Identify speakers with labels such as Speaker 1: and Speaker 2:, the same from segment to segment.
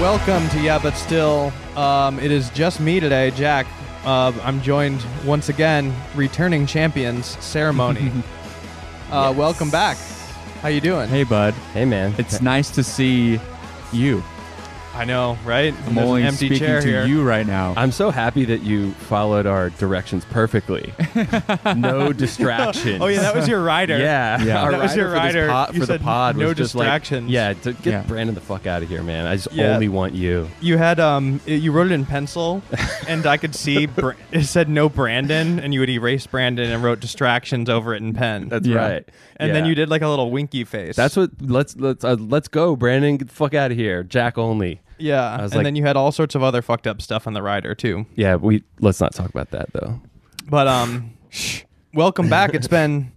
Speaker 1: welcome to Yeah But Still. Um, it is just me today, Jack. Uh, I'm joined once again, returning champions ceremony. uh, Welcome back. How you doing?
Speaker 2: Hey, bud.
Speaker 3: Hey, man.
Speaker 2: It's nice to see you.
Speaker 1: I know, right?
Speaker 2: I'm only speaking to you right now.
Speaker 3: I'm so happy that you followed our directions perfectly. no distractions.
Speaker 1: Oh yeah, that was your rider.
Speaker 3: Yeah,
Speaker 2: Yeah.
Speaker 3: Our
Speaker 1: That was your
Speaker 3: For,
Speaker 1: rider.
Speaker 3: this pod,
Speaker 1: You
Speaker 3: for the
Speaker 1: said
Speaker 3: pod,
Speaker 1: no
Speaker 3: was just like,
Speaker 1: distractions.
Speaker 3: yeah, to get
Speaker 2: Yeah.
Speaker 3: Brandon the fuck out of here, man. I just
Speaker 1: Yeah.
Speaker 3: only want you.
Speaker 1: You had um, it- you wrote it in pencil, and I could see Bra- it said no Brandon, and you would erase Brandon and wrote distractions over it in pen.
Speaker 3: That's
Speaker 2: Yeah.
Speaker 3: right.
Speaker 1: and then
Speaker 3: Yeah.
Speaker 1: you did like a little winky face.
Speaker 3: That's what. Let's let's uh, let's go, Brandon. Get the fuck out of here, Jack. Only.
Speaker 1: Yeah,
Speaker 3: I was
Speaker 1: and
Speaker 3: like-
Speaker 1: then you had all sorts of other fucked up stuff on the rider too.
Speaker 3: Yeah, we let's not talk about that though.
Speaker 1: But um, welcome back. It's been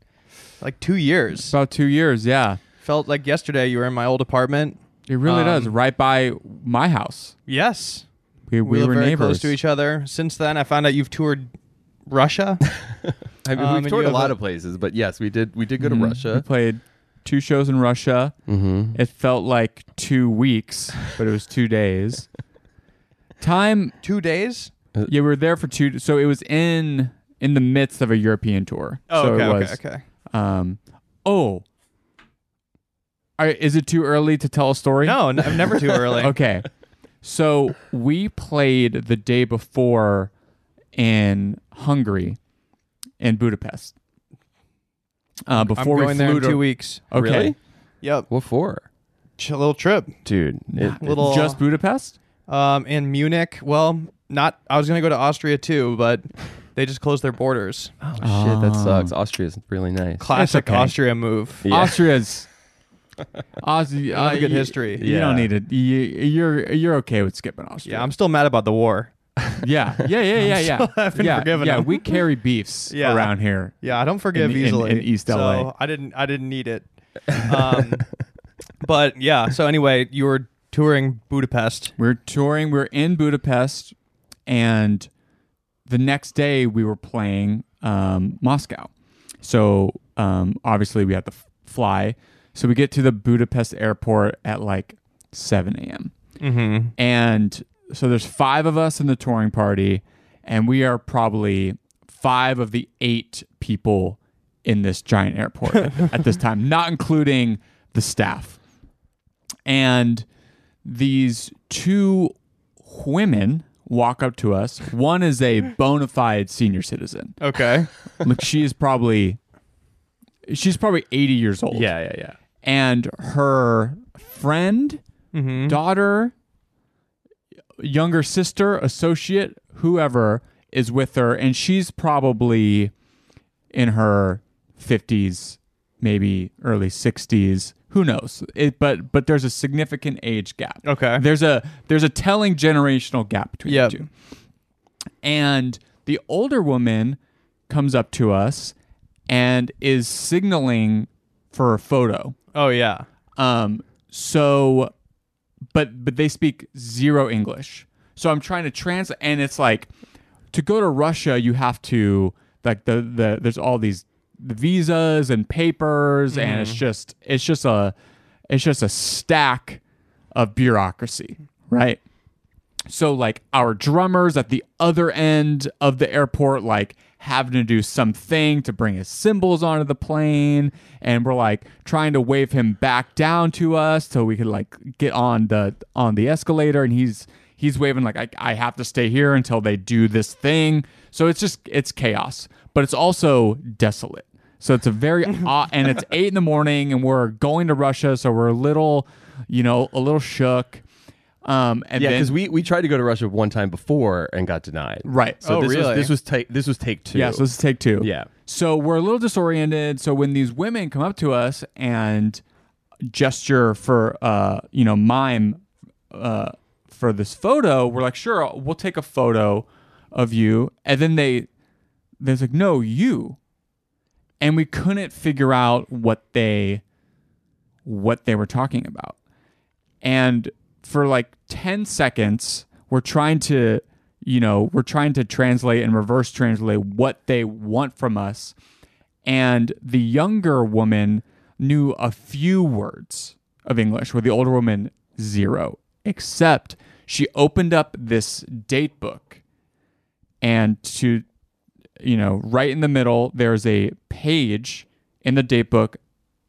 Speaker 1: like two years.
Speaker 2: About two years, yeah.
Speaker 1: Felt like yesterday you were in my old apartment.
Speaker 2: It really
Speaker 1: Um,
Speaker 2: does. Right by my house.
Speaker 1: Yes,
Speaker 2: We, we,
Speaker 1: live
Speaker 2: were
Speaker 1: very
Speaker 2: neighbors.
Speaker 1: close to each other. Since then, I found out you've toured Russia.
Speaker 3: I
Speaker 1: Um,
Speaker 3: mean,
Speaker 1: and
Speaker 3: we've
Speaker 1: you
Speaker 3: toured a
Speaker 1: have
Speaker 3: lot
Speaker 1: a-
Speaker 3: of places, but yes, we did. We did go to
Speaker 2: Mhm. We
Speaker 3: Russia.
Speaker 2: played two shows in Russia.
Speaker 3: Mm-hmm.
Speaker 2: It felt like two weeks, but it was two days. Time
Speaker 1: two days.
Speaker 2: you were there for two so it was in in the midst of a European tour.
Speaker 1: Oh,
Speaker 2: so
Speaker 1: okay,
Speaker 2: it was,
Speaker 1: okay, okay.
Speaker 2: Um oh. All right, is it too early to tell a story?
Speaker 1: No, n- I'm never too early.
Speaker 2: okay. So we played the day before in Hungary, in Budapest. Uh,
Speaker 1: I'm
Speaker 2: before
Speaker 1: going
Speaker 2: we
Speaker 1: there
Speaker 2: flew
Speaker 1: in
Speaker 2: to,
Speaker 1: two weeks.
Speaker 2: Okay,
Speaker 3: Really?
Speaker 1: Yep,
Speaker 3: What for,
Speaker 1: Ch- a little trip.
Speaker 3: dude? It,
Speaker 1: Little
Speaker 2: just Budapest.
Speaker 1: um in Munich. Well, not. I was gonna go to Austria too, but they just closed their borders.
Speaker 3: Oh, shit, that
Speaker 2: Oh.
Speaker 3: sucks. Austria's really nice.
Speaker 1: Classic
Speaker 2: okay.
Speaker 1: Austria move.
Speaker 3: Yeah.
Speaker 2: Austria's. Austria,
Speaker 1: I have a good
Speaker 2: you-
Speaker 1: history.
Speaker 2: You don't need it. You, you're you're okay with skipping Austria.
Speaker 1: Yeah, I'm still mad about the war.
Speaker 2: yeah, yeah, yeah, yeah, yeah.
Speaker 1: haven't
Speaker 2: yeah,
Speaker 1: forgiven
Speaker 2: yeah.
Speaker 1: him.
Speaker 2: We carry beefs
Speaker 1: Yeah.
Speaker 2: around here.
Speaker 1: Yeah, I don't forgive
Speaker 2: in- in-
Speaker 1: easily.
Speaker 2: in East LA.
Speaker 1: So I didn't I didn't need it. Um, but yeah, so anyway, you were touring Budapest.
Speaker 2: We're touring. We're in Budapest, and the next day we were playing um, Moscow. So um, obviously we had to f- fly. So we get to the Budapest airport at like 7 a.m.
Speaker 1: Mm-hmm.
Speaker 2: And so there's five of us in the touring party, and we are probably five of the eight people in this giant airport at, at this time, not including the staff. And these two women walk up to us. One is a bona fide senior citizen.
Speaker 1: Okay.
Speaker 2: Like she is probably she's probably 80 years old
Speaker 3: Yeah, yeah, yeah.
Speaker 2: and her friend, Mm-hmm.
Speaker 1: Mm-hmm.
Speaker 2: daughter, younger sister, associate, whoever is with her, and she's probably in her fifties, maybe early sixties. Who knows? It, but but there's a significant age gap.
Speaker 1: Okay.
Speaker 2: There's a there's a telling generational gap between
Speaker 1: Yep.
Speaker 2: the two. And the older woman comes up to us and is signaling for a photo.
Speaker 1: Oh yeah.
Speaker 2: Um, so, but but they speak zero English. So I'm trying to translate, and it's like to go to Russia, you have to like the the there's all these visas and papers, and it's just it's just a it's just a stack of bureaucracy, right? So like our drummers at the other end of the airport, like having to do something to bring his cymbals onto the plane, and we're like trying to wave him back down to us so we could like get on the on the escalator, and he's he's waving like I, I have to stay here until they do this thing. So it's just it's chaos, but it's also desolate. So it's a very odd, and it's eight in the morning, and we're going to Russia, so we're a little, you know, a little shook. Um, and
Speaker 3: Yeah,
Speaker 2: then
Speaker 3: because we, we tried to go to Russia one time before and got denied.
Speaker 2: Right.
Speaker 3: So
Speaker 1: Oh,
Speaker 3: this
Speaker 1: really?
Speaker 3: was this was take this was take two.
Speaker 2: Yeah, so let's take two.
Speaker 3: Yeah.
Speaker 2: So we're a little disoriented. So when these women come up to us and gesture for uh, you know, mime uh for this photo, we're like, sure, we'll take a photo of you. And then they there's like, no, you. And we couldn't figure out what they what they were talking about. And for like 10 seconds, we're trying to, you know, we're trying to translate and reverse translate what they want from us. And the younger woman knew a few words of English, where the older woman, zero. except she opened up this date book and to you know right in the middle there's a page in the date book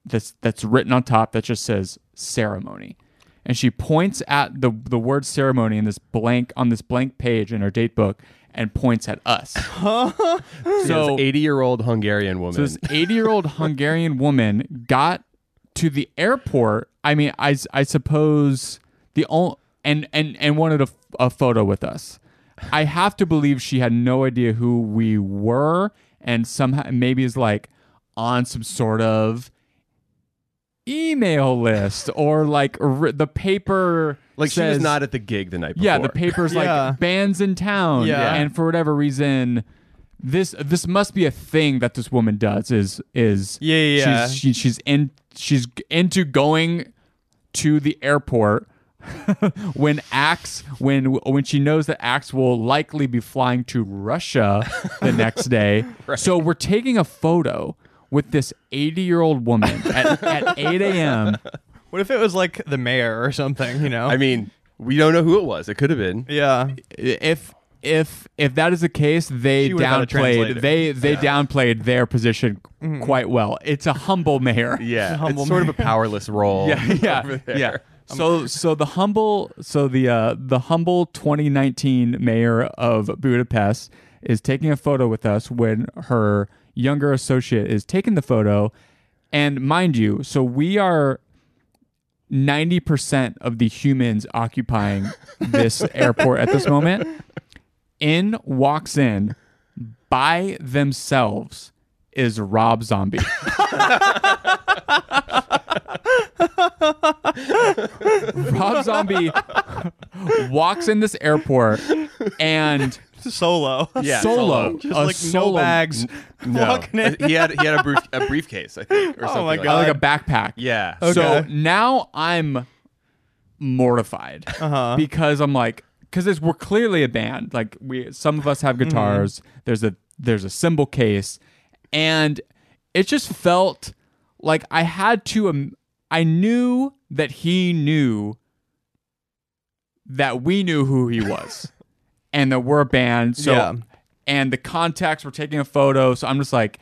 Speaker 2: that's that's written on top that just says ceremony and she points at the the word ceremony in this blank on this blank page in her date book and points at us so
Speaker 3: eighty-year-old Hungarian woman.
Speaker 2: Oh. so this 80 year old Hungarian woman got to the airport. I mean, I, s- I suppose the only and and and wanted a, f- a photo with us. I have to believe she had no idea who we were, and somehow maybe is like on some sort of email list or like r- the paper
Speaker 3: like she
Speaker 2: says,
Speaker 3: was not at the gig the night before.
Speaker 2: yeah, the paper's
Speaker 1: Yeah.
Speaker 2: like bands in town.
Speaker 1: Yeah.
Speaker 2: And for whatever reason, this this must be a thing that this woman does is is
Speaker 1: Yeah, yeah, yeah.
Speaker 2: She's she, she's in she's into going to the airport when Axe when when she knows that Axe will likely be flying to Russia the next day. So we're taking a photo with this 80 year old woman at, at 8 a.m.
Speaker 1: What if it was like the mayor or something? You know?
Speaker 3: I mean, we don't know who it was. It could have been.
Speaker 1: yeah.
Speaker 2: if if if that is the case, they
Speaker 1: She would've had a
Speaker 2: downplayed
Speaker 1: translator.
Speaker 2: they they downplayed their position
Speaker 1: Mm-hmm.
Speaker 2: quite well. It's a humble mayor.
Speaker 3: Yeah,
Speaker 1: humble
Speaker 3: it's sort of a powerless role.
Speaker 2: yeah, yeah,
Speaker 3: over there. Um,
Speaker 2: yeah. So so the humble so the uh, the humble 2019 mayor of Budapest is taking a photo with us when her younger associate is taking the photo, and mind you, so we are. 90% of the humans occupying this airport at this moment in walks in by themselves is Rob Zombie. Rob Zombie walks in this airport and
Speaker 1: Solo.
Speaker 3: Yeah,
Speaker 2: solo,
Speaker 1: Just
Speaker 2: a
Speaker 1: like
Speaker 2: solo,
Speaker 1: no bags.
Speaker 3: No,
Speaker 1: Walking in.
Speaker 3: he had he had a, brief, a briefcase, I think,
Speaker 2: Oh
Speaker 3: or something.
Speaker 1: my
Speaker 3: like
Speaker 1: God.
Speaker 2: uh, like a backpack.
Speaker 3: Yeah.
Speaker 1: uh, Okay.
Speaker 2: So now I'm mortified
Speaker 1: Uh-huh.
Speaker 2: because I'm like, because we're clearly a band. Like we, some of us have
Speaker 1: Mm-hmm.
Speaker 2: guitars. There's a there's a cymbal case, and it just felt like I had to. Um, I knew that he knew that we knew who he was, and that we're a band. So,
Speaker 1: Yeah.
Speaker 2: and the contacts were taking a photo. So I'm just like.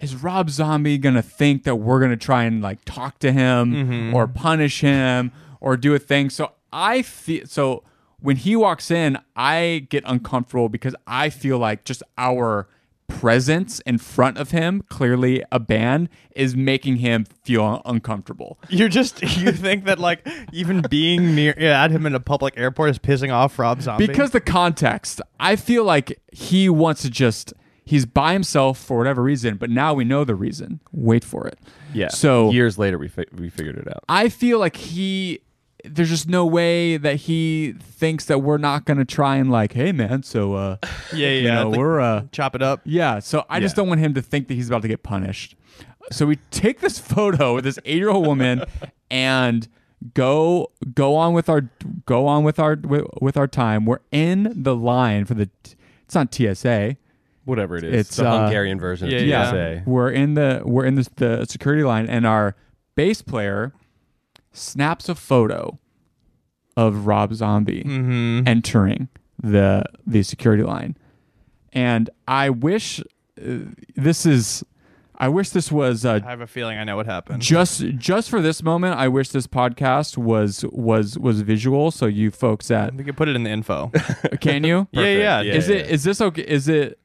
Speaker 2: Is Rob Zombie gonna think that we're gonna try and like talk to him or punish him or do a thing? So I feel so when he walks in, I get uncomfortable because I feel like just our presence in front of him, clearly a band, is making him feel uncomfortable.
Speaker 1: You're just you think that like even being near yeah, at him in a public airport is pissing off Rob Zombie
Speaker 2: because the context i feel like he wants to just he's by himself for whatever reason but now we know the reason wait for it
Speaker 3: Yeah.
Speaker 2: so
Speaker 3: years later, we fi- we figured it out.
Speaker 2: i feel like he there's just no way that he thinks that we're not gonna try and like hey man so uh
Speaker 1: yeah, yeah,
Speaker 2: you
Speaker 1: yeah,
Speaker 2: know,
Speaker 1: like,
Speaker 2: we're uh
Speaker 1: chop it up.
Speaker 2: yeah, so I just
Speaker 3: Yeah.
Speaker 2: don't want him to think that he's about to get punished. So we take this photo with this eight-year-old woman and go go on with our go on with our with, with our time. We're in the line for the. It's not TSA.
Speaker 3: Whatever it is,
Speaker 2: It's,
Speaker 3: the
Speaker 2: uh,
Speaker 3: Hungarian version
Speaker 1: yeah,
Speaker 3: of
Speaker 1: yeah.
Speaker 3: TSA.
Speaker 2: We're in the we're in the, the security line, and our bass player snaps a photo of Rob Zombie
Speaker 1: Mm-hmm.
Speaker 2: entering the the security line, and I wish uh, this is. I wish this was uh,
Speaker 1: I have a feeling I know what happened.
Speaker 2: just just for this moment. I wish this podcast was was was visual, so you folks at
Speaker 1: we could put it in the info.
Speaker 2: can you?
Speaker 1: yeah, yeah.
Speaker 3: Yeah.
Speaker 2: is it is this okay? Is it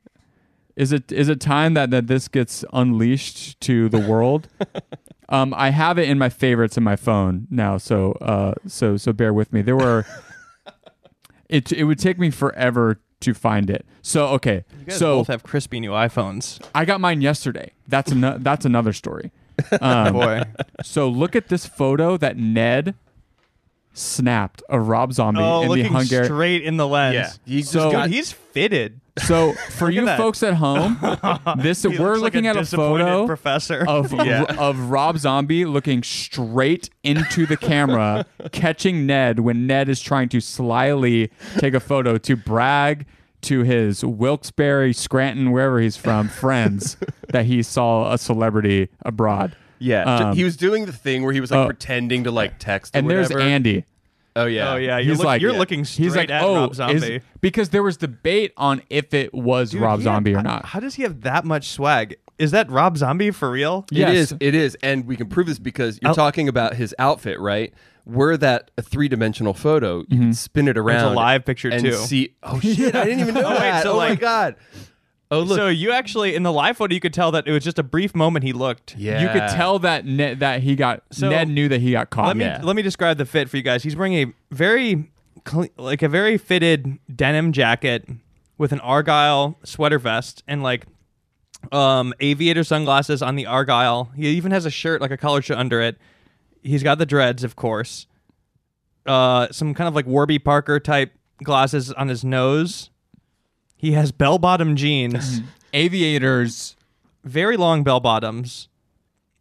Speaker 2: is it is it time that that this gets unleashed to the world? um, I have it in my favorites in my phone now, so uh, so so bear with me. There were it it would take me forever to find it. So okay,
Speaker 1: You guys
Speaker 2: so
Speaker 1: both have crispy new iPhones.
Speaker 2: I got mine yesterday. That's an- that's another story. Um,
Speaker 1: Boy.
Speaker 2: so look at this photo that Ned snapped of Rob Zombie
Speaker 1: oh,
Speaker 2: in the
Speaker 1: looking
Speaker 2: Hungarian.
Speaker 1: straight in the lens.
Speaker 3: Yeah, he just
Speaker 2: So-
Speaker 1: God,
Speaker 3: got-
Speaker 1: he's fitted.
Speaker 2: So for you
Speaker 1: at that.
Speaker 2: folks at home, this
Speaker 1: He
Speaker 2: we're
Speaker 1: looks like
Speaker 2: looking at a
Speaker 1: disappointed
Speaker 2: photo
Speaker 1: professor.
Speaker 2: of
Speaker 3: Yeah.
Speaker 2: of Rob Zombie looking straight into the camera, catching Ned when Ned is trying to slyly take a photo to brag to his Wilkes-Barre, Scranton, wherever he's from, friends that he saw a celebrity abroad.
Speaker 3: yeah, j-
Speaker 2: Um,
Speaker 3: he was doing the thing where he was like
Speaker 2: oh.
Speaker 3: pretending to like text. Or
Speaker 2: and there's
Speaker 3: whatever.
Speaker 2: Andy.
Speaker 3: Oh yeah.
Speaker 1: Oh yeah, you're,
Speaker 2: he's
Speaker 1: look-
Speaker 2: like
Speaker 1: you're
Speaker 3: yeah.
Speaker 1: looking straight
Speaker 2: he's like,
Speaker 1: at
Speaker 2: oh,
Speaker 1: Rob
Speaker 2: is-
Speaker 1: Zombie.
Speaker 2: because there was debate on if it was
Speaker 1: Dude,
Speaker 2: Rob
Speaker 1: he had-
Speaker 2: Zombie or
Speaker 1: how-
Speaker 2: not.
Speaker 1: How does he have that much swag? Is that Rob Zombie for real?
Speaker 2: Yes.
Speaker 3: It is. It is. And we can prove this because you're
Speaker 1: Out-
Speaker 3: talking about his outfit, right? Were that a three dimensional photo, you can spin it around.
Speaker 1: live picture,
Speaker 3: and
Speaker 1: too.
Speaker 3: See. Oh shit! I didn't even know
Speaker 1: Oh, wait,
Speaker 3: that.
Speaker 1: so,
Speaker 3: oh my
Speaker 1: like-
Speaker 3: god. Oh look.
Speaker 1: So you actually in the live photo you could tell that it was just a brief moment he looked.
Speaker 3: yeah.
Speaker 2: You could tell that Ned, that he got
Speaker 1: So,
Speaker 2: Ned knew that he got caught.
Speaker 1: Let me
Speaker 3: Yeah.
Speaker 1: let me describe the fit for you guys. He's wearing a very cle like a very fitted denim jacket with an argyle sweater vest and like um aviator sunglasses on the argyle. He even has a shirt like a collared shirt under it. He's got the dreads, of course. Uh some kind of like Warby Parker type glasses on his nose. He has bell-bottom jeans,
Speaker 2: Aviators.
Speaker 1: very long bell bottoms.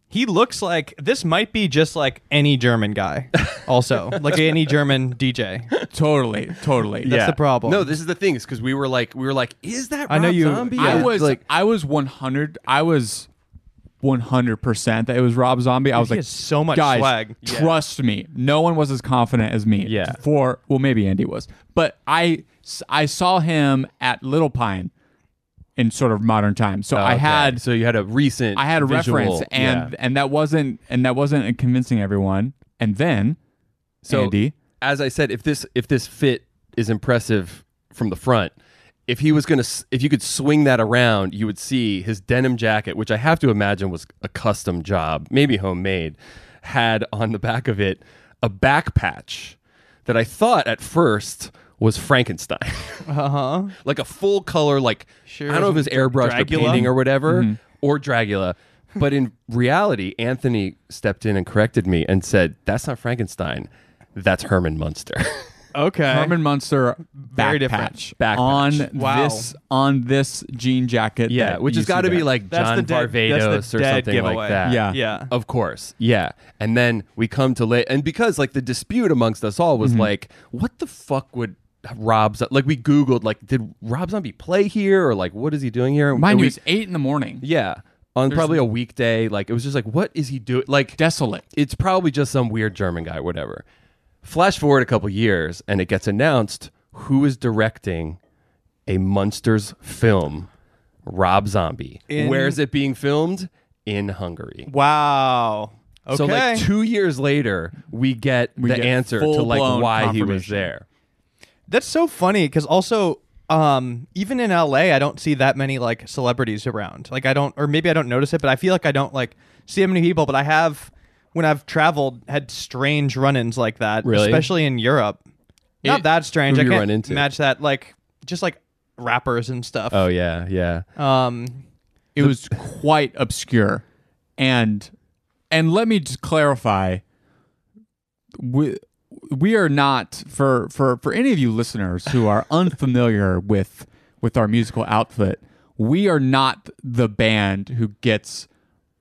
Speaker 1: He looks like this might be just like any German guy, also like any German DJ. That's
Speaker 2: Totally, totally.
Speaker 1: the problem.
Speaker 3: No, this is the thing. Is because we were like, we were like, is that?
Speaker 1: I know
Speaker 3: Rob
Speaker 1: you-
Speaker 3: Zombie?
Speaker 2: I
Speaker 3: And
Speaker 2: was
Speaker 3: like,
Speaker 2: like, I was one hundred. I was one hundred percent that it was Rob Zombie. I was
Speaker 1: he
Speaker 2: like,
Speaker 1: has so much
Speaker 2: guys,
Speaker 1: swag.
Speaker 2: Trust me, no one was as confident as me.
Speaker 3: Yeah.
Speaker 2: For well, maybe Andy was, but I I saw him at Little Pine in sort of modern times. So I
Speaker 3: okay.
Speaker 2: had
Speaker 3: So you had a recent.
Speaker 2: I had a
Speaker 3: visual-
Speaker 2: reference, and
Speaker 3: yeah.
Speaker 2: and that wasn't and that wasn't convincing everyone. And then,
Speaker 3: So-
Speaker 2: Andy,
Speaker 3: as I said, if this if this fit is impressive from the front, if he was gonna, s- if you could swing that around, you would see his denim jacket, which I have to imagine was a custom job, maybe homemade, had on the back of it a back patch that I thought at first was Frankenstein,
Speaker 1: Uh huh.
Speaker 3: like a full color, like
Speaker 1: Sure.
Speaker 3: I don't know if it was airbrushed
Speaker 1: Dracula?
Speaker 3: or painting or whatever, or Dragula. But in reality, Anthony stepped in and corrected me and said, "That's not Frankenstein, that's Herman Munster."
Speaker 1: Okay.
Speaker 2: Herman Munster
Speaker 1: Very
Speaker 2: back
Speaker 1: different.
Speaker 2: patch,
Speaker 3: Back
Speaker 2: on
Speaker 3: patch.
Speaker 1: Wow.
Speaker 2: this on this jean jacket.
Speaker 3: Yeah,
Speaker 2: that
Speaker 3: which
Speaker 2: you
Speaker 3: has got to
Speaker 2: see
Speaker 3: be
Speaker 2: there.
Speaker 3: like
Speaker 1: That's
Speaker 3: John
Speaker 1: the dead- that's
Speaker 3: Varvatos
Speaker 1: the
Speaker 3: or
Speaker 1: dead
Speaker 3: something
Speaker 1: giveaway.
Speaker 3: like that.
Speaker 2: Yeah.
Speaker 1: yeah.
Speaker 3: Of course. Yeah. And then we come to late and because like the dispute amongst us all was like, what the fuck would Rob Zo- like we Googled like did Rob Zombie play here or like what is he doing here?
Speaker 2: mind
Speaker 3: And
Speaker 2: you,
Speaker 3: we-
Speaker 2: it's eight in the morning,
Speaker 3: yeah. On probably a weekday. Like it was just like, what is he doing? Like
Speaker 2: desolate.
Speaker 3: it's probably just some weird German guy, whatever. Flash forward a couple years, and it gets announced who is directing a Munsters film, Rob Zombie.
Speaker 1: In-
Speaker 3: Where is it being filmed? In Hungary.
Speaker 1: Wow. Okay.
Speaker 3: So, like two years later, we get the
Speaker 2: get
Speaker 3: answer to like
Speaker 2: full-blown
Speaker 3: why he was
Speaker 2: confirmation.
Speaker 3: there.
Speaker 1: That's so funny because also, um, even in LA, I don't see that many like celebrities around. Like I don't, or maybe I don't notice it, but I feel like I don't like see that many people. But I have, when I've traveled, had strange run-ins like that,
Speaker 3: Really?
Speaker 1: especially in Europe. Not
Speaker 2: It-
Speaker 1: that strange.
Speaker 3: who
Speaker 1: I
Speaker 3: you
Speaker 1: can't
Speaker 3: run into?
Speaker 1: match that. Like just like rappers and stuff.
Speaker 3: Oh yeah, yeah.
Speaker 2: Uh,
Speaker 1: Um,
Speaker 2: It was quite obscure, and and let me just clarify. We we are not for for for any of you listeners who are unfamiliar with with our musical outfit. We are not the band who gets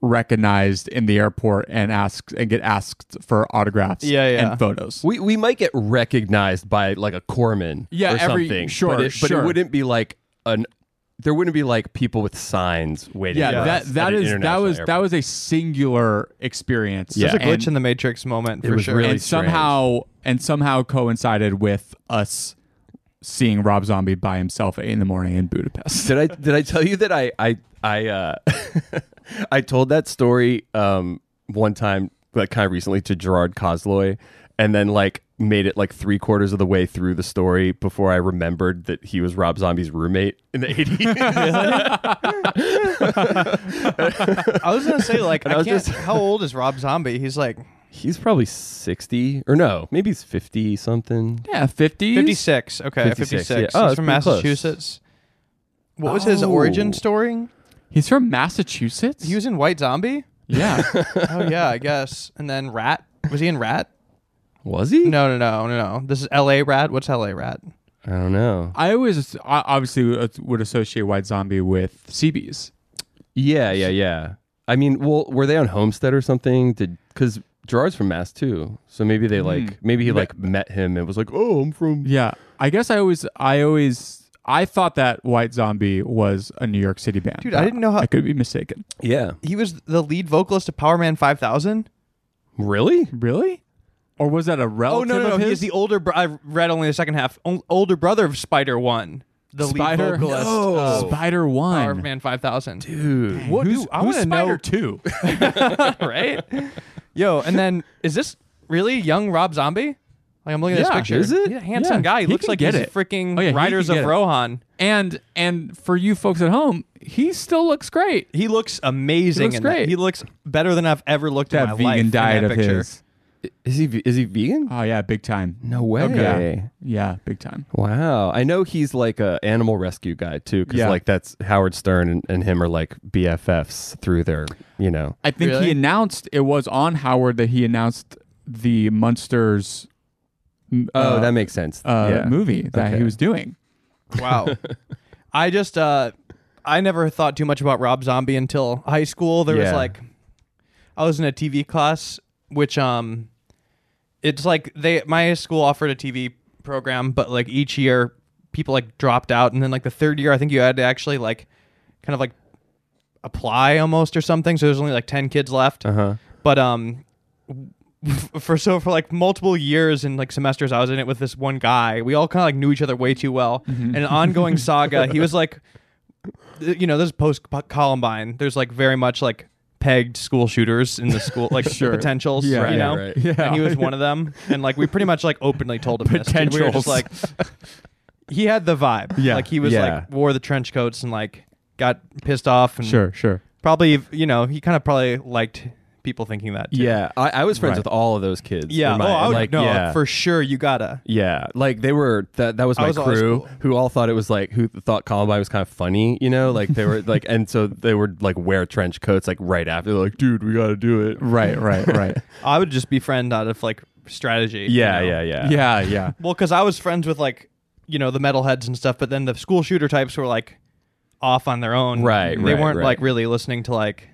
Speaker 2: recognized in the airport and asks and get asked for autographs
Speaker 1: Yeah, yeah.
Speaker 2: and photos.
Speaker 3: We we might get recognized by like a corpsman
Speaker 2: Yeah,
Speaker 3: or
Speaker 2: every-
Speaker 3: something.
Speaker 2: sure,
Speaker 3: but it, But
Speaker 2: sure.
Speaker 3: it wouldn't be like an. There wouldn't be like people with signs waiting.
Speaker 2: yeah,
Speaker 3: for
Speaker 2: that
Speaker 3: us
Speaker 2: that
Speaker 3: at an
Speaker 2: is that
Speaker 3: international
Speaker 2: was
Speaker 3: airport.
Speaker 2: that was a singular experience.
Speaker 3: Yeah.
Speaker 1: it's a glitch
Speaker 2: And-
Speaker 1: in the Matrix moment for
Speaker 3: was
Speaker 1: sure.
Speaker 3: really-
Speaker 2: and somehow and somehow coincided with us seeing Rob Zombie by himself at eight in the morning in Budapest.
Speaker 3: did I did I tell you that I I I uh, I told that story um one time like kind of recently to Gerard Cosloy, and then like made it like three quarters of the way through the story before I remembered that he was Rob Zombie's roommate in the eighties.
Speaker 1: I was gonna say like I,
Speaker 3: was
Speaker 1: can't. how old is Rob Zombie? He's like
Speaker 3: he's probably sixty or no, maybe he's fifty something.
Speaker 2: Yeah, fifties.
Speaker 1: 56. Okay, 56.
Speaker 3: 56, yeah. Oh,
Speaker 1: He's
Speaker 3: that's
Speaker 1: from
Speaker 3: pretty close.
Speaker 1: Massachusetts. What was his origin
Speaker 2: Oh.
Speaker 1: story?
Speaker 2: He's from Massachusetts.
Speaker 1: He was in White Zombie?
Speaker 2: yeah.
Speaker 1: oh, yeah, I guess. And then Rat. Was he in Rat?
Speaker 3: Was he?
Speaker 1: No, no, no, no, no. This is L.A. Rat. What's L.A. Rat?
Speaker 3: I don't know.
Speaker 2: I always I obviously would- would associate White Zombie with CBs.
Speaker 3: Yeah, yeah, yeah. I mean, well, were they on Homestead or something? Did because Gerard's from Mass too, so maybe they like maybe he like met him and was like, oh, I'm from.
Speaker 2: Yeah. I guess I always I always I thought that White Zombie was a New York City band.
Speaker 1: Dude, I didn't know how-
Speaker 2: I could be mistaken.
Speaker 3: Yeah,
Speaker 1: He was the lead vocalist of Power Man 5000?
Speaker 3: really?
Speaker 2: Really? or was that a
Speaker 1: Oh
Speaker 2: relative
Speaker 1: no, no, no!
Speaker 2: of his?
Speaker 1: He's the older. Bro- I read only the second half. Ol- older brother of Spider One, the
Speaker 2: Spider?
Speaker 1: lead vocalist
Speaker 3: No.
Speaker 1: of
Speaker 2: Spider One.
Speaker 1: Power of Man Five Thousand.
Speaker 3: Dude.
Speaker 1: What,
Speaker 2: Who's,
Speaker 1: dude, I
Speaker 2: who's
Speaker 1: wanna know-
Speaker 2: Spider Two?
Speaker 1: right? Yo, and then is this really young Rob Zombie? Like I'm looking at
Speaker 2: Yeah.
Speaker 1: this picture.
Speaker 2: Is it?
Speaker 1: He's a handsome
Speaker 2: Yeah.
Speaker 1: guy. He,
Speaker 2: He
Speaker 1: looks
Speaker 2: can
Speaker 1: like
Speaker 2: get
Speaker 1: he's
Speaker 2: it.
Speaker 1: freaking
Speaker 2: Oh, yeah, he
Speaker 1: Riders
Speaker 2: can
Speaker 1: of
Speaker 2: get it.
Speaker 1: Rohan.
Speaker 2: and and for you folks at home, he still looks great.
Speaker 1: He looks amazing.
Speaker 2: He looks
Speaker 1: in that.
Speaker 2: great.
Speaker 1: He looks better than I've ever looked at
Speaker 2: That
Speaker 1: in my
Speaker 2: vegan
Speaker 1: life. in
Speaker 2: diet
Speaker 1: that
Speaker 2: of
Speaker 1: picture.
Speaker 2: his.
Speaker 3: Is he is he vegan?
Speaker 1: Uh,
Speaker 2: Oh yeah, big time.
Speaker 3: No way.
Speaker 2: Yeah, yeah, big time.
Speaker 3: Wow. I know he's like a animal rescue guy too, because
Speaker 2: Yeah.
Speaker 3: like that's Howard Stern and, and him are like BFFs through their, you know.
Speaker 2: I think
Speaker 1: Really?
Speaker 2: he announced it was on Howard that he announced the Munsters. m-
Speaker 3: Oh,
Speaker 2: uh,
Speaker 3: that makes sense.
Speaker 2: uh,
Speaker 3: yeah.
Speaker 2: movie that
Speaker 3: Okay.
Speaker 2: he was doing.
Speaker 1: Wow. I just uh I never thought too much about Rob Zombie until high school. There was
Speaker 3: Yeah.
Speaker 1: like I was in a TV class which um it's like they my school offered a TV program but like each year people like dropped out and then like the third year I think you had to actually like kind of like apply almost or something so there's only like 10 kids left.
Speaker 3: Uh-huh.
Speaker 1: But um for so for like multiple years and like semesters I was in it with this one guy. We all kind of like knew each other way too well.
Speaker 2: Mm-hmm.
Speaker 1: And an ongoing saga. He was like th- you know, this is post Columbine. There's like very much like pegged school shooters in the school like potentials,
Speaker 2: Yeah,
Speaker 1: you
Speaker 2: yeah,
Speaker 1: know.
Speaker 3: right.
Speaker 2: Yeah.
Speaker 1: And he was one of them and like we pretty much like openly told him this. And We were just
Speaker 2: Potentials.
Speaker 1: like he had the vibe.
Speaker 2: Yeah,
Speaker 1: Like he was
Speaker 3: yeah.
Speaker 1: like wore the trench coats and like got pissed off and
Speaker 2: Sure, sure.
Speaker 1: probably you know, he kind of probably liked people thinking that too.
Speaker 3: Yeah. I, I was friends
Speaker 2: Right.
Speaker 3: with all of those kids.
Speaker 1: Yeah.
Speaker 3: in my-
Speaker 1: oh, I would,
Speaker 3: like,
Speaker 1: no,
Speaker 3: yeah.
Speaker 1: for sure. You gotta.
Speaker 3: Yeah, like they were that that was
Speaker 1: I
Speaker 3: my
Speaker 1: was always
Speaker 3: crew
Speaker 1: cool.
Speaker 3: who all thought it was like who thought Columbine was kind of funny, you know, like they were like and so they would like wear trench coats like right after They're like dude, we got to do it.
Speaker 2: Right, right, right.
Speaker 1: I would just be friend out of like strategy.
Speaker 3: Yeah,
Speaker 1: you know?
Speaker 3: yeah, yeah.
Speaker 2: yeah, yeah.
Speaker 1: Well, because I was friends with like you know the metalheads and stuff, but then the school shooter types were like off on their own.
Speaker 3: Right,
Speaker 1: They
Speaker 3: right,
Speaker 1: weren't
Speaker 3: right.
Speaker 1: like really listening to like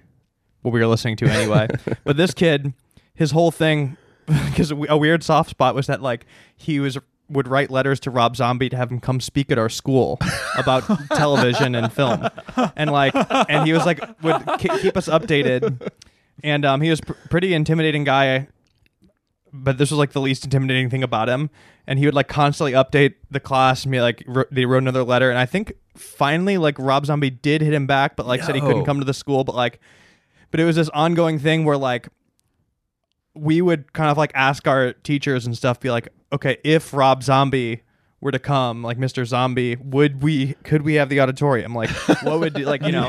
Speaker 1: what we were listening to anyway. but this kid, his whole thing, because a we- a weird soft spot was that like he was would write letters to Rob Zombie to have him come speak at our school about television and film, and like and he was like would ke- keep us updated, and um he was pr- pretty intimidating guy but this was like the least intimidating thing about him. And he would like constantly update the class and be like, wr- they wrote another letter. And I think finally, like Rob Zombie did hit him back, but like said he couldn't
Speaker 3: No.
Speaker 1: come to the school. But like, but it was this ongoing thing where like we would kind of like ask our teachers and stuff, be like, okay, if Rob Zombie were to come, like Mr. Zombie, would we, could we have the auditorium? Like, what would, like, you know,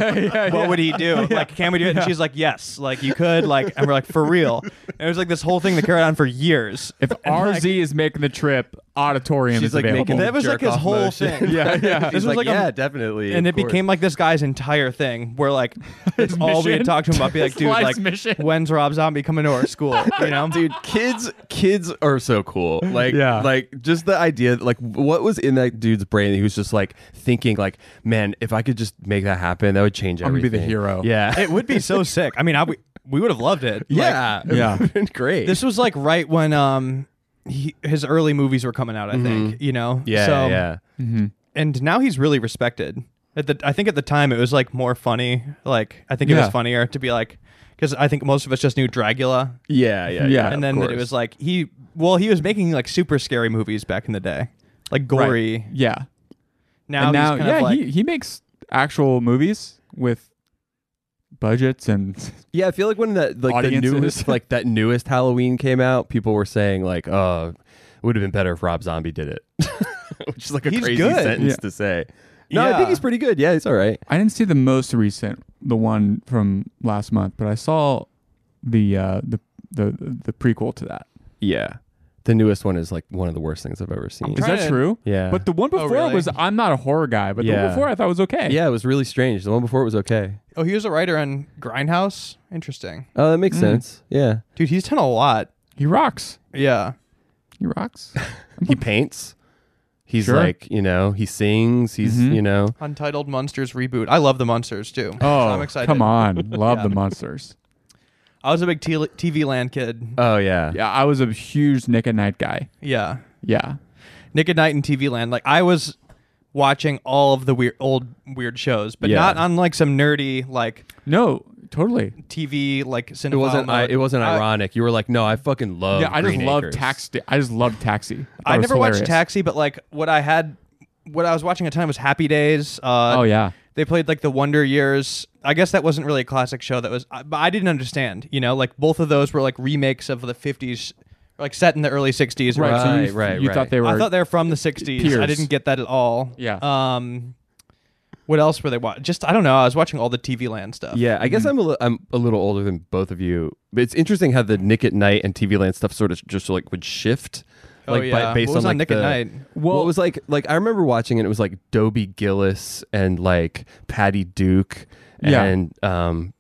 Speaker 1: what would he do? Like, can we do it? And she's like, yes, like you could, like, and we're like, for real. And it was like this whole thing that carried on for years.
Speaker 2: If RZ is making the trip, auditorium
Speaker 3: She's
Speaker 2: is
Speaker 3: like
Speaker 2: available.
Speaker 3: making
Speaker 1: That was, like, his
Speaker 3: jerk-off
Speaker 1: whole
Speaker 3: motion.
Speaker 1: thing.
Speaker 2: yeah, yeah.
Speaker 1: This
Speaker 3: He's
Speaker 1: was
Speaker 3: like,
Speaker 1: like a-
Speaker 3: yeah, definitely.
Speaker 1: and
Speaker 3: of
Speaker 1: it
Speaker 3: course."
Speaker 1: became like this guy's entire thing where like it's all we had
Speaker 2: mission?
Speaker 1: talked to him about be like
Speaker 2: His
Speaker 1: dude
Speaker 2: life's
Speaker 1: like
Speaker 2: mission.
Speaker 1: when's rob zombie coming to our school you know
Speaker 3: dude kids kids are so cool like
Speaker 2: Yeah.
Speaker 3: like just the idea that, like what was in that dude's brain he was just like thinking like man if i could just make that happen that would change
Speaker 2: gonna be
Speaker 3: everything
Speaker 2: the hero.
Speaker 3: yeah
Speaker 1: it would be so sick i mean i w- we would have loved it Like,
Speaker 3: yeah It
Speaker 2: Yeah.
Speaker 3: would've been great
Speaker 1: this was like right when um he, his early movies were coming out i think
Speaker 2: Mm-hmm.
Speaker 1: you know
Speaker 3: yeah
Speaker 1: so
Speaker 3: yeah
Speaker 1: and now he's really respected at the i think at the time it was like more funny like i think it
Speaker 2: Yeah.
Speaker 1: was funnier to be like because i think most of us just knew dragula
Speaker 3: yeah yeah
Speaker 2: Yeah.
Speaker 1: and then that it was like he well he was making like super scary movies back in the day like gory
Speaker 2: Yeah.
Speaker 1: now,
Speaker 2: and now,
Speaker 1: he's kind
Speaker 2: yeah,
Speaker 1: of like
Speaker 2: he, he makes actual movies with budgets and
Speaker 3: yeah i feel like when that like the
Speaker 2: Audiences.
Speaker 3: newest like that newest halloween came out people were saying like uh it would have been better if rob zombie did it which is like a
Speaker 1: He's
Speaker 3: crazy
Speaker 1: good.
Speaker 3: sentence
Speaker 2: Yeah.
Speaker 3: to say no i
Speaker 1: Yeah.
Speaker 3: think he's pretty good yeah he's all right
Speaker 2: I didn't see the most recent, the one from last month, but I saw the uh, the the the prequel to that.
Speaker 3: Yeah. The newest one is like one of the worst things I've ever seen.
Speaker 2: Is
Speaker 1: Trying
Speaker 2: that
Speaker 1: to-
Speaker 2: true?
Speaker 3: Yeah.
Speaker 2: But the one before
Speaker 1: really?
Speaker 2: was I'm not a horror guy, but the
Speaker 3: Yeah.
Speaker 2: one before I thought was okay.
Speaker 3: yeah, it was really strange. The one before it was okay.
Speaker 1: oh he was a writer on grindhouse interesting
Speaker 3: Oh, that makes sense. Yeah.
Speaker 1: dude he's done a lot
Speaker 2: he rocks.
Speaker 1: yeah
Speaker 2: He rocks.
Speaker 3: He paints. He's
Speaker 2: Sure.
Speaker 3: like, you know, he sings. He's,
Speaker 2: Mhm.
Speaker 3: you know,
Speaker 1: untitled monsters reboot i love the monsters too so
Speaker 2: Oh,
Speaker 1: i'm excited
Speaker 2: come on, love
Speaker 1: Yeah.
Speaker 2: the monsters.
Speaker 1: i was a big T- tv land kid
Speaker 3: oh, yeah.
Speaker 2: Yeah, I was a huge Nick at Night guy.
Speaker 1: yeah
Speaker 2: Yeah,
Speaker 1: nick at night and tv land like i was watching all of the weird old weird shows but
Speaker 3: Yeah.
Speaker 1: not on like some nerdy like
Speaker 2: no, totally.
Speaker 1: TV like cinephile
Speaker 3: It wasn't. I,
Speaker 1: mode.
Speaker 3: it wasn't
Speaker 1: I-
Speaker 3: ironic. You were like, no, I fucking love.
Speaker 2: yeah, I just
Speaker 3: Green
Speaker 2: love
Speaker 3: Acres.
Speaker 2: taxi. I just love taxi.
Speaker 1: I never watched
Speaker 2: taxi.
Speaker 1: Taxi, but like what I had, what I was watching a ton was Happy Days. Uh,
Speaker 2: Oh yeah.
Speaker 1: They played like the Wonder Years. I guess that wasn't really a classic show. That was, I- but I didn't understand. You know, like both of those were like remakes of the '50s, like set in the early '60s.
Speaker 2: Right. so you,
Speaker 3: Right, right,
Speaker 2: You
Speaker 3: right.
Speaker 2: thought they were.
Speaker 1: I thought they were from the '60s. I
Speaker 2: Peers.
Speaker 1: didn't get that at all.
Speaker 2: Yeah.
Speaker 1: Um, what else were they watching? Just I don't know. I was watching all the TV Land stuff. Mm.
Speaker 3: Yeah, I guess I'm a li- I'm a little older than both of you, but it's interesting how the Nick at Night and TV Land stuff sort of just like would shift,
Speaker 1: Oh,
Speaker 3: like
Speaker 1: yeah.
Speaker 3: based
Speaker 1: What was
Speaker 3: on
Speaker 1: on
Speaker 3: like
Speaker 1: Nick at
Speaker 3: the,
Speaker 1: Night?
Speaker 3: Well, it was like like I remember watching it. It was like Dobie Gillis and like Patty Duke
Speaker 2: Yeah.
Speaker 3: and um,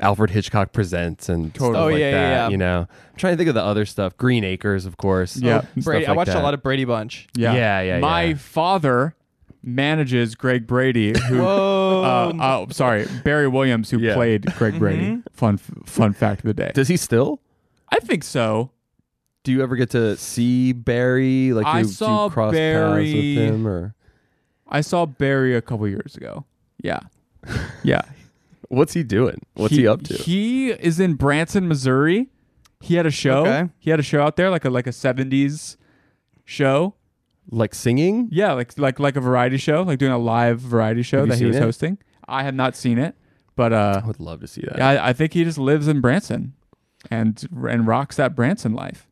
Speaker 3: Alfred Hitchcock presents and
Speaker 2: Totally.
Speaker 3: stuff
Speaker 1: Oh,
Speaker 3: like
Speaker 1: yeah, yeah,
Speaker 3: that.
Speaker 1: yeah.
Speaker 3: You know, I'm trying to think of the other stuff. Green Acres, of course.
Speaker 2: Yeah.
Speaker 1: Oh, Brady.
Speaker 3: Stuff like
Speaker 1: I watched
Speaker 3: that.
Speaker 1: a lot of Brady Bunch.
Speaker 2: Yeah,
Speaker 3: Yeah, yeah,
Speaker 2: My
Speaker 3: yeah.
Speaker 2: father manages Greg Brady, who.
Speaker 1: Whoa.
Speaker 2: Uh, oh, sorry, Barry Williams, who
Speaker 3: Yeah.
Speaker 2: played Greg Brady. Fun, fun fact of the day.
Speaker 3: Does he still?
Speaker 2: I think so.
Speaker 3: Do you ever get to see Barry? Like
Speaker 2: I
Speaker 3: do, do
Speaker 2: saw
Speaker 3: you cross paths
Speaker 2: Barry-
Speaker 3: with him or
Speaker 2: I saw Barry a couple years ago. Yeah, yeah.
Speaker 3: what's he doing? What's he, up to?
Speaker 2: He is in Branson, Missouri. He had a show.
Speaker 1: Okay.
Speaker 2: He had a show out there, like a like a '70s show.
Speaker 3: like singing?
Speaker 2: Yeah, like like like a variety show, like doing a live variety show
Speaker 3: Have you
Speaker 2: that he was
Speaker 3: seen it?
Speaker 2: hosting. I have not seen it, but uh,
Speaker 3: I would love to see that.
Speaker 2: Yeah, I, I think he just lives in Branson, and and rocks that Branson life.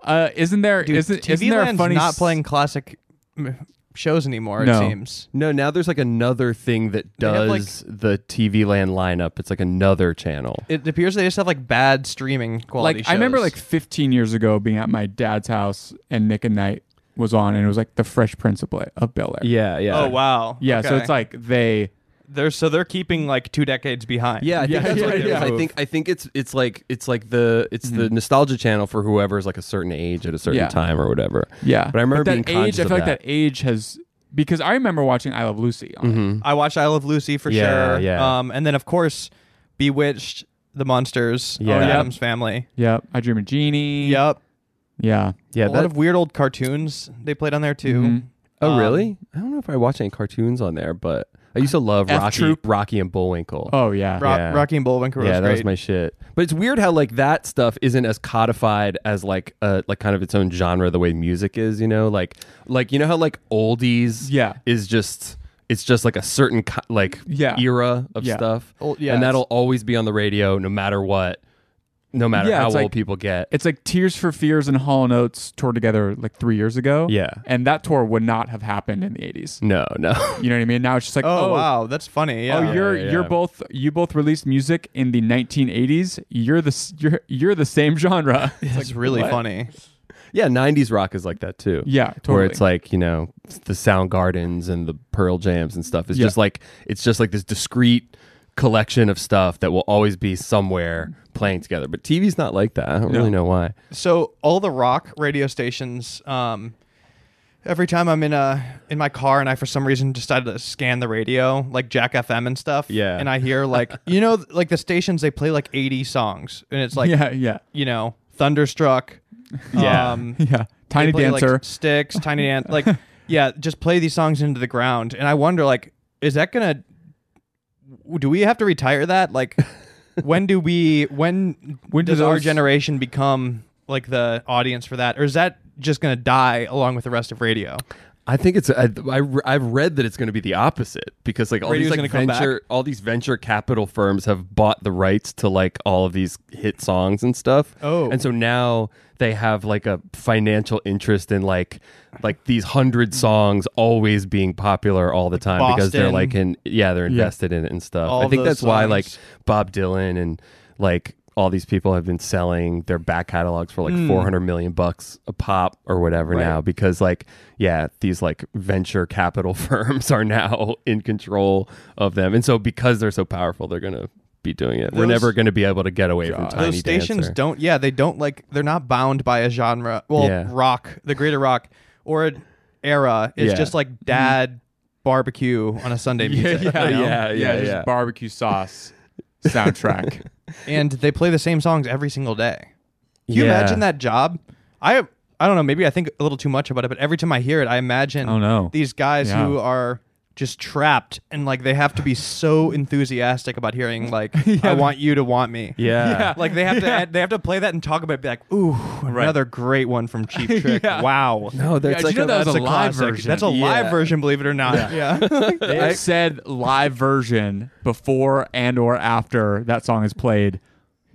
Speaker 2: Uh, isn't there?
Speaker 1: Dude,
Speaker 2: not
Speaker 1: TV
Speaker 2: isn't there a
Speaker 1: Land's
Speaker 2: funny?
Speaker 1: not
Speaker 2: s-
Speaker 1: playing classic mm, shows anymore.
Speaker 2: No.
Speaker 1: It seems.
Speaker 3: No, now there's like another thing that
Speaker 1: They have, like-
Speaker 3: does the TV land lineup. It's like another channel.
Speaker 1: It appears they just have like bad streaming quality.
Speaker 2: Like I remember,
Speaker 1: shows.
Speaker 2: like 15 years ago, being at my dad's house, and Nick and Knight was on, and it was like the Fresh Prince of, Bel- of Bel Air.
Speaker 3: Yeah, yeah.
Speaker 1: oh wow,
Speaker 2: yeah. So
Speaker 1: Okay.
Speaker 2: it's like they.
Speaker 1: they're so they're keeping like two decades behind.
Speaker 3: Yeah, I think
Speaker 2: Yeah,
Speaker 3: that's what
Speaker 2: yeah,
Speaker 3: it is.
Speaker 2: yeah.
Speaker 3: I think I think it's it's like it's like the it's the nostalgia channel for whoever's like a certain age at a certain
Speaker 2: Yeah.
Speaker 3: time or whatever.
Speaker 2: Yeah,
Speaker 3: But I remember
Speaker 2: that
Speaker 3: being
Speaker 2: age.
Speaker 3: conscious
Speaker 2: I feel
Speaker 3: of
Speaker 2: like that age has because I remember watching I Love Lucy. On it.
Speaker 1: I watched I Love Lucy for
Speaker 3: Yeah,
Speaker 1: sure.
Speaker 3: yeah.
Speaker 1: Um, and then of course, Bewitched, The Monsters,
Speaker 3: Yeah.
Speaker 1: yeah.
Speaker 3: Yep.
Speaker 1: Adam's Family.
Speaker 2: Yeah, I Dream of Jeannie.
Speaker 1: Yep.
Speaker 2: Yeah.
Speaker 3: Yeah,
Speaker 1: A
Speaker 3: that-
Speaker 1: lot of weird old cartoons they played on there too.
Speaker 3: Oh
Speaker 1: um,
Speaker 3: really? I don't know if I watched any cartoons on there, but I used to love
Speaker 2: F
Speaker 3: Rocky
Speaker 2: Troop.
Speaker 3: Rocky and Bullwinkle.
Speaker 2: Oh yeah.
Speaker 1: Ro-
Speaker 3: Yeah.
Speaker 1: Rocky and Bullwinkle
Speaker 3: yeah,
Speaker 1: was
Speaker 3: that
Speaker 1: great.
Speaker 3: was my shit. But it's weird how like that stuff isn't as codified as like uh like kind of its own genre the way music is, you know? Like like you know how like oldies
Speaker 2: Yeah.
Speaker 3: is just it's just like a certain co- like
Speaker 2: Yeah.
Speaker 3: era of
Speaker 2: Yeah.
Speaker 3: stuff.
Speaker 1: Old- yeah,
Speaker 3: and
Speaker 1: it's-
Speaker 3: that'll always be on the radio no matter what. No matter
Speaker 2: Yeah,
Speaker 3: how
Speaker 2: it's
Speaker 3: old
Speaker 2: like-
Speaker 3: people get.
Speaker 2: it's like Tears for Fears and Hall and Oates toured together like three years ago.
Speaker 3: Yeah.
Speaker 2: and that tour would not have happened in the eighties.
Speaker 3: no, no.
Speaker 2: You know what I mean? Now it's just like,
Speaker 1: Oh,
Speaker 2: oh,
Speaker 1: wow, that's funny. Yeah.
Speaker 2: oh, you're
Speaker 3: Yeah, yeah,
Speaker 2: you're
Speaker 3: yeah.
Speaker 2: both you both released music in the nineteen eighties. You're the s- you're you're the same genre.
Speaker 1: it's really
Speaker 2: what?
Speaker 1: funny.
Speaker 3: yeah, 90s rock is like that too.
Speaker 2: yeah, totally.
Speaker 3: Where it's like you know the Sound Gardens and the Pearl Jams and stuff. It's
Speaker 2: Yeah.
Speaker 3: just like it's just like this discrete collection of stuff that will always be somewhere playing together. But TV's not like that. I don't really know why.
Speaker 1: so all the rock radio stations um every time i'm in a in my car and i for some reason decided to scan the radio like jack fm and stuff
Speaker 3: Yeah.
Speaker 1: and i hear like you know like the stations they play like 80 songs and it's like
Speaker 2: yeah, yeah,
Speaker 1: you know thunderstruck
Speaker 3: Yeah.
Speaker 1: um
Speaker 2: yeah.
Speaker 1: they
Speaker 2: Tiny
Speaker 1: play, like,
Speaker 2: Dancer.
Speaker 1: sticks tiny dance like yeah just play these songs into the ground and i wonder like is that gonna do we have to retire that like when do we when
Speaker 2: When do
Speaker 1: does our
Speaker 2: those-
Speaker 1: generation become like the audience for that or is that just gonna die along with the rest of radio
Speaker 3: I think it's I, I I've read that it's going to be the opposite because like all
Speaker 1: Radio's
Speaker 3: these
Speaker 1: gonna
Speaker 3: like
Speaker 1: come back.
Speaker 3: venture all these venture capital firms have bought the rights to like all of these hit songs and stuff.
Speaker 1: Oh.
Speaker 3: and so now they have like a financial interest in like like these hundred songs always being popular all the time because they're
Speaker 1: Boston.
Speaker 3: like in yeah they're invested in it and stuff.
Speaker 1: All
Speaker 3: I think
Speaker 1: those
Speaker 3: that's why like
Speaker 1: songs.
Speaker 3: Bob Dylan and like all these people have been selling their back catalogs for like
Speaker 1: Hmm.
Speaker 3: 400 million bucks a pop or whatever now because like yeah these like venture capital firms are now in control of them and so because they're so powerful they're going to be doing it we're
Speaker 1: Those-
Speaker 3: never going to be able to get away from
Speaker 2: Those
Speaker 3: tiny
Speaker 1: those stations
Speaker 3: Dancer.
Speaker 1: don't yeah they don't like they're not bound by a genre well
Speaker 3: Yeah.
Speaker 1: rock the greater rock or an era is
Speaker 3: Yeah.
Speaker 1: just like dad barbecue on a sunday music
Speaker 2: yeah,
Speaker 1: you know?
Speaker 3: yeah, yeah,
Speaker 2: Just
Speaker 3: yeah.
Speaker 2: barbecue sauce soundtrack.
Speaker 1: and they play the same songs every single day. Can you
Speaker 3: Yeah.
Speaker 1: imagine that job? I I don't know. Maybe I think a little too much about it, but every time I hear it, I imagine
Speaker 2: Oh, no.
Speaker 1: these guys
Speaker 2: Yeah.
Speaker 1: who are just trapped and like they have to be so enthusiastic about hearing like I want you to want me.
Speaker 3: Yeah.
Speaker 1: Like they have to add, they have to play that and talk about it, be like, ooh, another great one from Cheap Trick.
Speaker 2: Yeah.
Speaker 1: Wow.
Speaker 3: No, Oh, that's
Speaker 2: Yeah, did
Speaker 3: like
Speaker 2: you know
Speaker 3: a-
Speaker 2: that was
Speaker 1: That's
Speaker 2: a live
Speaker 1: classic.
Speaker 2: version.
Speaker 1: That's a live
Speaker 3: Yeah.
Speaker 1: version, believe it or not. Yeah.
Speaker 2: They have said live version before and or after that song is played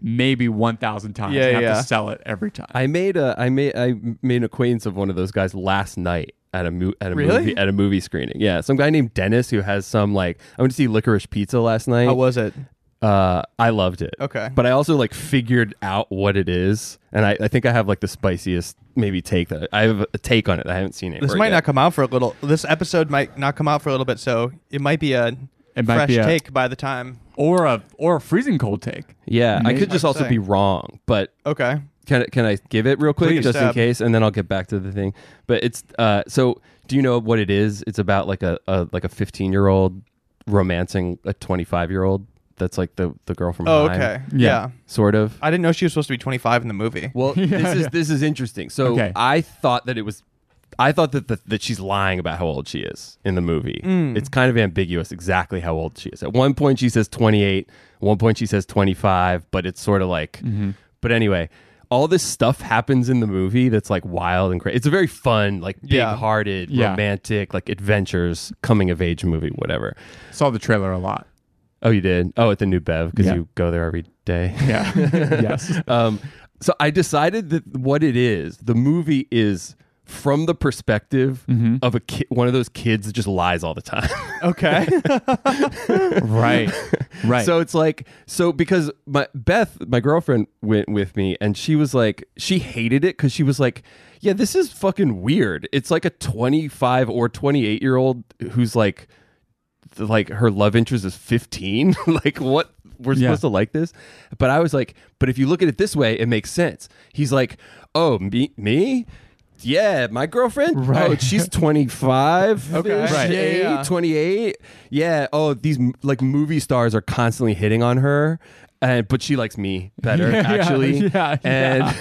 Speaker 2: maybe 1,000 times.
Speaker 1: Yeah,
Speaker 2: They have
Speaker 1: yeah.
Speaker 2: to sell it every time.
Speaker 3: I made a I made I made an acquaintance of one of those guys last night at a mo- at a
Speaker 1: Really?
Speaker 3: movie at a movie screening. Yeah, some guy named Dennis who has some like I went to see Licorice Pizza last night.
Speaker 1: How was it?
Speaker 3: Uh, I loved it.
Speaker 1: Okay.
Speaker 3: But I also like figured out what it is, and I, I think I have like the spiciest maybe take that I have a take on it. I haven't seen it.
Speaker 1: This might not come out for a little. This episode might not come out for a little bit, so it might be a
Speaker 2: It might
Speaker 1: fresh
Speaker 2: be a-
Speaker 1: take by the time.
Speaker 2: or a or a freezing cold take.
Speaker 3: Yeah, I could
Speaker 1: Hard
Speaker 3: just
Speaker 1: to
Speaker 3: also
Speaker 1: say.
Speaker 3: be wrong, but
Speaker 1: Okay.
Speaker 3: can I- can I give it real quick
Speaker 1: Please,
Speaker 3: just in
Speaker 1: Seb.
Speaker 3: case, and then I'll get back to the thing. But it's uh, so do you know what it is? It's about like a, a like a fifteen year old romancing a twenty five year old. That's like the the girl from
Speaker 1: Oh,
Speaker 3: Heim,
Speaker 1: okay. Yeah.
Speaker 2: Yeah.
Speaker 3: sort of.
Speaker 1: I didn't know she was supposed to be 25 in the movie.
Speaker 3: Well, this is this is interesting. So
Speaker 2: Okay.
Speaker 3: I thought that it was, I thought that the, that she's lying about how old she is in the movie.
Speaker 2: Mm.
Speaker 3: It's kind of ambiguous exactly how old she is. At one point she says twenty eight. At one point she says twenty five. But it's sort of like,
Speaker 2: Mm-hmm.
Speaker 3: but anyway. All this stuff happens in the movie that's like wild and crazy. It's a very fun, like
Speaker 1: Yeah.
Speaker 3: big-hearted,
Speaker 2: Yeah.
Speaker 3: romantic, like adventures, coming-of-age movie, whatever.
Speaker 2: Saw the trailer a lot.
Speaker 3: Oh, you did? Oh, at the New Bev because
Speaker 2: Yeah.
Speaker 3: you go there every day.
Speaker 2: Yeah. yes.
Speaker 3: Um, so I decided that what it is, the movie is from the perspective of a ki- one of those kids that just lies all the time.
Speaker 1: Okay.
Speaker 2: Right. Right.
Speaker 3: so it's like so because my Beth, my girlfriend went with me and she was like she hated it cuz she was like, "Yeah, this is fucking weird. It's like a 25 or 28 year old who's like th- like her love interest is 15 like what we're
Speaker 2: Yeah.
Speaker 3: supposed to like this but i was like but if you look at it this way it makes sense he's like oh me me yeah my girlfriend
Speaker 2: Right.
Speaker 3: oh she's 25
Speaker 1: Okay. Right.
Speaker 3: yeah,
Speaker 1: Yeah, yeah.
Speaker 3: 28 yeah oh these m- like movie stars are constantly hitting on her and but she likes me better
Speaker 2: Yeah, yeah,
Speaker 3: actually
Speaker 2: yeah,
Speaker 3: and
Speaker 2: yeah.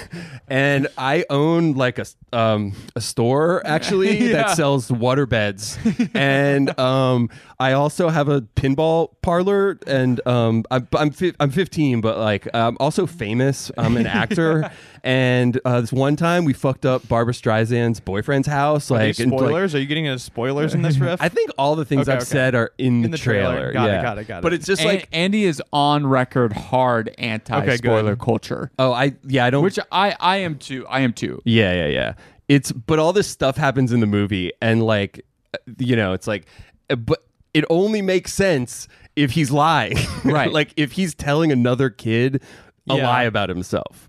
Speaker 3: and i own like a s- um a store actually
Speaker 2: Yeah.
Speaker 3: that sells water beds and um i also have a pinball parlor and um i'm i'm, fi- I'm 15 but like i'm also famous i'm an actor and uh, this one time we fucked up barbara streisand's boyfriend's house
Speaker 1: Are
Speaker 3: like
Speaker 1: these
Speaker 3: and, like,
Speaker 1: spoilers? Are you getting into spoilers in this riff?
Speaker 3: I think all the things
Speaker 1: Okay,
Speaker 3: I've
Speaker 1: okay.
Speaker 3: said are in the,
Speaker 1: the trailer.
Speaker 3: trailer.
Speaker 1: Got it,
Speaker 3: yeah.
Speaker 1: got it, got it.
Speaker 3: But it's just
Speaker 2: An-
Speaker 3: like,
Speaker 2: Andy is on record hard anti spoiler
Speaker 1: good.
Speaker 2: culture,
Speaker 3: oh, I yeah, I don't.
Speaker 2: which I I am too. I am too.
Speaker 3: yeah, yeah, yeah. It's but all this stuff happens in the movie, and like, uh, you know, it's like, uh, but it only makes sense if he's lying,
Speaker 2: Right.
Speaker 3: like if he's telling another kid a
Speaker 1: Yeah.
Speaker 3: lie about himself.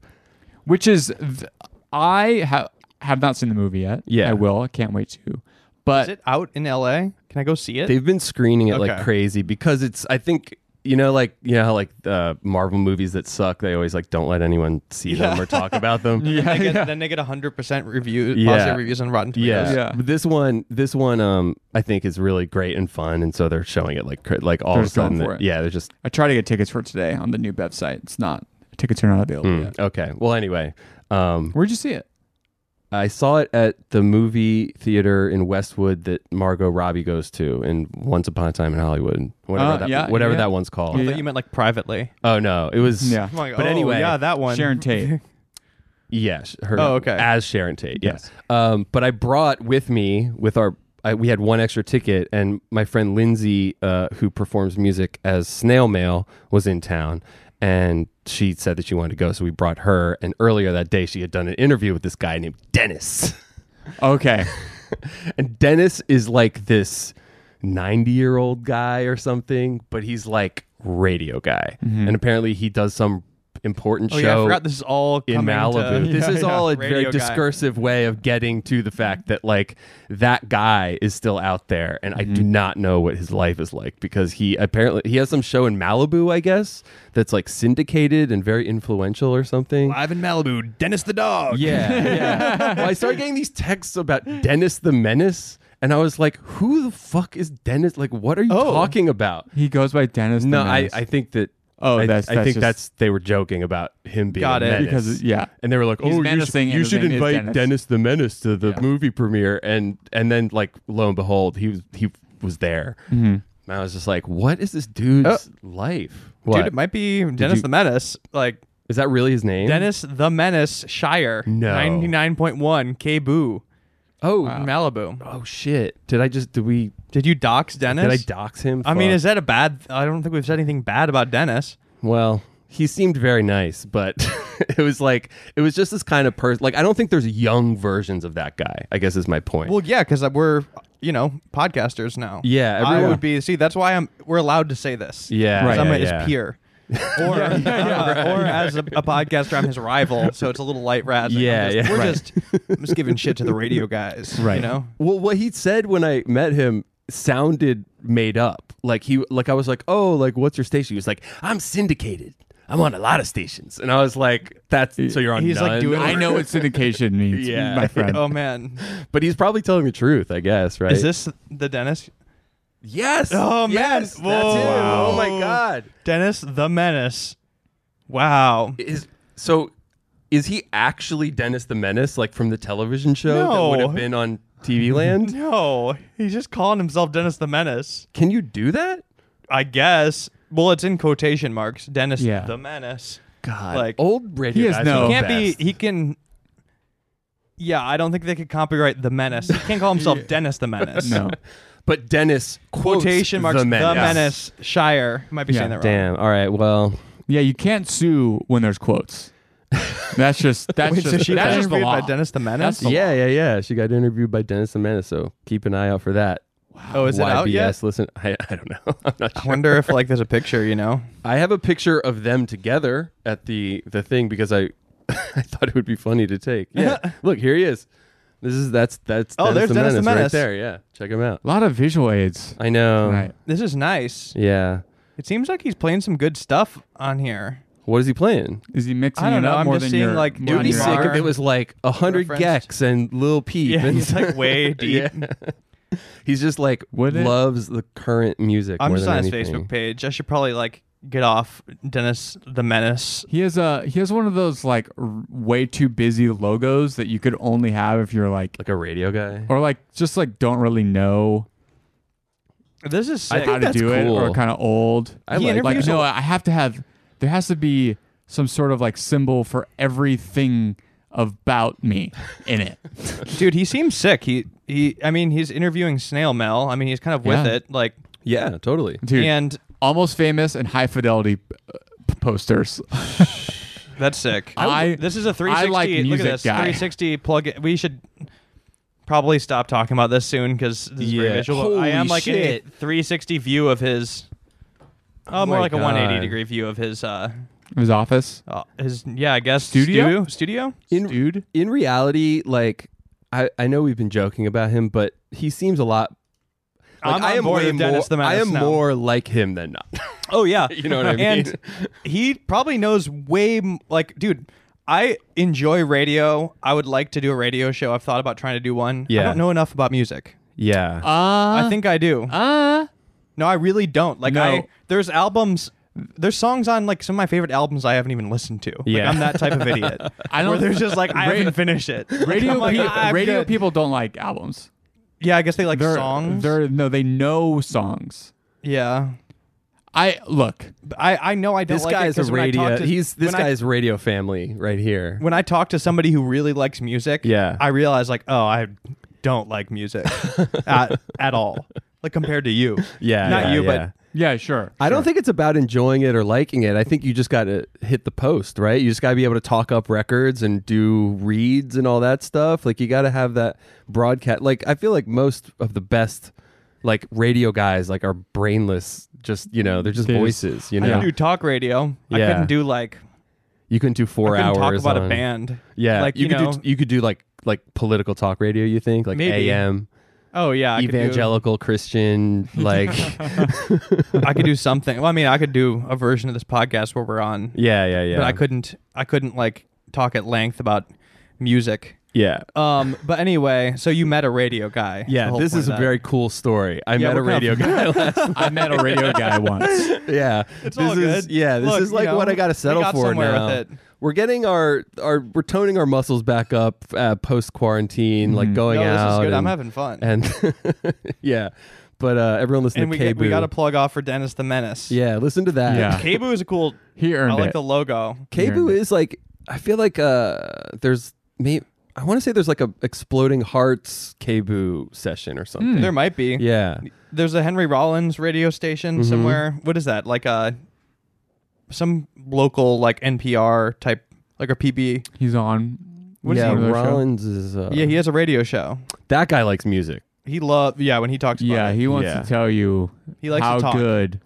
Speaker 2: Which is th- I have have not seen the movie yet.
Speaker 3: Yeah.
Speaker 2: I will. I can't wait to. But
Speaker 1: Is it out in LA? Can I go see it?
Speaker 3: They've been screening it
Speaker 1: Okay.
Speaker 3: like crazy because it's. I think. You know, like you know, how, like uh, Marvel movies that suck. They always like don't let anyone see them or talk about them.
Speaker 1: Then they get- Then they get 100% reviews,
Speaker 3: Yeah.
Speaker 1: positive reviews on Rotten Tomatoes.
Speaker 3: Yeah.
Speaker 2: Yeah.
Speaker 3: But this one, this one, um, I think is really great and fun, and so they're showing it like, cra- like all
Speaker 2: They're
Speaker 3: of a
Speaker 2: just going
Speaker 3: sudden.
Speaker 2: for
Speaker 3: that-
Speaker 2: it.
Speaker 3: Yeah, they're just
Speaker 2: I try to get tickets for today on the new Bev site. It's not tickets are not available
Speaker 3: mm,
Speaker 2: yet.
Speaker 3: okay. Well, anyway, um,
Speaker 2: Where'd you see it?
Speaker 3: I saw it at the movie theater in Westwood that Margot Robbie goes to in Once Upon a Time in Hollywood, whatever
Speaker 2: Uh,
Speaker 3: that,
Speaker 2: yeah,
Speaker 3: whatever
Speaker 2: yeah.
Speaker 3: that one's called.
Speaker 1: I
Speaker 2: Yeah.
Speaker 1: thought you meant like privately.
Speaker 3: Oh no, it was
Speaker 2: Yeah.
Speaker 1: I'm like,
Speaker 3: But
Speaker 1: oh,
Speaker 3: anyway,
Speaker 1: yeah, that one.
Speaker 2: Sharon Tate.
Speaker 3: Yeah, sh- her.
Speaker 1: Oh, okay.
Speaker 3: As Sharon Tate.
Speaker 2: Yes.
Speaker 3: Yes. Um, but I brought with me with our. I, we had one extra ticket, and my friend Lindsay, uh, who performs music as Snail Mail, was in town, and she said that she wanted to go, so we brought her. And earlier that day, she had done an interview with this guy named Dennis,
Speaker 2: Okay.
Speaker 3: and Dennis is like this ninety-year-old guy or something, but he's like radio guy, and apparently he does some important
Speaker 1: Mm-hmm. Oh,
Speaker 3: show
Speaker 1: yeah, I forgot this is all
Speaker 3: in
Speaker 1: coming
Speaker 3: Malibu.
Speaker 1: To,
Speaker 3: this is all a
Speaker 1: Radio
Speaker 3: very
Speaker 1: guy.
Speaker 3: discursive way of getting to the fact that like that guy is still out there, and I do
Speaker 2: Mm-hmm.
Speaker 3: not know what his life is like because he apparently he has some show in Malibu, I guess, that's like syndicated and very influential or something.
Speaker 1: Live in Malibu, Dennis the dog.
Speaker 3: Yeah, yeah. well, I started getting these texts about Dennis the Menace, and I was like, "Who the fuck is Dennis? Like, what are you
Speaker 1: Oh.
Speaker 3: talking about?"
Speaker 2: He goes by Dennis. the
Speaker 3: No, I,
Speaker 2: Menace.
Speaker 3: I think that.
Speaker 2: Oh,
Speaker 3: I,
Speaker 2: that's-
Speaker 3: I
Speaker 2: that's
Speaker 3: think
Speaker 2: just-
Speaker 3: that's they were joking about him being
Speaker 1: Got
Speaker 3: a
Speaker 1: it.
Speaker 3: menace.
Speaker 2: because yeah.
Speaker 3: and they were like,
Speaker 2: He's
Speaker 3: "Oh, you should,
Speaker 2: menacing and
Speaker 3: you
Speaker 2: his
Speaker 3: should
Speaker 2: name is
Speaker 3: invite
Speaker 2: Dennis."
Speaker 3: Dennis the Menace to the
Speaker 2: Yeah.
Speaker 3: movie premiere." And and then like lo and behold, he was he was there.
Speaker 2: Mm-hmm.
Speaker 3: And I was just like, what is this dude's
Speaker 1: Oh.
Speaker 3: life?
Speaker 1: Dude,
Speaker 3: What?
Speaker 1: it might be Dennis
Speaker 3: you-
Speaker 1: the Menace. Like
Speaker 3: Is that really his name?
Speaker 1: Dennis the Menace Shire.
Speaker 3: No.
Speaker 1: 99.1 Kboo,
Speaker 3: Oh,
Speaker 1: Malibu.
Speaker 3: oh shit! Did I just did we
Speaker 1: Did you dox Dennis?
Speaker 3: did I dox him?
Speaker 1: I mean,
Speaker 3: Fuck.
Speaker 1: is that a bad? I don't think we've said anything bad about Dennis.
Speaker 3: Well, he seemed very nice, but it was like it was just this kind of person. Like I don't think there's young versions of that guy. I guess is my point.
Speaker 1: Well, yeah, because we're you know podcasters now.
Speaker 3: Yeah,
Speaker 1: I
Speaker 3: everyone-
Speaker 1: would be. See, that's why I'm. We're allowed to say this.
Speaker 3: yeah,
Speaker 2: Right.
Speaker 1: I'm
Speaker 3: yeah,
Speaker 1: his
Speaker 3: yeah.
Speaker 1: peer. or, uh, or as a, a podcaster, I'm his rival, so it's a little light razzing. I'm
Speaker 3: Yeah,
Speaker 1: just-
Speaker 3: yeah.
Speaker 1: We're
Speaker 3: Right.
Speaker 1: just, I'm just giving shit to the radio guys,
Speaker 2: Right.
Speaker 1: You know,
Speaker 3: Well, what he said when I met him sounded made up. Like he, like I was like, oh, like what's your station? He was like, I'm syndicated. I'm on a lot of stations, and I was like, that's so you're on.
Speaker 1: He's, like,
Speaker 3: none?"
Speaker 1: doing-
Speaker 2: I know what syndication means,
Speaker 3: Yeah.
Speaker 2: my friend.
Speaker 1: oh man,
Speaker 3: but he's probably telling the truth, I guess. Right?
Speaker 1: is this the Dennis?
Speaker 3: Yes.
Speaker 1: Oh, man.
Speaker 3: Yes, that's
Speaker 1: Whoa.
Speaker 3: him.
Speaker 1: Wow.
Speaker 3: Oh my god.
Speaker 1: Dennis the Menace? Wow,
Speaker 3: Is so? Is he actually Dennis the Menace, like from the television show
Speaker 1: No.
Speaker 3: that would have been on TV Land?
Speaker 1: no, he's just calling himself Dennis the Menace,
Speaker 3: Can you do that?
Speaker 1: I guess. Well, it's in quotation marks, Dennis
Speaker 2: Yeah.
Speaker 1: the Menace.
Speaker 3: God,
Speaker 1: Like-
Speaker 3: old radio.
Speaker 2: He has
Speaker 3: guys
Speaker 2: no-
Speaker 3: are the
Speaker 1: can't
Speaker 3: best.
Speaker 1: be. He can. Yeah, I don't think they could copyright the Menace. He can't call himself Dennis the Menace.
Speaker 2: No.
Speaker 3: But Dennis quotes
Speaker 1: Quotation marks
Speaker 3: the menace.
Speaker 1: Shire. Might be
Speaker 2: Yeah.
Speaker 1: saying that wrong.
Speaker 3: Damn. All right. Well,
Speaker 2: Yeah, you can't sue when there's quotes. That's just that's
Speaker 1: Wait, so
Speaker 2: just
Speaker 1: she got
Speaker 2: that's just the
Speaker 1: interviewed
Speaker 2: law.
Speaker 1: by Dennis the Menace?
Speaker 2: That's the
Speaker 3: yeah, yeah, yeah. She got interviewed by Dennis the Menace, so keep an eye out for that.
Speaker 1: Oh, is it
Speaker 3: YBS,
Speaker 1: out yet?
Speaker 3: listen. I, I don't know. I'm not
Speaker 1: I
Speaker 3: sure.
Speaker 1: wonder if like there's a picture, you know?
Speaker 3: I have a picture of them together at the the thing because I I thought it would be funny to take. Yeah. Look, here he is. This is that's that's
Speaker 1: Oh, there's
Speaker 3: Dennis the
Speaker 1: Dennis the
Speaker 3: Menace
Speaker 1: Menace.
Speaker 3: right there. Yeah. Check him out.
Speaker 2: A lot of visual aids.
Speaker 3: I
Speaker 1: Oh.
Speaker 3: know.
Speaker 2: Right.
Speaker 1: This is nice.
Speaker 3: Yeah.
Speaker 1: It seems like he's playing some good stuff on here.
Speaker 3: What is he playing?
Speaker 2: Is he mixing
Speaker 1: I don't
Speaker 2: it
Speaker 1: know,
Speaker 2: up
Speaker 1: I'm
Speaker 2: more
Speaker 1: just
Speaker 2: than
Speaker 1: seeing,
Speaker 2: your
Speaker 1: like,
Speaker 2: more
Speaker 3: It would be
Speaker 2: than
Speaker 3: sick
Speaker 2: your-
Speaker 1: Bar
Speaker 3: if it was like a hundred
Speaker 1: reference.
Speaker 3: Gex and Lil Peep.
Speaker 1: Yeah,
Speaker 3: and
Speaker 1: he's like way deep.
Speaker 3: Yeah. He's just like
Speaker 2: Would it-
Speaker 3: loves the current music.
Speaker 1: I'm
Speaker 3: more
Speaker 1: just
Speaker 3: than
Speaker 1: on his
Speaker 3: anything.
Speaker 1: Facebook page. I should probably like get off Dennis the Menace.
Speaker 2: He has a he has one of those like r- way too busy logos that you could only have if you're like
Speaker 3: Like a radio guy.
Speaker 2: or like just like don't really know
Speaker 1: This is sick.
Speaker 2: how
Speaker 3: I think
Speaker 2: to
Speaker 3: that's
Speaker 2: do it or
Speaker 3: cool.
Speaker 2: kind of old.
Speaker 3: I
Speaker 1: He
Speaker 3: like,
Speaker 1: interviewed-
Speaker 3: like
Speaker 2: like
Speaker 1: Here's a
Speaker 2: no,
Speaker 1: lot-
Speaker 2: I have to have there has to be some sort of like symbol for everything about me in it.
Speaker 1: Dude, he seems sick. He he I mean, he's interviewing Snail Mail. I mean, he's kind of with
Speaker 2: Yeah.
Speaker 1: it like
Speaker 3: Yeah, totally.
Speaker 2: Dude,
Speaker 1: and
Speaker 2: almost famous and high fidelity uh, p- posters.
Speaker 1: That's sick.
Speaker 2: I-
Speaker 1: this is a
Speaker 2: I
Speaker 1: 360.
Speaker 2: like
Speaker 1: Look at
Speaker 2: music
Speaker 1: this
Speaker 2: guy.
Speaker 1: 360 plug. in- We should probably stop talking about this soon because this is
Speaker 3: Yeah.
Speaker 1: very visual. I
Speaker 3: Holy
Speaker 1: am like in a
Speaker 3: shit.
Speaker 1: 360 view of his. Oh, more
Speaker 3: my
Speaker 1: like a 180
Speaker 3: God.
Speaker 1: degree view of his. Uh,
Speaker 2: His office,
Speaker 1: uh, his yeah, I guess
Speaker 2: Studio?
Speaker 1: Studio. studio?
Speaker 3: In-
Speaker 2: dude.
Speaker 3: in reality, like I, I know we've been joking about him, but he seems a lot. Like,
Speaker 1: I'm on
Speaker 3: I am
Speaker 1: board
Speaker 3: way
Speaker 1: with Dennis
Speaker 3: more.
Speaker 1: the
Speaker 3: I
Speaker 1: Menace
Speaker 3: am
Speaker 1: now.
Speaker 3: more like him than not.
Speaker 1: Oh yeah,
Speaker 3: You know what I mean?
Speaker 1: And he probably knows way m- like, dude. I enjoy radio. I would like to do a radio show. I've thought about trying to do one. I
Speaker 3: Yeah.
Speaker 1: don't know enough about music.
Speaker 3: yeah.
Speaker 2: Uh,
Speaker 1: I think I do.
Speaker 2: Uh,
Speaker 1: No, I really don't. Like
Speaker 2: No.
Speaker 1: I there's albums there's songs on like some of my favorite albums I haven't even listened to.
Speaker 3: Yeah.
Speaker 1: Like I'm that type of idiot.
Speaker 2: I
Speaker 1: Where
Speaker 2: don't-
Speaker 1: there's just like I
Speaker 2: Ra-
Speaker 1: haven't finished it.
Speaker 2: radio,
Speaker 1: I'm like,
Speaker 2: pe-
Speaker 1: I've
Speaker 2: radio
Speaker 1: got-
Speaker 2: people don't like albums.
Speaker 1: Yeah, I guess they like
Speaker 2: They're,
Speaker 1: songs.
Speaker 2: They're no, they know songs.
Speaker 1: yeah.
Speaker 2: I look.
Speaker 1: But I, I know I don't
Speaker 3: this
Speaker 1: like
Speaker 3: guy
Speaker 1: it
Speaker 3: is a
Speaker 1: 'cause when I talk
Speaker 3: radio.
Speaker 1: to-
Speaker 3: he's this
Speaker 1: when I-
Speaker 3: guy's radio family right here.
Speaker 1: when I talk to somebody who really likes music,
Speaker 3: Yeah.
Speaker 1: I realize like, oh, I don't like music at, at all. Like compared to you.
Speaker 3: Yeah,
Speaker 1: Not
Speaker 3: yeah,
Speaker 1: you,
Speaker 3: yeah.
Speaker 1: but
Speaker 2: Yeah, sure.
Speaker 3: I don't think it's about enjoying it or liking it. I think you just got to hit the post, right? You just got to be able to talk up records and do reads and all that stuff. Like you got to have that broadcast. Like I feel like most of the best like radio guys like are brainless. Just you know, they're just
Speaker 2: They just-
Speaker 3: voices. You
Speaker 1: I
Speaker 3: know,
Speaker 1: couldn't do talk radio. I
Speaker 3: Yeah.
Speaker 1: couldn't do like
Speaker 3: you can do four
Speaker 1: I couldn't
Speaker 3: hours.
Speaker 1: talk about a
Speaker 3: on-
Speaker 1: band.
Speaker 3: Yeah,
Speaker 1: Like you,
Speaker 3: could
Speaker 1: know,
Speaker 3: do, you could do like like political talk radio. You think like
Speaker 1: Maybe.
Speaker 3: AM
Speaker 1: oh yeah, I could do-
Speaker 3: evangelical Christian like
Speaker 1: I could do something. Well, I mean, I could do a version of this podcast where we're on,
Speaker 3: yeah yeah yeah.
Speaker 1: but I couldn't. I couldn't like talk at length about music.
Speaker 3: yeah.
Speaker 1: Um, but anyway, so you met a radio guy.
Speaker 3: Yeah, this is a very cool story. I
Speaker 1: Yeah,
Speaker 3: met a
Speaker 1: we're kinda-
Speaker 3: radio guy last
Speaker 2: I met a radio guy once.
Speaker 3: yeah.
Speaker 1: It's
Speaker 3: this
Speaker 1: all
Speaker 3: is
Speaker 1: good.
Speaker 3: yeah, this
Speaker 1: Look,
Speaker 3: is
Speaker 1: you
Speaker 3: like what
Speaker 1: know,
Speaker 3: I gotta
Speaker 1: we
Speaker 3: settle
Speaker 1: got
Speaker 3: for
Speaker 1: somewhere
Speaker 3: now.
Speaker 1: with it.
Speaker 3: We're getting our our we're toning our muscles back up uh, post quarantine, like going
Speaker 1: Mm-hmm. no, this
Speaker 3: out.
Speaker 1: is good. I'm
Speaker 3: and-
Speaker 1: having fun.
Speaker 3: and yeah But uh, everyone listen
Speaker 1: and
Speaker 3: to
Speaker 1: we,
Speaker 3: Kabu.
Speaker 1: get, we got to plug off for Dennis the Menace.
Speaker 3: yeah, listen to that.
Speaker 2: Yeah.
Speaker 1: Kabu is a cool.
Speaker 2: He
Speaker 1: I
Speaker 2: earned
Speaker 1: like
Speaker 2: it.
Speaker 1: the logo.
Speaker 3: Kabu
Speaker 2: Yeah.
Speaker 3: is like I feel like uh there's maybe I want to say there's like a exploding hearts Kabu session or
Speaker 2: Hmm.
Speaker 3: something.
Speaker 1: There might be.
Speaker 3: Hmm. Yeah. Mm-hmm.
Speaker 1: There's a Henry Rollins radio station somewhere. What is that? Like a some local like NPR type, like a PB.
Speaker 2: He's on. What is
Speaker 3: yeah,
Speaker 2: he on the show?
Speaker 3: Rollins is uh,
Speaker 1: yeah, he has a radio show.
Speaker 3: that guy likes music.
Speaker 1: He love yeah when he talks about
Speaker 2: Yeah,
Speaker 1: it.
Speaker 2: he wants
Speaker 3: Yeah.
Speaker 2: to tell you
Speaker 1: He likes to
Speaker 2: how
Speaker 1: talk.
Speaker 2: good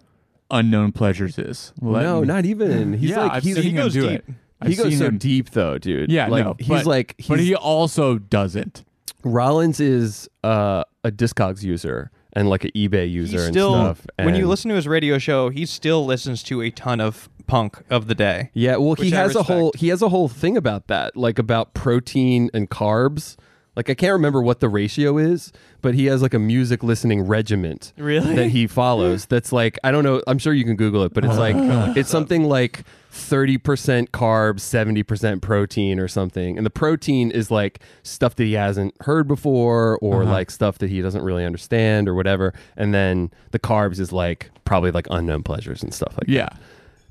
Speaker 2: Unknown Pleasures is. Let
Speaker 3: no,
Speaker 2: me-
Speaker 3: not even. He's
Speaker 2: yeah,
Speaker 3: like
Speaker 2: I've
Speaker 3: he's
Speaker 2: seen
Speaker 3: he
Speaker 2: him
Speaker 3: goes
Speaker 2: do
Speaker 3: deep.
Speaker 2: it.
Speaker 3: He
Speaker 2: I've
Speaker 3: goes
Speaker 2: seen
Speaker 3: so
Speaker 2: him-
Speaker 3: deep though, dude.
Speaker 2: Yeah,
Speaker 3: like
Speaker 2: no,
Speaker 3: he's
Speaker 2: but-
Speaker 3: like
Speaker 2: but
Speaker 3: he's-
Speaker 2: he also doesn't.
Speaker 3: Rollins is uh, a Discogs user and like an eBay
Speaker 1: He
Speaker 3: user and
Speaker 1: still
Speaker 3: stuff.
Speaker 1: when you
Speaker 3: and-
Speaker 1: listen to his radio show, he still listens to a ton of punk of the day.
Speaker 3: Yeah, well, he
Speaker 1: Which I
Speaker 3: has a
Speaker 1: respect.
Speaker 3: whole he has a whole thing about that, like about protein and carbs. Like I can't remember what the ratio is, but he has like a music listening regiment
Speaker 1: Really?
Speaker 3: that he follows. That's like I don't know. I'm sure you can Google it, but it's like it's something like thirty percent carbs, seventy percent protein, or something. And the protein is like stuff that he hasn't heard before, or like stuff that he doesn't really understand, or whatever. And then the carbs is like probably like unknown pleasures and stuff like
Speaker 2: Yeah.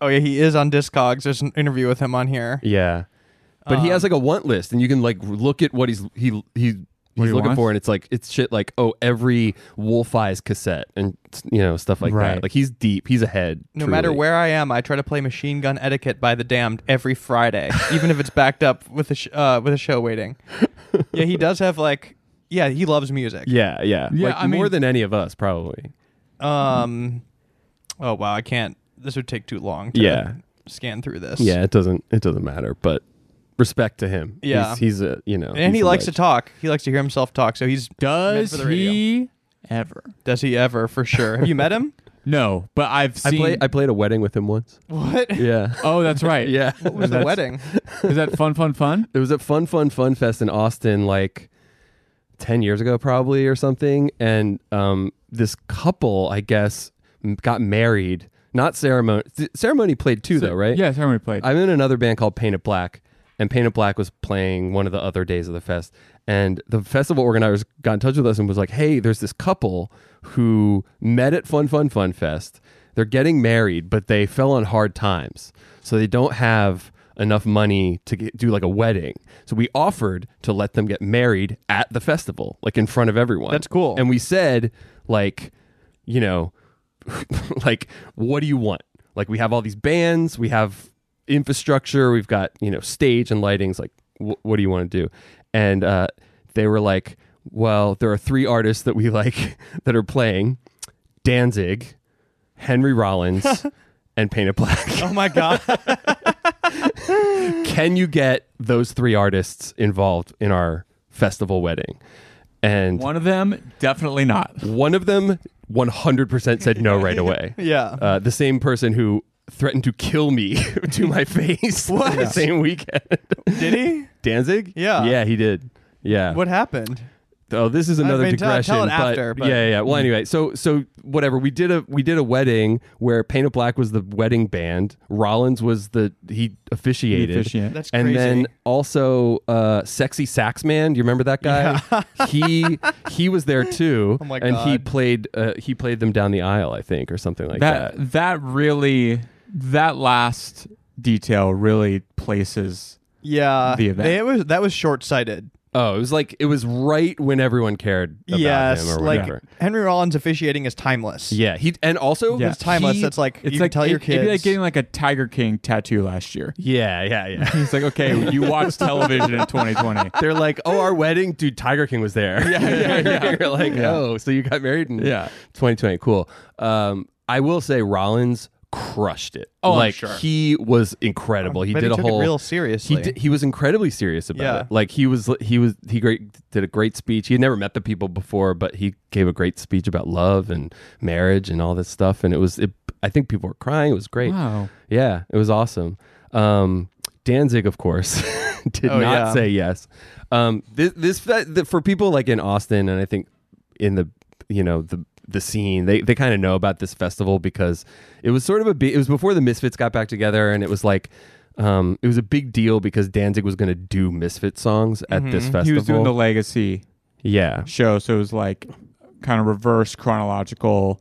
Speaker 1: Oh yeah, he is on Discogs. There's an interview with him on here.
Speaker 3: Yeah, but he
Speaker 1: Um,
Speaker 3: has like a want list, and you can like look at what he's he he. He's
Speaker 2: What he
Speaker 3: looking
Speaker 2: wants?
Speaker 3: for, and it's like it's shit like oh, every Wolf Eyes cassette, and you know stuff like that.
Speaker 2: Right.
Speaker 3: Like he's deep, he's ahead.
Speaker 1: No matter
Speaker 3: truly.
Speaker 1: where I am, I try to play Machine Gun Etiquette by the Damned every Friday, even if it's backed up with a sh- uh, with a show waiting. Yeah, he does have like yeah, he loves music.
Speaker 3: Yeah, yeah,
Speaker 2: Yeah,
Speaker 3: Like,
Speaker 2: I mean-
Speaker 3: more than any of us probably.
Speaker 1: Um, oh wow, I can't. This would take too long. to
Speaker 3: Yeah.
Speaker 1: scan through this.
Speaker 3: Yeah, it doesn't it doesn't matter, but respect to him.
Speaker 1: Yeah.
Speaker 3: he's, he's a you know,
Speaker 1: and
Speaker 3: he's
Speaker 1: he
Speaker 3: a
Speaker 1: likes to
Speaker 3: legend.
Speaker 1: talk. He likes to hear himself talk. So he's meant
Speaker 2: Does
Speaker 1: for the radio.
Speaker 2: he ever?
Speaker 1: Does he ever? For sure. Have you met him?
Speaker 2: No, but I've
Speaker 3: I
Speaker 2: seen.
Speaker 3: play I played a wedding with him once.
Speaker 1: What?
Speaker 3: Yeah,
Speaker 2: oh, that's right.
Speaker 3: yeah.
Speaker 1: What was the
Speaker 2: That's-
Speaker 1: wedding?
Speaker 2: Is that fun, fun, fun?
Speaker 3: It was at Fun Fun Fun Fest in Austin, like ten years ago, probably or something. And um, this couple, I guess, m- got married. Not ceremony. th- ceremony played too, though, right?
Speaker 2: Yeah, Henry played.
Speaker 3: I'm in another band called Painted Black, and Painted Black was playing one of the other days of the fest. And the festival organizers got in touch with us and was like, "Hey, there's this couple who met at Fun Fun Fun Fest. They're getting married, but they fell on hard times, so they don't have." enough money to get, do like a wedding. So we offered to let them get married at the festival, like in front of everyone.
Speaker 1: That's cool.
Speaker 3: And we said like, you know, like what do you want? Like we have all these bands, we have infrastructure, we've got, you know, stage and lightings, like wh- what do you want to do? And uh they were like, well, there are three artists that we like that are playing. Danzig, Henry Rollins, and Painted Black
Speaker 1: Oh my god.
Speaker 3: can you get those three artists involved in our festival wedding? And one,
Speaker 2: One of them, definitely not.
Speaker 3: of them 100% said no right away.
Speaker 1: yeah.
Speaker 3: Uh, the same person who threatened to kill me to my face the same weekend.
Speaker 1: Did he?
Speaker 3: Danzig?
Speaker 1: Yeah.
Speaker 3: Yeah, he did. Yeah.
Speaker 1: What happened?
Speaker 3: Oh, this is another
Speaker 1: mean, tell- tell it
Speaker 3: digression. but- Hmm.
Speaker 1: after, but-
Speaker 3: yeah, yeah. Well, anyway, so so whatever. We did a we did a wedding where Painted Black was the wedding band. Rollins was the he officiated.
Speaker 2: He officiated.
Speaker 1: That's
Speaker 3: and
Speaker 1: crazy.
Speaker 3: then also uh, sexy sax man. Do you remember that guy? he he was there too.
Speaker 1: Oh my
Speaker 3: and he
Speaker 1: God.
Speaker 3: played uh, he played them down the aisle, I think, or something like that.
Speaker 2: that that really that last detail really places
Speaker 1: Yeah.
Speaker 2: The event.
Speaker 1: They- It was that was short sighted.
Speaker 3: Oh, it was like it was right when everyone cared about him
Speaker 1: Yes.
Speaker 3: or
Speaker 1: Like
Speaker 3: whatever.
Speaker 1: Henry Rollins officiating is timeless.
Speaker 3: yeah, he and also
Speaker 2: Yeah.
Speaker 1: It's timeless.
Speaker 3: he-
Speaker 1: That's like
Speaker 2: it's
Speaker 1: you
Speaker 2: like
Speaker 1: can tell
Speaker 2: it-
Speaker 1: your
Speaker 2: it'd
Speaker 1: kids.
Speaker 2: be like getting like a Tiger King tattoo last year.
Speaker 3: yeah, yeah, yeah.
Speaker 2: It's like okay, you watch television in 2020.
Speaker 3: They're like, oh, our wedding, dude. Tiger King was there. Yeah, yeah. You're like, oh, so you got married in
Speaker 2: Yeah.
Speaker 3: 2020. Cool. Um, I will say Rollins crushed it.
Speaker 2: Oh, I'm
Speaker 3: like
Speaker 2: sure.
Speaker 3: he was incredible. He
Speaker 1: but
Speaker 3: did
Speaker 1: he
Speaker 3: a
Speaker 1: took
Speaker 3: whole
Speaker 1: it real
Speaker 3: He
Speaker 1: seriously.
Speaker 3: did, he was incredibly serious about
Speaker 1: Yeah.
Speaker 3: it. Like he was he was he great did a great speech. He had never met the people before, but he gave a great speech about love and marriage and all this stuff. And it was it, I think people were crying. It was great.
Speaker 2: Wow.
Speaker 3: Yeah, it was awesome. Um, Danzig, of course, did
Speaker 1: Oh,
Speaker 3: not
Speaker 1: yeah.
Speaker 3: say yes. Um, this, this fe- the, for people like in Austin, and I think in the you know the the scene, they they kind of know about this festival because it was sort of a big. It was before the Misfits got back together, and it was like. Um, it was a big deal because Danzig was going to
Speaker 1: Mm-hmm.
Speaker 3: do Misfit songs at this festival.
Speaker 2: He was doing the legacy
Speaker 3: yeah,
Speaker 2: show, so it was like kind of reverse chronological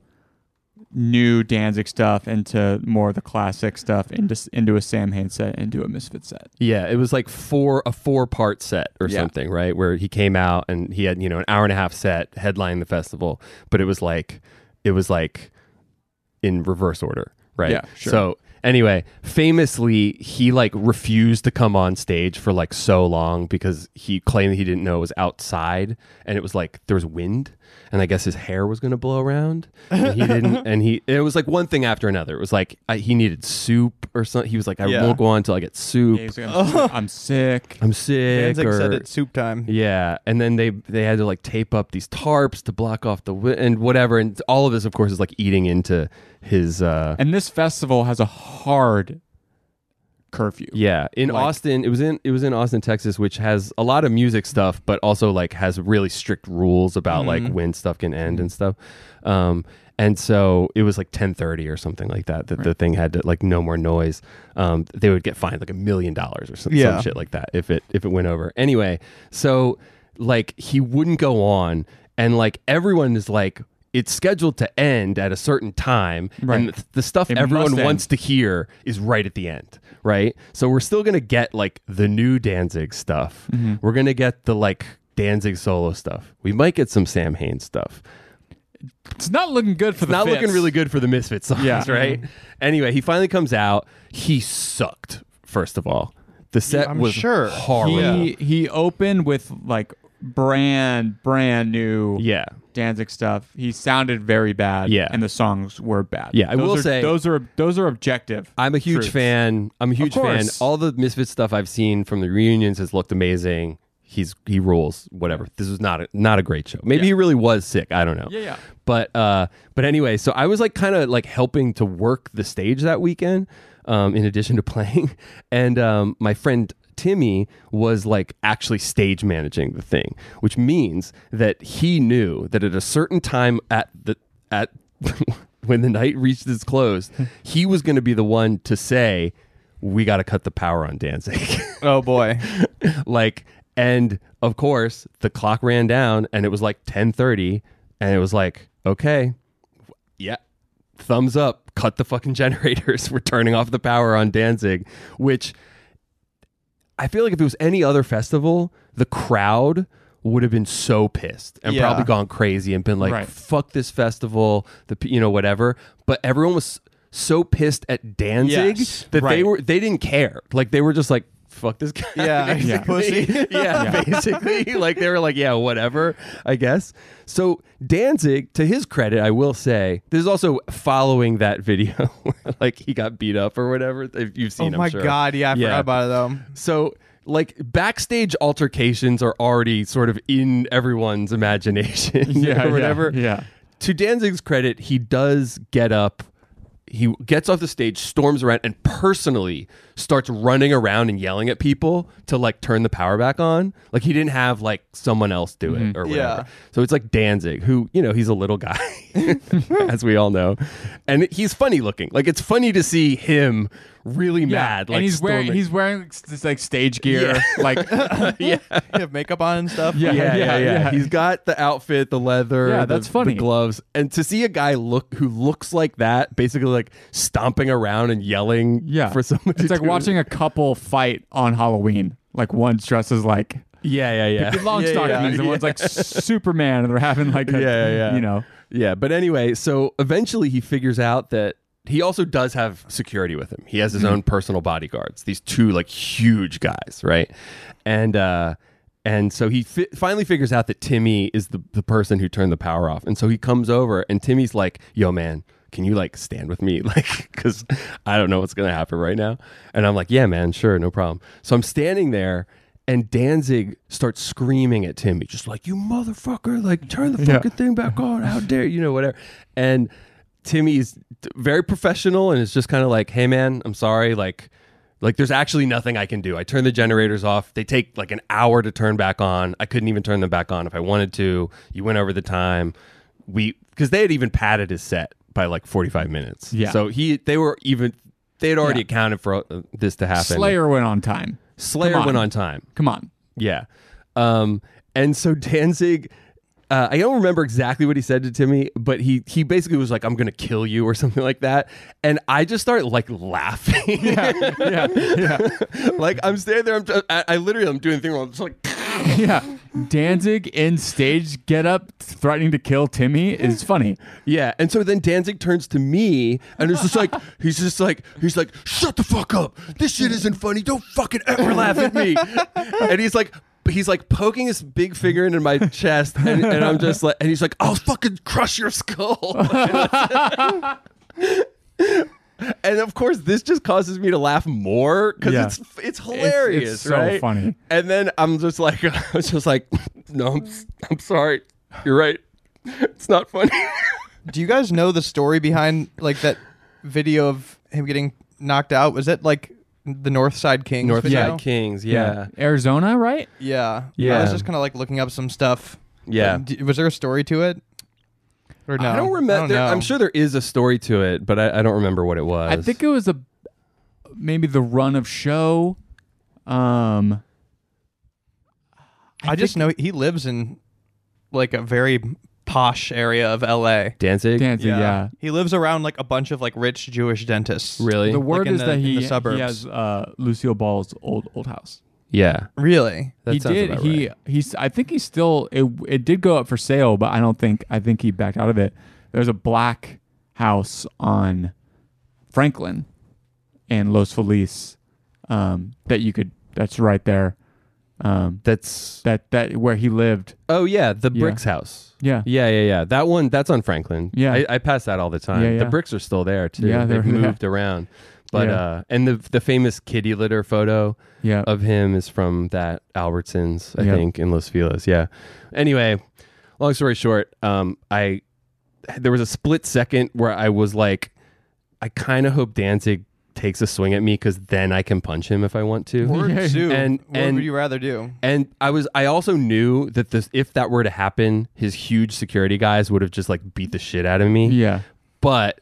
Speaker 2: new Danzig stuff into more of the classic stuff into into a Sam Hain set into a Misfit set.
Speaker 3: Yeah, it was like four a four part set or
Speaker 2: Yeah.
Speaker 3: something, right? Where he came out and he had you know an hour and a half set headlining the festival, but it was like it was like in reverse order, right?
Speaker 2: Yeah, sure.
Speaker 3: So anyway, famously, he like refused to come on stage for like so long because he claimed that he didn't know it was outside and it was like there was wind and I guess his hair was going to blow around and he didn't and he it was like one thing after another. It was like I, he needed soup or something. He was like I
Speaker 1: Yeah.
Speaker 3: won't go on until I get soup.
Speaker 2: Yeah, he's like, I'm, sick, I'm sick.
Speaker 3: I'm sick.
Speaker 1: Danzig
Speaker 3: or,
Speaker 1: said it's soup time.
Speaker 3: Yeah, and then they they had to like tape up these tarps to block off the wi- and whatever, and all of this, of course, is like eating into his. uh
Speaker 2: And this festival has a hard curfew.
Speaker 3: Yeah, in
Speaker 2: Like-
Speaker 3: Austin, it was in it was in Austin, Texas, which has a lot of music stuff, but also like has really strict rules about
Speaker 2: Mm-hmm.
Speaker 3: like when stuff can end and stuff. Um, and so it was like ten thirty or something like that. That the thing had to like no more noise. Um, they would get fined like a million dollars or some, some
Speaker 1: Yeah.
Speaker 3: shit like that if it if it went over. Anyway, so like he wouldn't go on, and like everyone is like. It's scheduled to end at a certain time, and
Speaker 2: Right.
Speaker 3: th- the stuff
Speaker 2: It
Speaker 3: everyone
Speaker 2: must end.
Speaker 3: wants to hear is right at the end, right? So we're still gonna get like the new Danzig stuff.
Speaker 2: Mm-hmm.
Speaker 3: We're gonna get the like Danzig solo stuff. We might get some Sam Hain stuff.
Speaker 2: It's not looking good for the
Speaker 3: Not
Speaker 2: Fits.
Speaker 3: looking really good for the Misfit songs,
Speaker 2: Yeah. Mm-hmm.
Speaker 3: right? Anyway, he finally comes out. He sucked. First of all, the set
Speaker 1: I'm
Speaker 3: was
Speaker 1: sure.
Speaker 3: horrible.
Speaker 2: He he opened with like brand brand new
Speaker 3: yeah.
Speaker 2: Danzig stuff. He sounded very bad.
Speaker 3: Yeah.
Speaker 2: and the songs were bad.
Speaker 3: Yeah, I
Speaker 2: Those
Speaker 3: will
Speaker 2: are-
Speaker 3: say-
Speaker 2: those are those are objective.
Speaker 3: I'm a huge
Speaker 2: truths.
Speaker 3: fan. I'm a huge fan.
Speaker 2: course.
Speaker 3: All the Misfit stuff I've seen from the reunions has looked amazing. He's he rules. Whatever. This was not a, not a great show. Maybe he really was sick. I don't know.
Speaker 2: Yeah, yeah.
Speaker 3: But uh, but anyway, so I was like kind of like helping to work the stage that weekend, um, in addition to playing, and um, my friend. Timmy was like actually stage managing the thing, which means that he knew that at a certain time at the at when the night reached its close, he was going to be the one to say, "We got to cut the power on Danzig."
Speaker 1: Oh boy.
Speaker 3: like and of course the clock ran down and it was like 10:30 and it was like okay yeah thumbs up cut the fucking generators we're turning off the power on Danzig which I feel like if it was any other festival the crowd would have been so pissed and
Speaker 1: Yeah.
Speaker 3: probably gone crazy and been like
Speaker 2: Right.
Speaker 3: fuck this festival the p- you know whatever but everyone was so pissed at Danzig
Speaker 1: Yes.
Speaker 3: that they
Speaker 2: Right.
Speaker 3: were they didn't care like they were just like fuck this guy
Speaker 1: Yeah, he's a
Speaker 3: basically.
Speaker 1: pussy.
Speaker 3: yeah, basically. Like they were like, yeah, whatever, I guess. So Danzig, to his credit, I will say, this is also following that video where like he got beat up or whatever. If you've
Speaker 1: Oh
Speaker 3: seen I'm
Speaker 1: my
Speaker 3: sure.
Speaker 1: god. Yeah, I forgot about it though.
Speaker 3: So like backstage altercations are already sort of in everyone's imagination
Speaker 2: Yeah,
Speaker 3: or whatever.
Speaker 2: Yeah, yeah.
Speaker 3: To Danzig's credit, he does get up. He gets off the stage, storms around, and personally starts running around and yelling at people to like turn the power back on. Like he didn't have like someone else do it
Speaker 2: Mm-hmm.
Speaker 3: or whatever.
Speaker 1: Yeah.
Speaker 3: So it's like Danzig, who you know he's a little guy, as we all know, and he's funny looking. Like it's funny to see him really
Speaker 2: Yeah.
Speaker 3: mad. Like
Speaker 2: and he's wearing
Speaker 3: storming.
Speaker 2: he's wearing like, s- this like stage gear. Like
Speaker 1: You have makeup on and stuff.
Speaker 2: Yeah.
Speaker 3: yeah, yeah, yeah,
Speaker 2: yeah.
Speaker 3: He's got the outfit, the leather,
Speaker 2: Yeah,
Speaker 3: the-
Speaker 2: that's funny.
Speaker 3: the gloves, and to see a guy look who looks like that, basically like stomping around and yelling,
Speaker 2: yeah,
Speaker 3: for someone.
Speaker 2: It's
Speaker 3: to
Speaker 2: like
Speaker 3: do-
Speaker 2: watching a couple fight on Halloween. Like one's dressed as like
Speaker 3: yeah, yeah, yeah,
Speaker 2: long
Speaker 1: Yeah,
Speaker 2: stockings
Speaker 1: yeah,
Speaker 2: and one's like Superman, and they're having like a,
Speaker 3: Yeah, yeah.
Speaker 2: you know.
Speaker 3: yeah. But anyway, so eventually he figures out that. He also does have security with him. He has his own personal bodyguards. These two like huge guys, right? And uh and so he fi- finally figures out that Timmy is the the person who turned the power off. And so he comes over and Timmy's like, "Yo man, can you like stand with me like because i don't know what's gonna happen right now and i'm like yeah man sure no problem so i'm standing there and danzig starts screaming at timmy just like you motherfucker like turn the
Speaker 2: Yeah.
Speaker 3: fucking thing back on how dare you know whatever and timmy's d- very professional and it's just kind of like hey man i'm sorry like like there's actually nothing i can do i turn the generators off they take like an hour to turn back on i couldn't even turn them back on if i wanted to you went over the time we because they had even padded his set by like 45 minutes.
Speaker 2: Yeah.
Speaker 3: So he they were even they had already
Speaker 2: Yeah.
Speaker 3: accounted for uh, this to happen.
Speaker 2: Slayer went on time.
Speaker 3: Slayer
Speaker 2: Come on.
Speaker 3: went on time.
Speaker 2: Come on.
Speaker 3: Yeah. Um and so Danzig Uh, I don't remember exactly what he said to Timmy, but he he basically was like, "I'm gonna kill you" or something like that, and I just started like laughing.
Speaker 2: yeah, yeah,
Speaker 3: like I'm standing there, I'm just, I, I literally I'm doing the thing where I'm just like,
Speaker 2: yeah. Danzig in stage get up threatening to kill Timmy is funny.
Speaker 3: yeah. And so then Danzig turns to me, and it's just like he's just like he's like, "Shut the fuck up! This shit isn't funny. Don't fucking ever laugh at me." and he's like. He's like poking his big finger into my chest, and, and I'm just like, and he's like, "I'll fucking crush your skull." And of course, this just causes me to laugh more because
Speaker 2: Yeah.
Speaker 3: it's it's hilarious,
Speaker 2: it's so
Speaker 3: right?
Speaker 2: funny.
Speaker 3: And then I'm just like, I was just like, no, I'm, s- I'm sorry. You're right. It's not funny.
Speaker 1: Do you guys know the story behind like that video of him getting knocked out? Was it like the North Side Kings? video?
Speaker 3: Kings.
Speaker 2: Arizona, right?
Speaker 1: Yeah. I
Speaker 3: Yeah.
Speaker 1: was just kind of like looking up some stuff.
Speaker 3: Yeah.
Speaker 1: Um, d- was there a story to it? Or no?
Speaker 3: I don't remember.
Speaker 1: know.
Speaker 3: I'm sure there is a story to it, but I, I don't remember what it was.
Speaker 2: I think it was a maybe the run of show. Um,
Speaker 1: I, just know he lives in like a very posh area of LA.
Speaker 3: Danzig.
Speaker 2: Danzig, yeah.
Speaker 1: He lives around like a bunch of like rich Jewish dentists.
Speaker 3: really?
Speaker 2: The word
Speaker 1: in
Speaker 2: is
Speaker 1: the-
Speaker 2: that
Speaker 1: in the
Speaker 2: he,
Speaker 1: suburbs.
Speaker 2: he has uh, Lucille Ball's old old house.
Speaker 3: yeah.
Speaker 1: Really?
Speaker 3: That
Speaker 2: he
Speaker 3: sounds
Speaker 2: did.
Speaker 3: about
Speaker 2: he
Speaker 3: right.
Speaker 2: he's. I think he still. It it did go up for sale, but I don't think. I think he backed out of it. There's a black house on Franklin and Los Feliz um, that you could. That's right there. Um,
Speaker 3: That's.
Speaker 2: that that where he lived.
Speaker 3: Oh yeah, the bricks house.
Speaker 2: Yeah.
Speaker 3: Yeah, yeah, yeah. That one, that's on Franklin.
Speaker 2: Yeah.
Speaker 3: I, I pass that all the time.
Speaker 2: Yeah, yeah.
Speaker 3: The bricks are still there too.
Speaker 2: Yeah,
Speaker 3: they've
Speaker 2: they're- yeah.
Speaker 3: moved around. But
Speaker 2: Yeah.
Speaker 3: uh, and the the famous kitty litter photo
Speaker 2: Yeah.
Speaker 3: of him is from that Albertsons, I
Speaker 2: Yeah.
Speaker 3: think, in Los Feliz. Yeah. Anyway, long story short, um, I there was a split second where I was like, I kind of hope Danzig takes a swing at me because then I can punch him if I want to.
Speaker 1: Or
Speaker 2: Yeah.
Speaker 1: two.
Speaker 3: And-
Speaker 1: what
Speaker 3: and-
Speaker 1: would you rather do?
Speaker 3: And I was I also knew that this if that were to happen, his huge security guys would have just like beat the shit out of me.
Speaker 2: yeah.
Speaker 3: But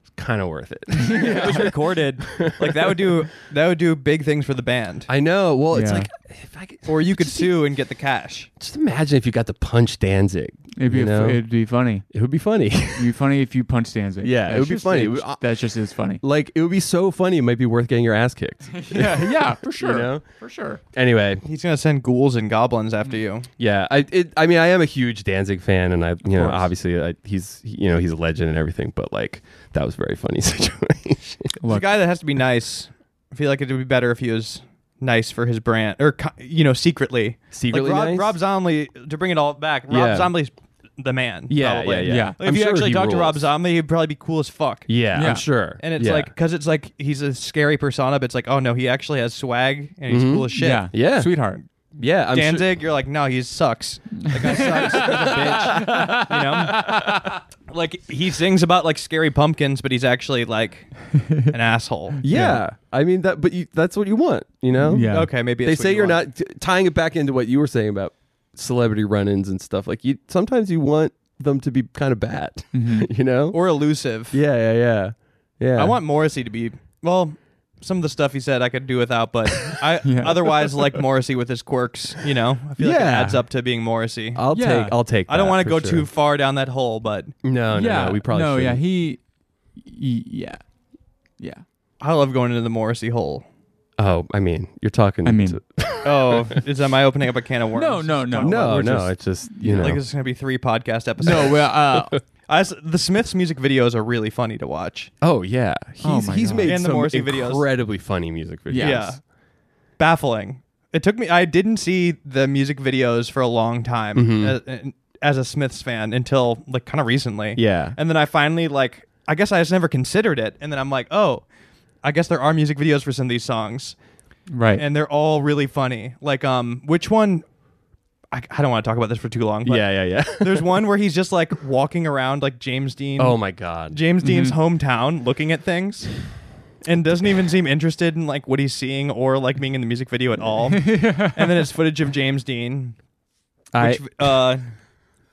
Speaker 3: it's kind of worth it.
Speaker 1: it was recorded. Like that would do that would do big things for the band.
Speaker 3: I know. Well, it's
Speaker 2: Yeah.
Speaker 3: like if I could,
Speaker 1: Or you could sue and get the cash.
Speaker 3: just imagine if you got to punch Danzig.
Speaker 2: It'd be
Speaker 3: you know?
Speaker 2: it'd be funny.
Speaker 3: It would be funny.
Speaker 2: It'd be funny if you punched Danzig.
Speaker 3: Yeah, it
Speaker 2: That's
Speaker 3: would be
Speaker 2: just-
Speaker 3: funny. uh,
Speaker 2: it- That just is funny.
Speaker 3: like it would be so funny. It might be worth getting your ass kicked.
Speaker 2: yeah, yeah, for sure.
Speaker 3: know?
Speaker 2: For sure.
Speaker 3: Anyway,
Speaker 1: He's gonna send ghouls and goblins after you.
Speaker 3: yeah. I it, I mean, I am a huge Danzig fan, and I you know
Speaker 2: course.
Speaker 3: obviously I, he's you know he's a legend and everything. But like that was a very funny situation.
Speaker 1: He's a
Speaker 2: Look.
Speaker 1: guy that has to be nice. I feel like it would be better if he was nice for his brand, or co- you know, secretly.
Speaker 3: Secretly
Speaker 1: like Rob,
Speaker 3: nice?
Speaker 1: Rob Zombie. To bring it all back, Rob
Speaker 3: Yeah.
Speaker 1: Zombie's the man.
Speaker 3: Yeah,
Speaker 1: probably.
Speaker 3: yeah, yeah.
Speaker 2: Yeah.
Speaker 1: Like, if
Speaker 3: I'm
Speaker 1: you
Speaker 3: sure
Speaker 1: actually
Speaker 3: he
Speaker 1: talked to Rob
Speaker 3: rules.
Speaker 1: Zombie, he'd probably be cool as fuck.
Speaker 3: Yeah,
Speaker 2: Yeah.
Speaker 3: I'm sure.
Speaker 1: And it's
Speaker 3: Yeah.
Speaker 1: like because it's like he's a scary persona, but it's like, oh no, he actually has swag and he's cool as shit.
Speaker 2: Yeah.
Speaker 3: Mm-hmm. Yeah.
Speaker 2: Sweetheart.
Speaker 3: yeah, I'm sure-
Speaker 1: Danzig, you're like, no, he sucks. That guy sucks. He's a bitch. You know? Like he sings about like scary pumpkins, but he's actually like an asshole.
Speaker 3: Yeah. I mean that, but you, that's what you want, you know.
Speaker 2: Yeah.
Speaker 1: Okay, maybe
Speaker 3: They
Speaker 1: it's what
Speaker 3: say
Speaker 1: you
Speaker 3: you're
Speaker 1: want.
Speaker 3: not t- tying it back into what you were saying about celebrity run-ins and stuff. Like you, sometimes you want them to be kind of bad, you know.
Speaker 1: or elusive.
Speaker 3: yeah, yeah, yeah, yeah.
Speaker 1: I want Morrissey to be well. Some of the stuff he said I could do without, but I
Speaker 2: Yeah.
Speaker 1: otherwise like Morrissey with his quirks. You know, I feel like it
Speaker 3: Yeah.
Speaker 1: adds up to being Morrissey.
Speaker 3: I'll
Speaker 2: Yeah.
Speaker 3: take. I'll take.
Speaker 1: I don't
Speaker 3: that
Speaker 1: want
Speaker 3: for
Speaker 1: to go
Speaker 3: sure.
Speaker 1: too far down that hole, but
Speaker 3: Oh, No, no,
Speaker 2: yeah.
Speaker 3: no. We probably.
Speaker 2: No, yeah.
Speaker 3: shouldn't.
Speaker 2: He, y- yeah. Yeah.
Speaker 1: I love going into the Morrissey hole.
Speaker 3: Oh, I mean, you're talking.
Speaker 2: I mean,
Speaker 3: to-
Speaker 1: Oh, is am I opening up a can of worms?
Speaker 2: No, no, no.
Speaker 3: no,
Speaker 2: we're
Speaker 3: no.
Speaker 2: just-
Speaker 3: it's just you know.
Speaker 1: Like it's gonna be three podcast episodes.
Speaker 2: no, well, uh,
Speaker 1: I s the Smiths music videos are really funny to watch.
Speaker 3: oh yeah, he's
Speaker 2: Oh my
Speaker 3: he's
Speaker 2: God.
Speaker 3: made
Speaker 1: And the
Speaker 3: some
Speaker 1: Morrissey videos.
Speaker 3: incredibly funny music videos.
Speaker 2: Yeah.
Speaker 1: Yeah. Baffling. It took me I didn't see the music videos for a long time
Speaker 3: Mm-hmm.
Speaker 1: as, as a Smiths fan until like kind of recently.
Speaker 3: Yeah.
Speaker 1: And then I finally like I guess I just never considered it and then I'm like, "Oh, I guess there are music videos for some of these songs
Speaker 2: right.
Speaker 1: and they're all really funny." Like um which one I, I don't want to talk about this for too long, but
Speaker 3: yeah, yeah, yeah.
Speaker 1: there's one where he's just like walking around like James Dean
Speaker 3: oh my Mm-hmm. God.
Speaker 1: James Dean's hometown looking at things and doesn't even seem interested in like what he's seeing or like being in the music video at all. And then it's footage of James Dean,
Speaker 3: I,
Speaker 1: which uh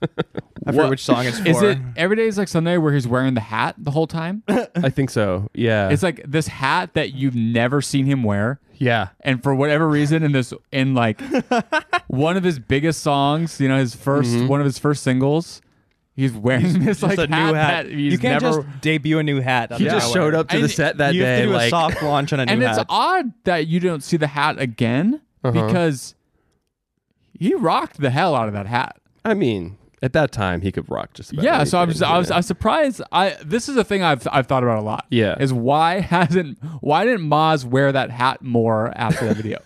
Speaker 1: I forget
Speaker 3: What-
Speaker 1: which song it's for.
Speaker 2: is it every day is like Sunday where he's wearing the hat the whole time?
Speaker 3: I think so. Yeah.
Speaker 2: it's like this hat that you've never seen him wear.
Speaker 3: Yeah.
Speaker 2: and for whatever reason in this in like one of his biggest songs you know his 1st one of his first singles he's wearing this like
Speaker 4: Just a new hat.
Speaker 2: that he's
Speaker 4: You can't
Speaker 2: never
Speaker 4: just debut a new hat.
Speaker 3: He just showed up to the
Speaker 2: And
Speaker 3: set that
Speaker 1: you have
Speaker 3: day
Speaker 1: to do
Speaker 3: like
Speaker 1: a soft launch on a new
Speaker 2: and
Speaker 1: hat.
Speaker 2: it's odd that you don't see the hat again because he rocked the hell out of that hat
Speaker 3: I mean, at that time he could rock just about
Speaker 2: yeah so i'm
Speaker 3: anything,
Speaker 2: just, I
Speaker 3: you
Speaker 2: was
Speaker 3: know?
Speaker 2: I'm surprised i this is a thing i've i've thought about a lot
Speaker 3: Yeah.
Speaker 2: is why hasn't why didn't Moz wear that hat more after the video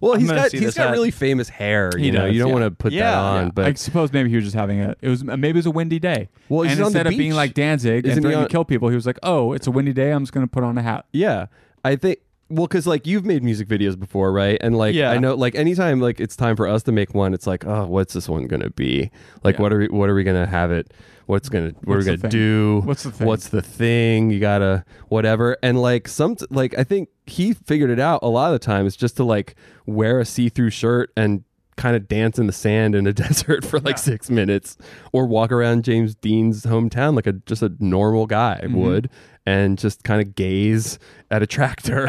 Speaker 3: Well, he's
Speaker 1: gonna
Speaker 3: got
Speaker 1: see
Speaker 3: he's
Speaker 1: this
Speaker 3: got
Speaker 1: hat.
Speaker 3: really famous hair. You
Speaker 2: He
Speaker 3: know,
Speaker 2: does,
Speaker 3: you don't
Speaker 2: yeah.
Speaker 3: want to put that
Speaker 1: Yeah.
Speaker 3: on.
Speaker 1: Yeah.
Speaker 3: But
Speaker 2: I suppose maybe he was just having a. It was maybe it was a windy day.
Speaker 3: Well, he's
Speaker 2: and
Speaker 3: on the
Speaker 2: instead of being
Speaker 3: beach.
Speaker 2: like Danzig
Speaker 3: Isn't he
Speaker 2: and threatening
Speaker 3: on-
Speaker 2: to kill people, he was like, "Oh, it's a windy day. I'm just gonna put on a hat."
Speaker 3: yeah, I think well, because like you've made music videos before, right? And like
Speaker 1: Yeah.
Speaker 3: I know, like anytime like it's time for us to make one, it's like, oh, what's this one gonna be? Like, what are we? What are we gonna have it? What's gonna? What
Speaker 2: What's
Speaker 3: are
Speaker 2: the
Speaker 3: we gonna
Speaker 2: thing?
Speaker 3: do?
Speaker 2: What's the thing?
Speaker 3: What's the thing? You gotta whatever. And like some like I think he figured it out a lot of the time. It's just to like wear a see-through shirt and kind of dance in the sand in a desert for like six minutes or walk around James Dean's hometown like a just a normal guy
Speaker 1: Mm-hmm.
Speaker 3: would and just kind of gaze at a tractor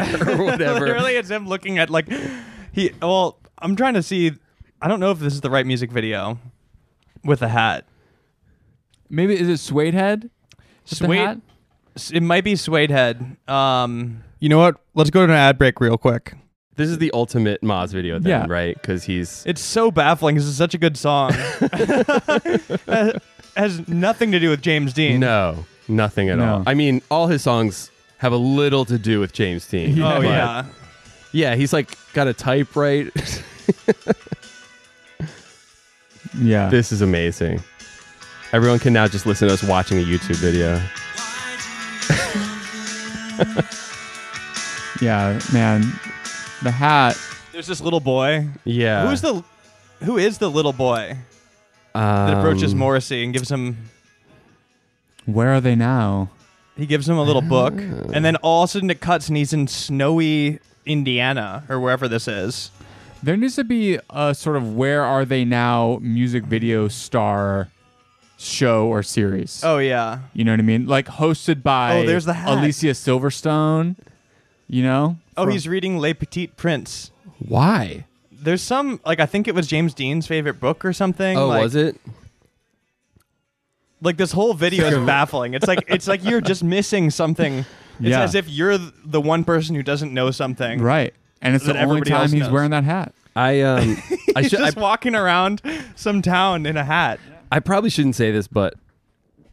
Speaker 3: or whatever.
Speaker 4: Literally,
Speaker 1: Literally, it's him looking at like he. Well, I'm trying to see. I don't know if this is the right music video with a hat.
Speaker 2: Maybe is it suede head? With the
Speaker 1: Suede-
Speaker 2: hat?
Speaker 1: S- It might be Suede Head. Um, you know what? Let's go to an ad break real quick.
Speaker 3: this is the ultimate Moz video then,
Speaker 2: Yeah.
Speaker 3: right? Because he's
Speaker 1: It's so baffling. This is such a good song. Has nothing to do with James Dean.
Speaker 3: no, nothing at
Speaker 2: No.
Speaker 3: all. I mean, all his songs have a little to do with James Dean.
Speaker 2: Yeah.
Speaker 1: Oh
Speaker 3: but-
Speaker 1: yeah.
Speaker 3: Yeah, he's like got a type right.
Speaker 2: Yeah.
Speaker 3: this is amazing. Everyone can now just listen to us watching a YouTube video.
Speaker 2: yeah, man. The hat.
Speaker 1: There's this little boy.
Speaker 3: Yeah.
Speaker 1: Who's the? Who is the little boy that
Speaker 3: um,
Speaker 1: approaches Morrissey and gives him?
Speaker 2: Where are they now?
Speaker 1: He gives him a little book, and then all of a sudden it cuts, and he's in snowy Indiana or wherever this is.
Speaker 2: There needs to be a sort of "Where are they now" music video star show or series.
Speaker 1: Oh yeah.
Speaker 2: You know what I mean? Like hosted by
Speaker 1: Oh, there's the hat.
Speaker 2: Alicia Silverstone. You know?
Speaker 1: Oh, he's reading Les Petites Prince.
Speaker 3: Why?
Speaker 1: There's some like I think it was James Dean's favorite book or something.
Speaker 3: Oh,
Speaker 1: like,
Speaker 3: was it?
Speaker 1: Like this whole video is baffling. It's like it's like you're just missing something. It's
Speaker 2: Yeah.
Speaker 1: as if you're th- the one person who doesn't know something.
Speaker 2: right. And it's
Speaker 1: That
Speaker 2: the only
Speaker 1: everybody else
Speaker 2: time he's
Speaker 1: knows.
Speaker 2: wearing that hat.
Speaker 3: I um I
Speaker 1: He's
Speaker 3: should I,
Speaker 1: just walking around some town in a hat.
Speaker 3: I probably shouldn't say this, but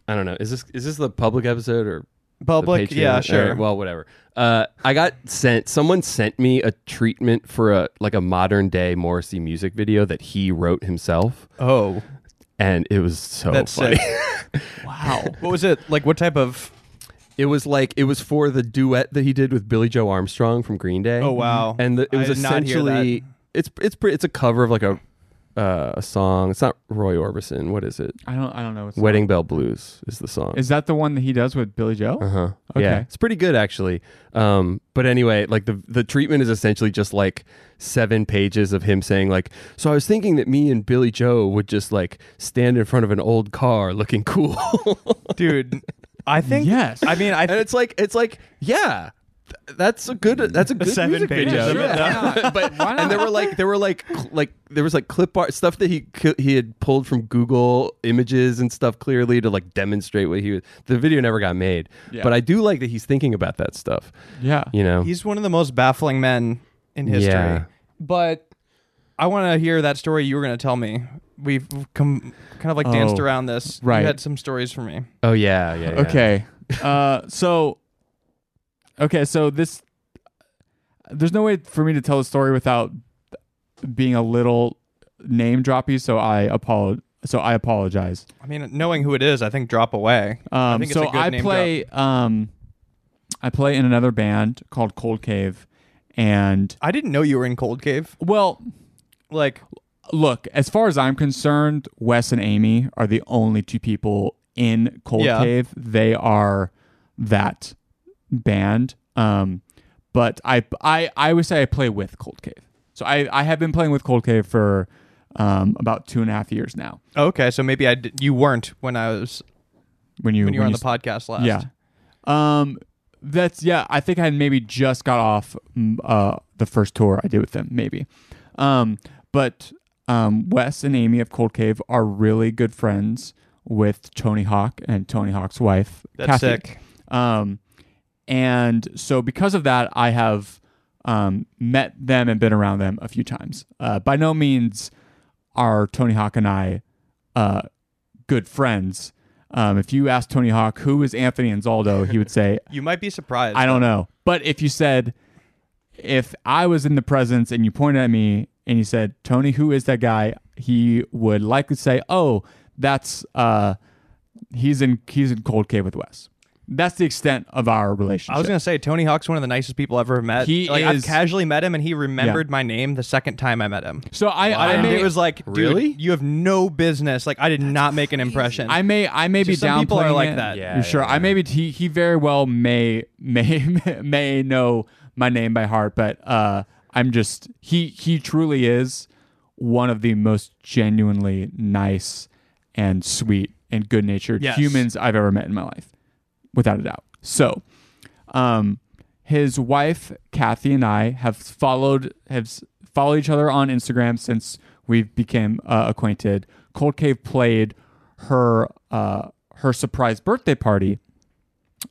Speaker 3: I don't know. Is this is this the public episode or the
Speaker 1: Public,
Speaker 3: Patreon?
Speaker 1: yeah, sure.
Speaker 3: Or- well, whatever. Uh, I got sent. Someone sent me a treatment for a like a modern day Morrissey music video that he wrote himself,
Speaker 1: oh,
Speaker 3: and it was so
Speaker 1: that's
Speaker 3: funny.
Speaker 1: sick. wow. What was it like? What type of?
Speaker 3: It was like it was for the duet that he did with Billy Joe Armstrong from Green Day.
Speaker 1: Oh, wow.
Speaker 3: And the, it
Speaker 1: I
Speaker 3: was
Speaker 1: did not hear that.
Speaker 3: essentially it's it's pre- it's a cover of like a uh, a song. It's not Roy Orbison. What is it?
Speaker 2: I don't I don't know what's
Speaker 3: Wedding Bell Blues is the song.
Speaker 2: Is that the one that he does with Billy Joe?
Speaker 3: Uh huh.
Speaker 2: Okay.
Speaker 3: Yeah, it's pretty good actually. Um, but anyway, like the the treatment is essentially just like seven pages of him saying like, so I was thinking that me and Billy Joe would just like stand in front of an old car looking cool,
Speaker 1: Dude, I think.
Speaker 2: Yes.
Speaker 1: I mean, I
Speaker 3: and it's like it's like yeah. th- That's a good. That's a good
Speaker 1: seven
Speaker 3: music
Speaker 1: pages
Speaker 3: video.
Speaker 1: of it,
Speaker 3: Yeah. but and there were like there were like cl- like there was like clip art stuff that he cou- he had pulled from Google images and stuff clearly to like demonstrate what he was. The video never got made,
Speaker 2: Yeah.
Speaker 3: but I do like that he's thinking about that stuff.
Speaker 2: Yeah.
Speaker 3: You know,
Speaker 1: He's one of the most baffling men in history.
Speaker 3: Yeah.
Speaker 1: But I want to hear that story you were going to tell me. We've come kind of like danced
Speaker 2: Oh,
Speaker 1: around this.
Speaker 2: right.
Speaker 1: You had some stories for me.
Speaker 3: Oh yeah, yeah. yeah.
Speaker 2: Okay. uh so Okay, so this there's no way for me to tell the story without being a little name droppy, so I apologize. So I apologize.
Speaker 1: I mean, knowing who it is, I think drop away.
Speaker 2: Um,
Speaker 1: think it's
Speaker 2: so
Speaker 1: a good
Speaker 2: I
Speaker 1: name
Speaker 2: play um I play in another band called Cold Cave and
Speaker 1: I didn't know you were in Cold Cave.
Speaker 2: well,
Speaker 1: Like,
Speaker 2: look, as far as I'm concerned, Wes and Amy are the only two people in Cold
Speaker 1: Yeah.
Speaker 2: Cave. They are that band. Um, but I, I, I would say I play with Cold Cave. So I, I have been playing with Cold Cave for um, about two and a half years now.
Speaker 1: okay, so maybe I d- you weren't when I was
Speaker 2: When you
Speaker 1: when you were on
Speaker 2: when
Speaker 1: the podcast last.
Speaker 2: yeah. Um, That's yeah. I think I had maybe just got off mm, uh, the first tour I did with them, maybe. Um, but um, Wes and Amy of Cold Cave are really good friends with Tony Hawk and Tony Hawk's wife.
Speaker 1: That's
Speaker 2: Kathy.
Speaker 1: sick.
Speaker 2: Um, and so because of that, I have um, met them and been around them a few times. Uh, by no means are Tony Hawk and I uh, good friends. Um, if you ask Tony Hawk who is Anthony Anzaldo, he would say,
Speaker 1: You might be surprised.
Speaker 2: I don't know. But if you said, if I was in the presence and you pointed at me and you said, Tony, who is that guy? He would likely say, Oh, that's uh, he's in he's in Cold Cave with Wes. That's the extent of our relationship.
Speaker 1: I was gonna say Tony Hawk's one of the nicest people I've ever met.
Speaker 2: He
Speaker 1: like, I've
Speaker 2: is-
Speaker 1: casually met him, and he remembered my name the second time I met him.
Speaker 2: so I, I
Speaker 1: And
Speaker 2: may,
Speaker 1: it was like, dude,
Speaker 3: Really?
Speaker 1: You have no business. Like, I did not make an impression.
Speaker 2: I may I may be
Speaker 1: So some people are
Speaker 2: downplaying
Speaker 1: like
Speaker 2: it.
Speaker 1: that. Yeah,
Speaker 2: You're sure. I may be he, he very well may may may know my name by heart, but uh, I'm just he he truly is one of the most genuinely nice and sweet and good natured
Speaker 1: Yes.
Speaker 2: humans I've ever met in my life, without a doubt. So, um, his wife Kathy and I have followed have s- followed each other on Instagram since we became uh, acquainted. Cold Cave played her uh, her surprise birthday party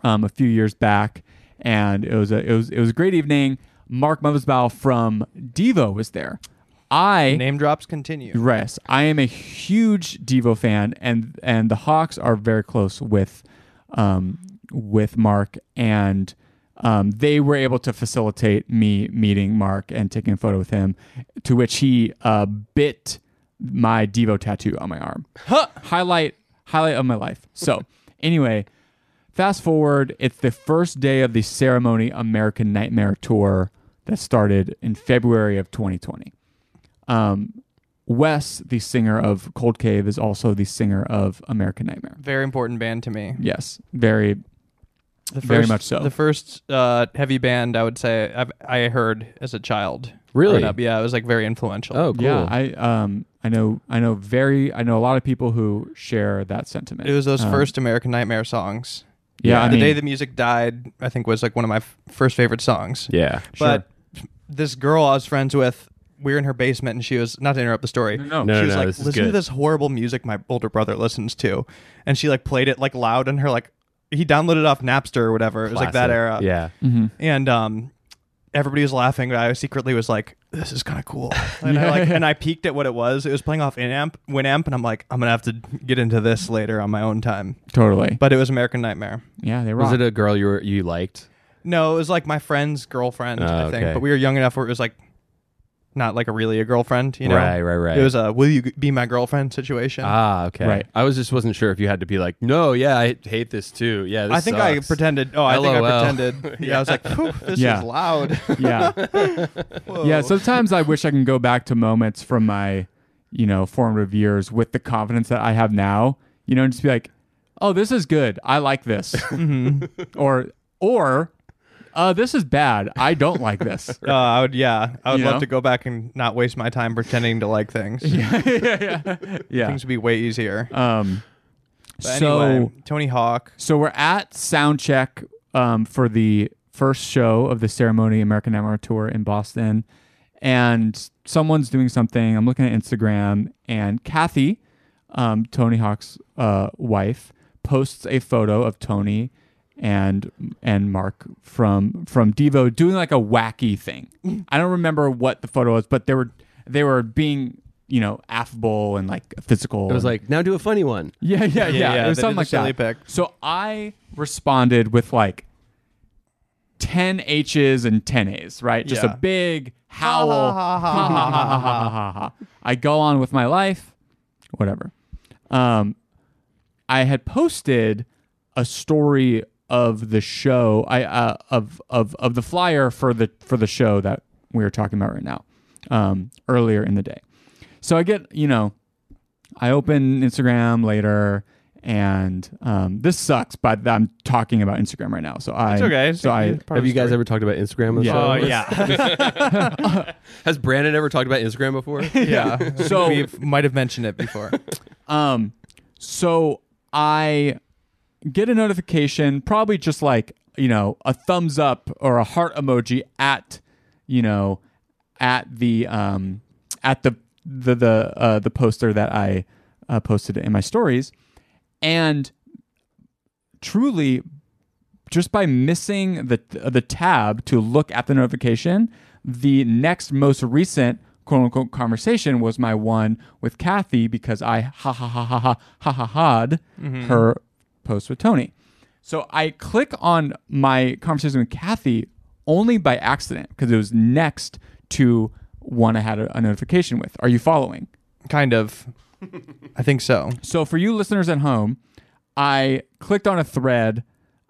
Speaker 2: um, a few years back, and it was a it was it was a great evening. Mark Mothersbaugh from Devo was there. I
Speaker 1: Name drops continue.
Speaker 2: Rest. I am a huge Devo fan, and and the Hawks are very close with, um, with Mark, and um, they were able to facilitate me meeting Mark and taking a photo with him, to which he uh, bit my Devo tattoo on my arm. Highlight highlight of my life. So anyway, fast forward. It's the first day of the ceremony American Nightmare tour that started in February of 2020. Um, Wes, the singer of Cold Cave, is also the singer of American Nightmare.
Speaker 1: Very important band to me.
Speaker 2: Yes, very.
Speaker 1: The
Speaker 2: Very much so.
Speaker 1: The first uh, heavy band I would say I've, I heard as a child.
Speaker 3: Really?
Speaker 1: growing up. Yeah, it was like very influential.
Speaker 3: Oh, cool.
Speaker 2: Yeah, I um, I know, I know, very, I know a lot of people who share that sentiment.
Speaker 1: It was those
Speaker 2: Um,
Speaker 1: first American Nightmare songs.
Speaker 2: Yeah, I
Speaker 1: the
Speaker 2: mean,
Speaker 1: day the music died, I think was like one of my f- first favorite songs.
Speaker 3: yeah.
Speaker 1: But this girl I was friends with, we were in her basement, and she was not to interrupt the story.
Speaker 2: no,
Speaker 3: No,
Speaker 1: she
Speaker 3: no,
Speaker 1: was
Speaker 3: no,
Speaker 1: like,
Speaker 3: this is
Speaker 1: listen to
Speaker 3: good."
Speaker 1: this horrible music my older brother listens to, and she like played it like loud, and her like he downloaded it off Napster or whatever. It was like that
Speaker 3: Classic.
Speaker 1: era.
Speaker 3: Yeah.
Speaker 2: Mhm.
Speaker 1: and um, everybody was laughing, but I secretly was like, "This is kind of cool." And I like, and I peeked at what it was. It was playing off Inamp, Winamp, and I'm like, "I'm gonna have to get into this later on my own time."
Speaker 2: totally.
Speaker 1: But it was American Nightmare.
Speaker 2: yeah, they
Speaker 3: Was
Speaker 2: rock.
Speaker 3: it a girl you were, you liked?
Speaker 1: No, it was like my friend's girlfriend,
Speaker 3: Oh,
Speaker 1: I think.
Speaker 3: okay.
Speaker 1: But we were young enough where it was like, not like a really a girlfriend, you know?
Speaker 3: Right, right, right.
Speaker 1: It was a "Will you be my girlfriend?" situation.
Speaker 3: Ah, okay.
Speaker 2: Right.
Speaker 3: I was just wasn't sure if you had to be like, no, yeah, I hate this too. Yeah, this
Speaker 1: I think I
Speaker 3: sucks."
Speaker 1: pretended. Oh, I think
Speaker 3: LOL.
Speaker 1: I pretended. yeah, I was like, "Phew, "This
Speaker 2: Yeah.
Speaker 1: is loud."
Speaker 2: yeah, yeah. Sometimes I wish I can go back to moments from my, you know, formative years with the confidence that I have now. You know, and just be like, oh, this is good. I like this.
Speaker 1: Mm-hmm.
Speaker 2: or or, uh, this is bad. I don't like this.
Speaker 1: Uh, I would, yeah, I would
Speaker 2: You
Speaker 1: love
Speaker 2: know?
Speaker 1: to go back and not waste my time pretending to like things.
Speaker 2: yeah.
Speaker 1: Things would be way easier.
Speaker 3: Uh,
Speaker 2: Um,
Speaker 1: But
Speaker 2: so
Speaker 1: anyway, Tony Hawk.
Speaker 2: so we're at soundcheck um, for the first show of the ceremony American Nightmare Tour in Boston, and someone's doing something. I'm looking at Instagram, and Kathy, um, Tony Hawk's uh, wife, posts a photo of Tony and and Mark from from Devo doing like a wacky thing. I don't remember what the photo was, but they were they were being you know affable and like physical.
Speaker 3: It was like, now do a funny one.
Speaker 2: Yeah, yeah, yeah.
Speaker 1: yeah,
Speaker 2: it was
Speaker 1: they
Speaker 2: something
Speaker 1: did the
Speaker 2: like
Speaker 1: silly
Speaker 2: that.
Speaker 1: pic.
Speaker 2: So I responded with like ten H's and ten A's, right? Just
Speaker 1: Yeah.
Speaker 2: a big howl. Ha, ha, ha, ha, ha, ha, ha. I go on with my life, whatever. Um, I had posted a story of the show, I uh, of of of the flyer for the for the show that we were talking about right now, um, earlier in the day. So I get you know I open Instagram later, and um, this sucks. But I'm talking about Instagram right now, so I.
Speaker 1: It's okay.
Speaker 2: So I.
Speaker 1: Part of
Speaker 3: Have
Speaker 1: the
Speaker 3: you guys
Speaker 1: story.
Speaker 3: ever talked about Instagram? on the
Speaker 2: Yeah.
Speaker 3: show?
Speaker 1: Oh yeah,
Speaker 3: Has Brandon ever talked about Instagram before?
Speaker 1: yeah.
Speaker 2: So-
Speaker 1: we might have mentioned it before.
Speaker 2: Um, so I get a notification, probably just like you know, a thumbs up or a heart emoji at, you know, at the um at the the the uh, the poster that I uh, posted in my stories, and truly just by missing the the tab to look at the notification, the next most recent quote unquote conversation was my one with Kathy because I ha ha ha ha ha ha ha ha'd her post with Tony. So I click on my conversation with Kathy only by accident because it was next to one I had a, a notification with. Are you following?
Speaker 1: Kind of. I think so.
Speaker 2: So for you listeners at home, I clicked on a thread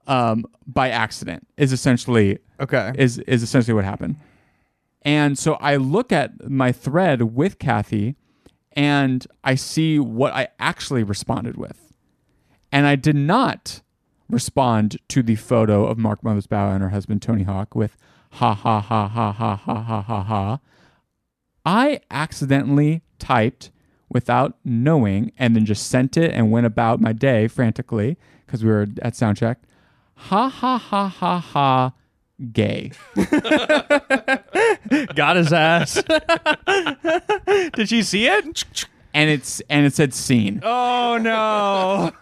Speaker 2: um, by accident. Is essentially
Speaker 1: Okay.
Speaker 2: is is essentially what happened. And so I look at my thread with Kathy and I see what I actually responded with. And I did not respond to the photo of Mark Mothersbaugh and her husband Tony Hawk with ha ha ha ha ha ha ha ha ha. I accidentally typed without knowing and then just sent it and went about my day frantically because we were at soundcheck. Ha ha ha ha ha gay.
Speaker 1: Got his ass. Did she see it?
Speaker 2: and it's and it said scene.
Speaker 1: Oh no!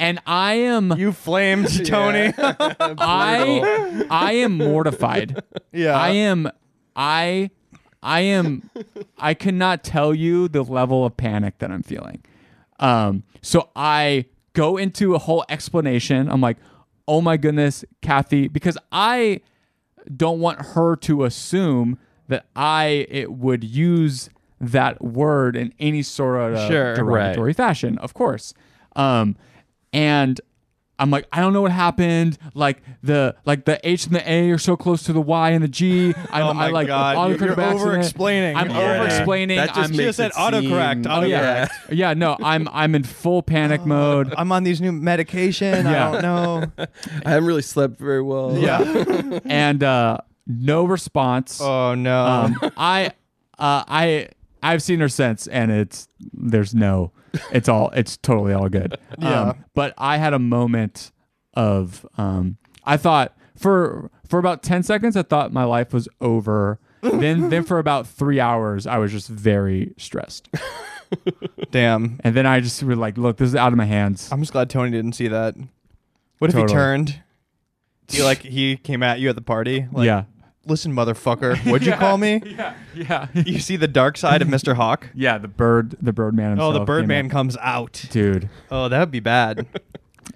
Speaker 2: And I am
Speaker 1: You flamed Tony.
Speaker 2: I I am mortified.
Speaker 1: Yeah.
Speaker 2: I am I I am I cannot tell you the level of panic that I'm feeling. Um so I go into a whole explanation. I'm like, "Oh my goodness, Kathy," because I don't want her to assume that I it would use that word in any sort of
Speaker 1: Sure.
Speaker 2: derogatory fashion, of course. Um, and I'm like, I don't know what happened. Like the like the H and the A are so close to the Y and the G. I'm,
Speaker 1: Oh my
Speaker 2: I like
Speaker 1: God.
Speaker 2: autocorrect
Speaker 1: You're
Speaker 2: by accident.
Speaker 1: over-explaining
Speaker 2: I'm
Speaker 1: already.
Speaker 2: over explaining.
Speaker 3: That just
Speaker 2: I'm
Speaker 3: makes
Speaker 1: said
Speaker 3: it
Speaker 1: autocorrect.
Speaker 3: seem-
Speaker 1: Auto-
Speaker 2: oh yeah. yeah, No, I'm I'm in full
Speaker 1: Oh,
Speaker 2: panic mode.
Speaker 1: I'm on these new medication.
Speaker 2: Yeah.
Speaker 1: I don't know.
Speaker 3: I haven't really slept very well.
Speaker 2: Yeah, and uh, no response.
Speaker 1: Oh no.
Speaker 2: um, I, uh, I, I've seen her since, and it's there's no, it's all it's totally all good.
Speaker 1: Yeah.
Speaker 2: Um, but I had a moment of, um, I thought for for about ten seconds, I thought my life was over. then then for about three hours, I was just very stressed,
Speaker 1: Damn.
Speaker 2: and then I just was like, look, this is out of my hands.
Speaker 1: I'm just glad Tony didn't see that. What if he
Speaker 2: Totally.
Speaker 1: turned? He like he came at you at the party. Like,
Speaker 2: yeah.
Speaker 1: Listen, motherfucker. What'd you call me?
Speaker 2: Yeah, yeah,
Speaker 1: You see the dark side of Mr. Hawk?
Speaker 2: yeah. The bird, the birdman.
Speaker 1: Oh,
Speaker 2: Himself
Speaker 1: the
Speaker 2: came
Speaker 1: Birdman
Speaker 2: up.
Speaker 1: comes out.
Speaker 2: dude.
Speaker 1: Oh, that would be bad.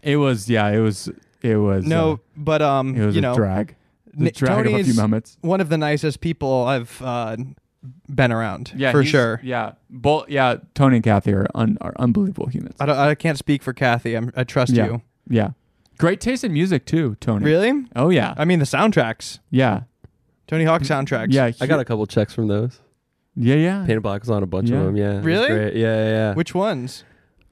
Speaker 2: It was, yeah, it was, it was. uh,
Speaker 1: No, but um,
Speaker 2: It was
Speaker 1: you
Speaker 2: a
Speaker 1: know,
Speaker 2: drag. The
Speaker 1: Ni-
Speaker 2: drag of a few
Speaker 1: Tony's-
Speaker 2: moments.
Speaker 1: one of the nicest people I've uh, been around. for
Speaker 2: he's-
Speaker 1: sure.
Speaker 2: Yeah, both. Yeah, Tony and Kathy are, un, are unbelievable humans.
Speaker 1: I, don't, I can't speak for Kathy. I'm, I trust
Speaker 2: yeah,
Speaker 1: you.
Speaker 2: yeah. Great taste in music too, Tony.
Speaker 1: Really?
Speaker 2: Oh yeah,
Speaker 1: I mean, the soundtracks.
Speaker 2: yeah,
Speaker 1: Tony Hawk soundtracks.
Speaker 2: Mm, yeah.
Speaker 3: I got a couple checks from those.
Speaker 2: yeah, yeah.
Speaker 3: Painted box on a bunch
Speaker 2: Yeah.
Speaker 3: of them. Yeah. it was
Speaker 1: Really?
Speaker 3: great. Yeah, yeah, yeah.
Speaker 1: Which ones?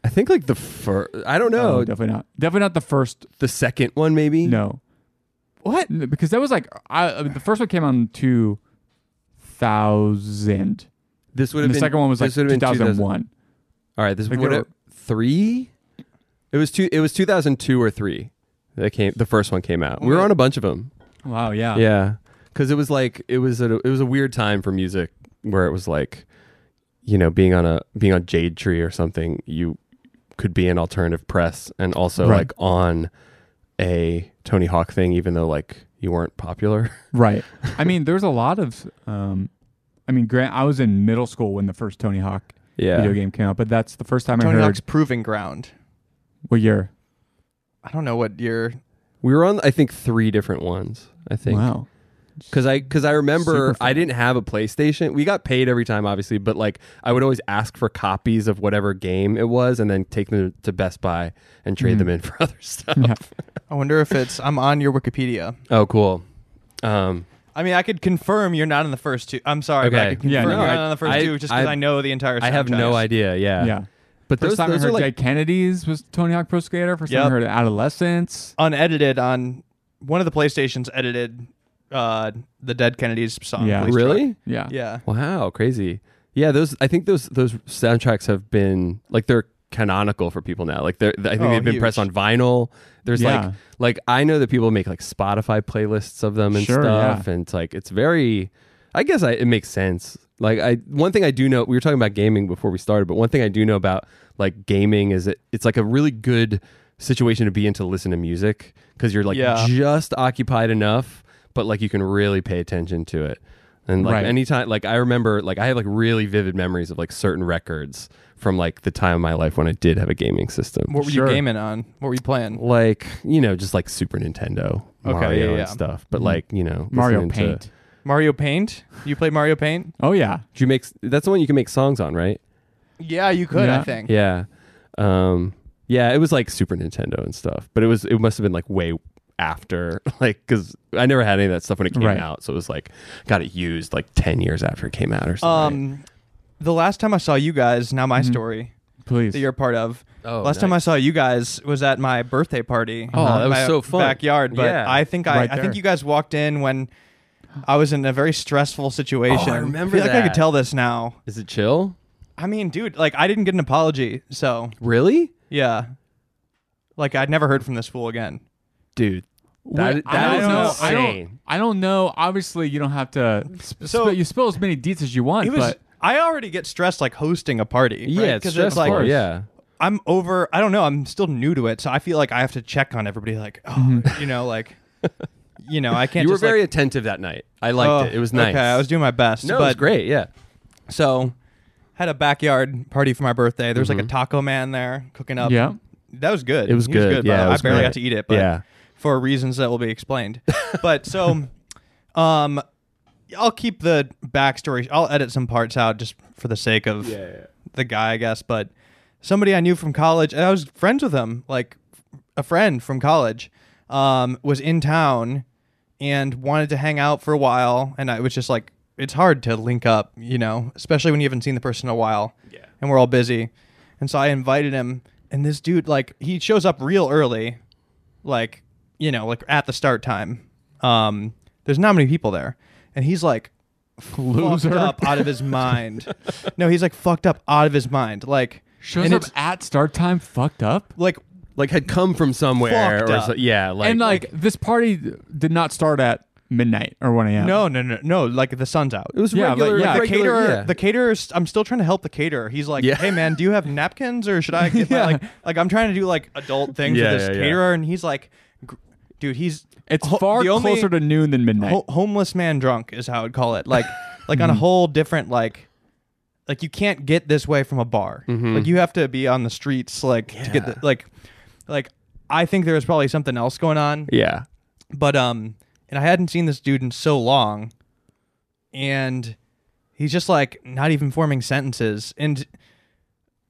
Speaker 3: I think like the first. I don't know.
Speaker 2: Oh, definitely not. Definitely not the first.
Speaker 3: the second one maybe.
Speaker 2: No,
Speaker 1: What?
Speaker 2: N- because that was like I, I mean, the first one came out in two thousand,
Speaker 3: This would
Speaker 2: and the
Speaker 3: have been
Speaker 2: second one was like
Speaker 3: this
Speaker 2: two
Speaker 3: would've been
Speaker 2: thousand one.
Speaker 3: All right, this
Speaker 2: Like,
Speaker 3: would
Speaker 2: they
Speaker 3: what
Speaker 2: were-
Speaker 3: it- three. It was two. It was two thousand two or three. That came. The first one came out. We were on a bunch of them.
Speaker 2: Wow. Yeah.
Speaker 3: Yeah, because it was like it was a it was a weird time for music where it was like, you know, being on a being on Jade Tree or something. You could be an alternative press and also
Speaker 2: Right.
Speaker 3: like on a Tony Hawk thing, even though like you weren't popular.
Speaker 2: Right. I mean, there's a lot of. Um, I mean, Grant, I was in middle school when the first Tony Hawk video game came out, but that's the first time I
Speaker 1: Tony
Speaker 2: heard.
Speaker 1: Hawk's Proving Ground.
Speaker 2: What year?
Speaker 1: I don't know what year.
Speaker 3: we were on I think three different ones. I think.
Speaker 2: Wow.
Speaker 3: Because I, because I remember
Speaker 2: Super
Speaker 3: I didn't have a PlayStation. We got paid every time, obviously, but like I would always ask for copies of whatever game it was, and then take them to Best Buy and trade them in for other stuff.
Speaker 2: Mm. Yeah.
Speaker 1: I wonder if it's. I'm on your Wikipedia.
Speaker 3: Oh, cool. Um,
Speaker 1: I mean, I could confirm you're not in the first two. I'm sorry, but I
Speaker 3: Okay.
Speaker 1: could
Speaker 2: Yeah,
Speaker 1: confirm
Speaker 2: no,
Speaker 1: you're
Speaker 3: I-
Speaker 1: not in the first
Speaker 3: I-
Speaker 1: two just because I,
Speaker 3: I-
Speaker 1: know the entire.
Speaker 3: I have no
Speaker 1: soundtracks.
Speaker 3: idea. Yeah,
Speaker 2: Yeah.
Speaker 3: But
Speaker 2: First
Speaker 3: those,
Speaker 2: time I
Speaker 3: those are
Speaker 2: heard
Speaker 3: like
Speaker 2: Jay Kennedy's was Tony Hawk Pro Skater. First time
Speaker 1: Yep.
Speaker 2: I heard Adolescence.
Speaker 1: Unedited on one of the PlayStations edited uh, the Dead Kennedys song.
Speaker 2: Yeah.
Speaker 1: Police
Speaker 3: really.
Speaker 2: Yeah.
Speaker 1: Truck. Yeah.
Speaker 3: Wow, crazy. Yeah, those I think those those soundtracks have been like they're canonical for people now. Like they're, I think
Speaker 1: Oh,
Speaker 3: they've been pressed
Speaker 1: huge.
Speaker 3: on vinyl. There's
Speaker 2: Yeah.
Speaker 3: like like I know that people make like Spotify playlists of them and
Speaker 2: Sure,
Speaker 3: stuff, and it's like it's very. I guess I, it makes sense. Like I one thing I do know we were talking about gaming before we started, but one thing I do know about like gaming is it it's like a really good situation to be in to listen to music because you're like
Speaker 1: Yeah.
Speaker 3: just occupied enough, but like you can really pay attention to it. And like
Speaker 2: Right.
Speaker 3: anytime, like I remember, like I have like really vivid memories of like certain records from like the time of my life when I did have a gaming system.
Speaker 1: What were
Speaker 2: Sure.
Speaker 1: you gaming on? What were you playing?
Speaker 3: Like you know, just like Super Nintendo,
Speaker 1: Okay,
Speaker 3: Mario
Speaker 1: yeah, Mm-hmm. yeah.
Speaker 3: and stuff. But like you know,
Speaker 2: Mario
Speaker 3: listening to-
Speaker 2: Paint.
Speaker 1: Mario Paint? You play Mario Paint?
Speaker 2: Oh yeah.
Speaker 3: Do you make that's the one you can make songs on, right?
Speaker 1: Yeah, you could.
Speaker 2: Yeah.
Speaker 1: I think.
Speaker 3: Yeah, um, yeah. It was like Super Nintendo and stuff, but it was it must have been like way after, like because I never had any of that stuff when it came
Speaker 2: Right.
Speaker 3: out, so it was like got it used like ten years after it came out or something.
Speaker 1: Um, the last time I saw you guys, now my story
Speaker 2: Please.
Speaker 1: that you're a part of.
Speaker 3: Mm-hmm. Oh,
Speaker 1: last time I
Speaker 3: nice.
Speaker 1: saw you guys was at my birthday party.
Speaker 3: Oh,
Speaker 1: in
Speaker 3: that was
Speaker 1: my
Speaker 3: so fun.
Speaker 1: Backyard, but
Speaker 3: Yeah.
Speaker 1: I think I,
Speaker 2: Right
Speaker 1: I
Speaker 2: there.
Speaker 1: think you guys walked in when I was in a very stressful situation.
Speaker 3: Oh, I remember
Speaker 1: feel like I
Speaker 3: that.
Speaker 1: could tell this now.
Speaker 3: Is it chill?
Speaker 1: I mean, dude, like I didn't get an apology, so
Speaker 3: Really?
Speaker 1: yeah. Like I'd never heard from this fool again.
Speaker 3: Dude. That,
Speaker 2: Wait,
Speaker 3: that
Speaker 2: I
Speaker 3: is
Speaker 2: don't know. I don't,
Speaker 3: insane.
Speaker 2: I don't know. Obviously, you don't have to. Sp-
Speaker 1: So-
Speaker 2: sp- you spill as many deets as you want,
Speaker 1: He was.
Speaker 2: but
Speaker 1: I already get stressed like hosting a party.
Speaker 3: Yeah,
Speaker 1: because
Speaker 3: stressful.
Speaker 1: it's like
Speaker 2: course.
Speaker 3: yeah.
Speaker 1: I'm over. I don't know. I'm still new to it, so I feel like I have to check on everybody. Like, oh, you know, like, you know, I can't.
Speaker 3: Mm-hmm. You were
Speaker 1: just, like,
Speaker 3: very attentive that night. I liked
Speaker 1: oh,
Speaker 3: it. It was nice.
Speaker 1: Okay, I was doing my best.
Speaker 3: no,
Speaker 1: but
Speaker 3: it was great. Yeah.
Speaker 1: So, had a backyard party for my birthday. There was like a taco man there cooking up.
Speaker 2: Yeah.
Speaker 1: that was good.
Speaker 3: Mm-hmm. It was
Speaker 1: He
Speaker 3: good.
Speaker 1: by
Speaker 3: Yeah,
Speaker 1: the
Speaker 3: it
Speaker 1: way.
Speaker 3: was
Speaker 1: I barely
Speaker 3: great.
Speaker 1: got to eat it, but
Speaker 3: Yeah.
Speaker 1: for reasons that will be explained. but so, um, I'll keep the backstory. I'll edit some parts out just for the sake of the guy, I guess. But somebody I knew from college, and I was friends with him, like a friend from college, um, was in town and wanted to hang out for a while. And I was just like, it's hard to link up, you know, especially when you haven't seen the person in a while. Yeah. And we're all busy. And so I invited him, and this dude, like, he shows up real early, like, you know, like at the start time. Um, there's not many people there. And he's like,
Speaker 2: Loser.
Speaker 1: fucked up out of his mind. no, he's like fucked up out of his mind. Like
Speaker 2: shows
Speaker 1: and
Speaker 2: up
Speaker 1: it's
Speaker 2: at start time fucked up.
Speaker 1: like
Speaker 3: Like had come from somewhere.
Speaker 1: Fucked
Speaker 3: or
Speaker 1: up.
Speaker 3: so- yeah. Like,
Speaker 2: and like, this party did not start at midnight or 1 a.m.
Speaker 1: no, no, no, no. Like the sun's out.
Speaker 3: it was
Speaker 2: yeah, like,
Speaker 3: regular.
Speaker 2: yeah.
Speaker 3: like,
Speaker 1: the
Speaker 3: regular-
Speaker 1: caterer,
Speaker 3: yeah.
Speaker 1: the caterer. I'm still trying to help the caterer. He's like,
Speaker 3: Yeah.
Speaker 1: "Hey, man, do you have napkins or should I get my,
Speaker 2: Yeah.
Speaker 1: like like I'm trying to do like adult things with
Speaker 3: Yeah,
Speaker 1: this
Speaker 3: yeah, yeah.
Speaker 1: caterer?" And he's like, gr- "Dude, he's
Speaker 2: It's
Speaker 1: ho-
Speaker 2: far
Speaker 1: the only
Speaker 2: closer to noon than midnight.
Speaker 1: ho- homeless man drunk is how I'd call it. Like like on a whole different like." Like you can't get this way from a bar. Like you have to be on the streets, like to get the, like, like I think there was probably something else going on.
Speaker 3: yeah.
Speaker 1: but um and i hadn't seen this dude in so long and he's just like not even forming sentences and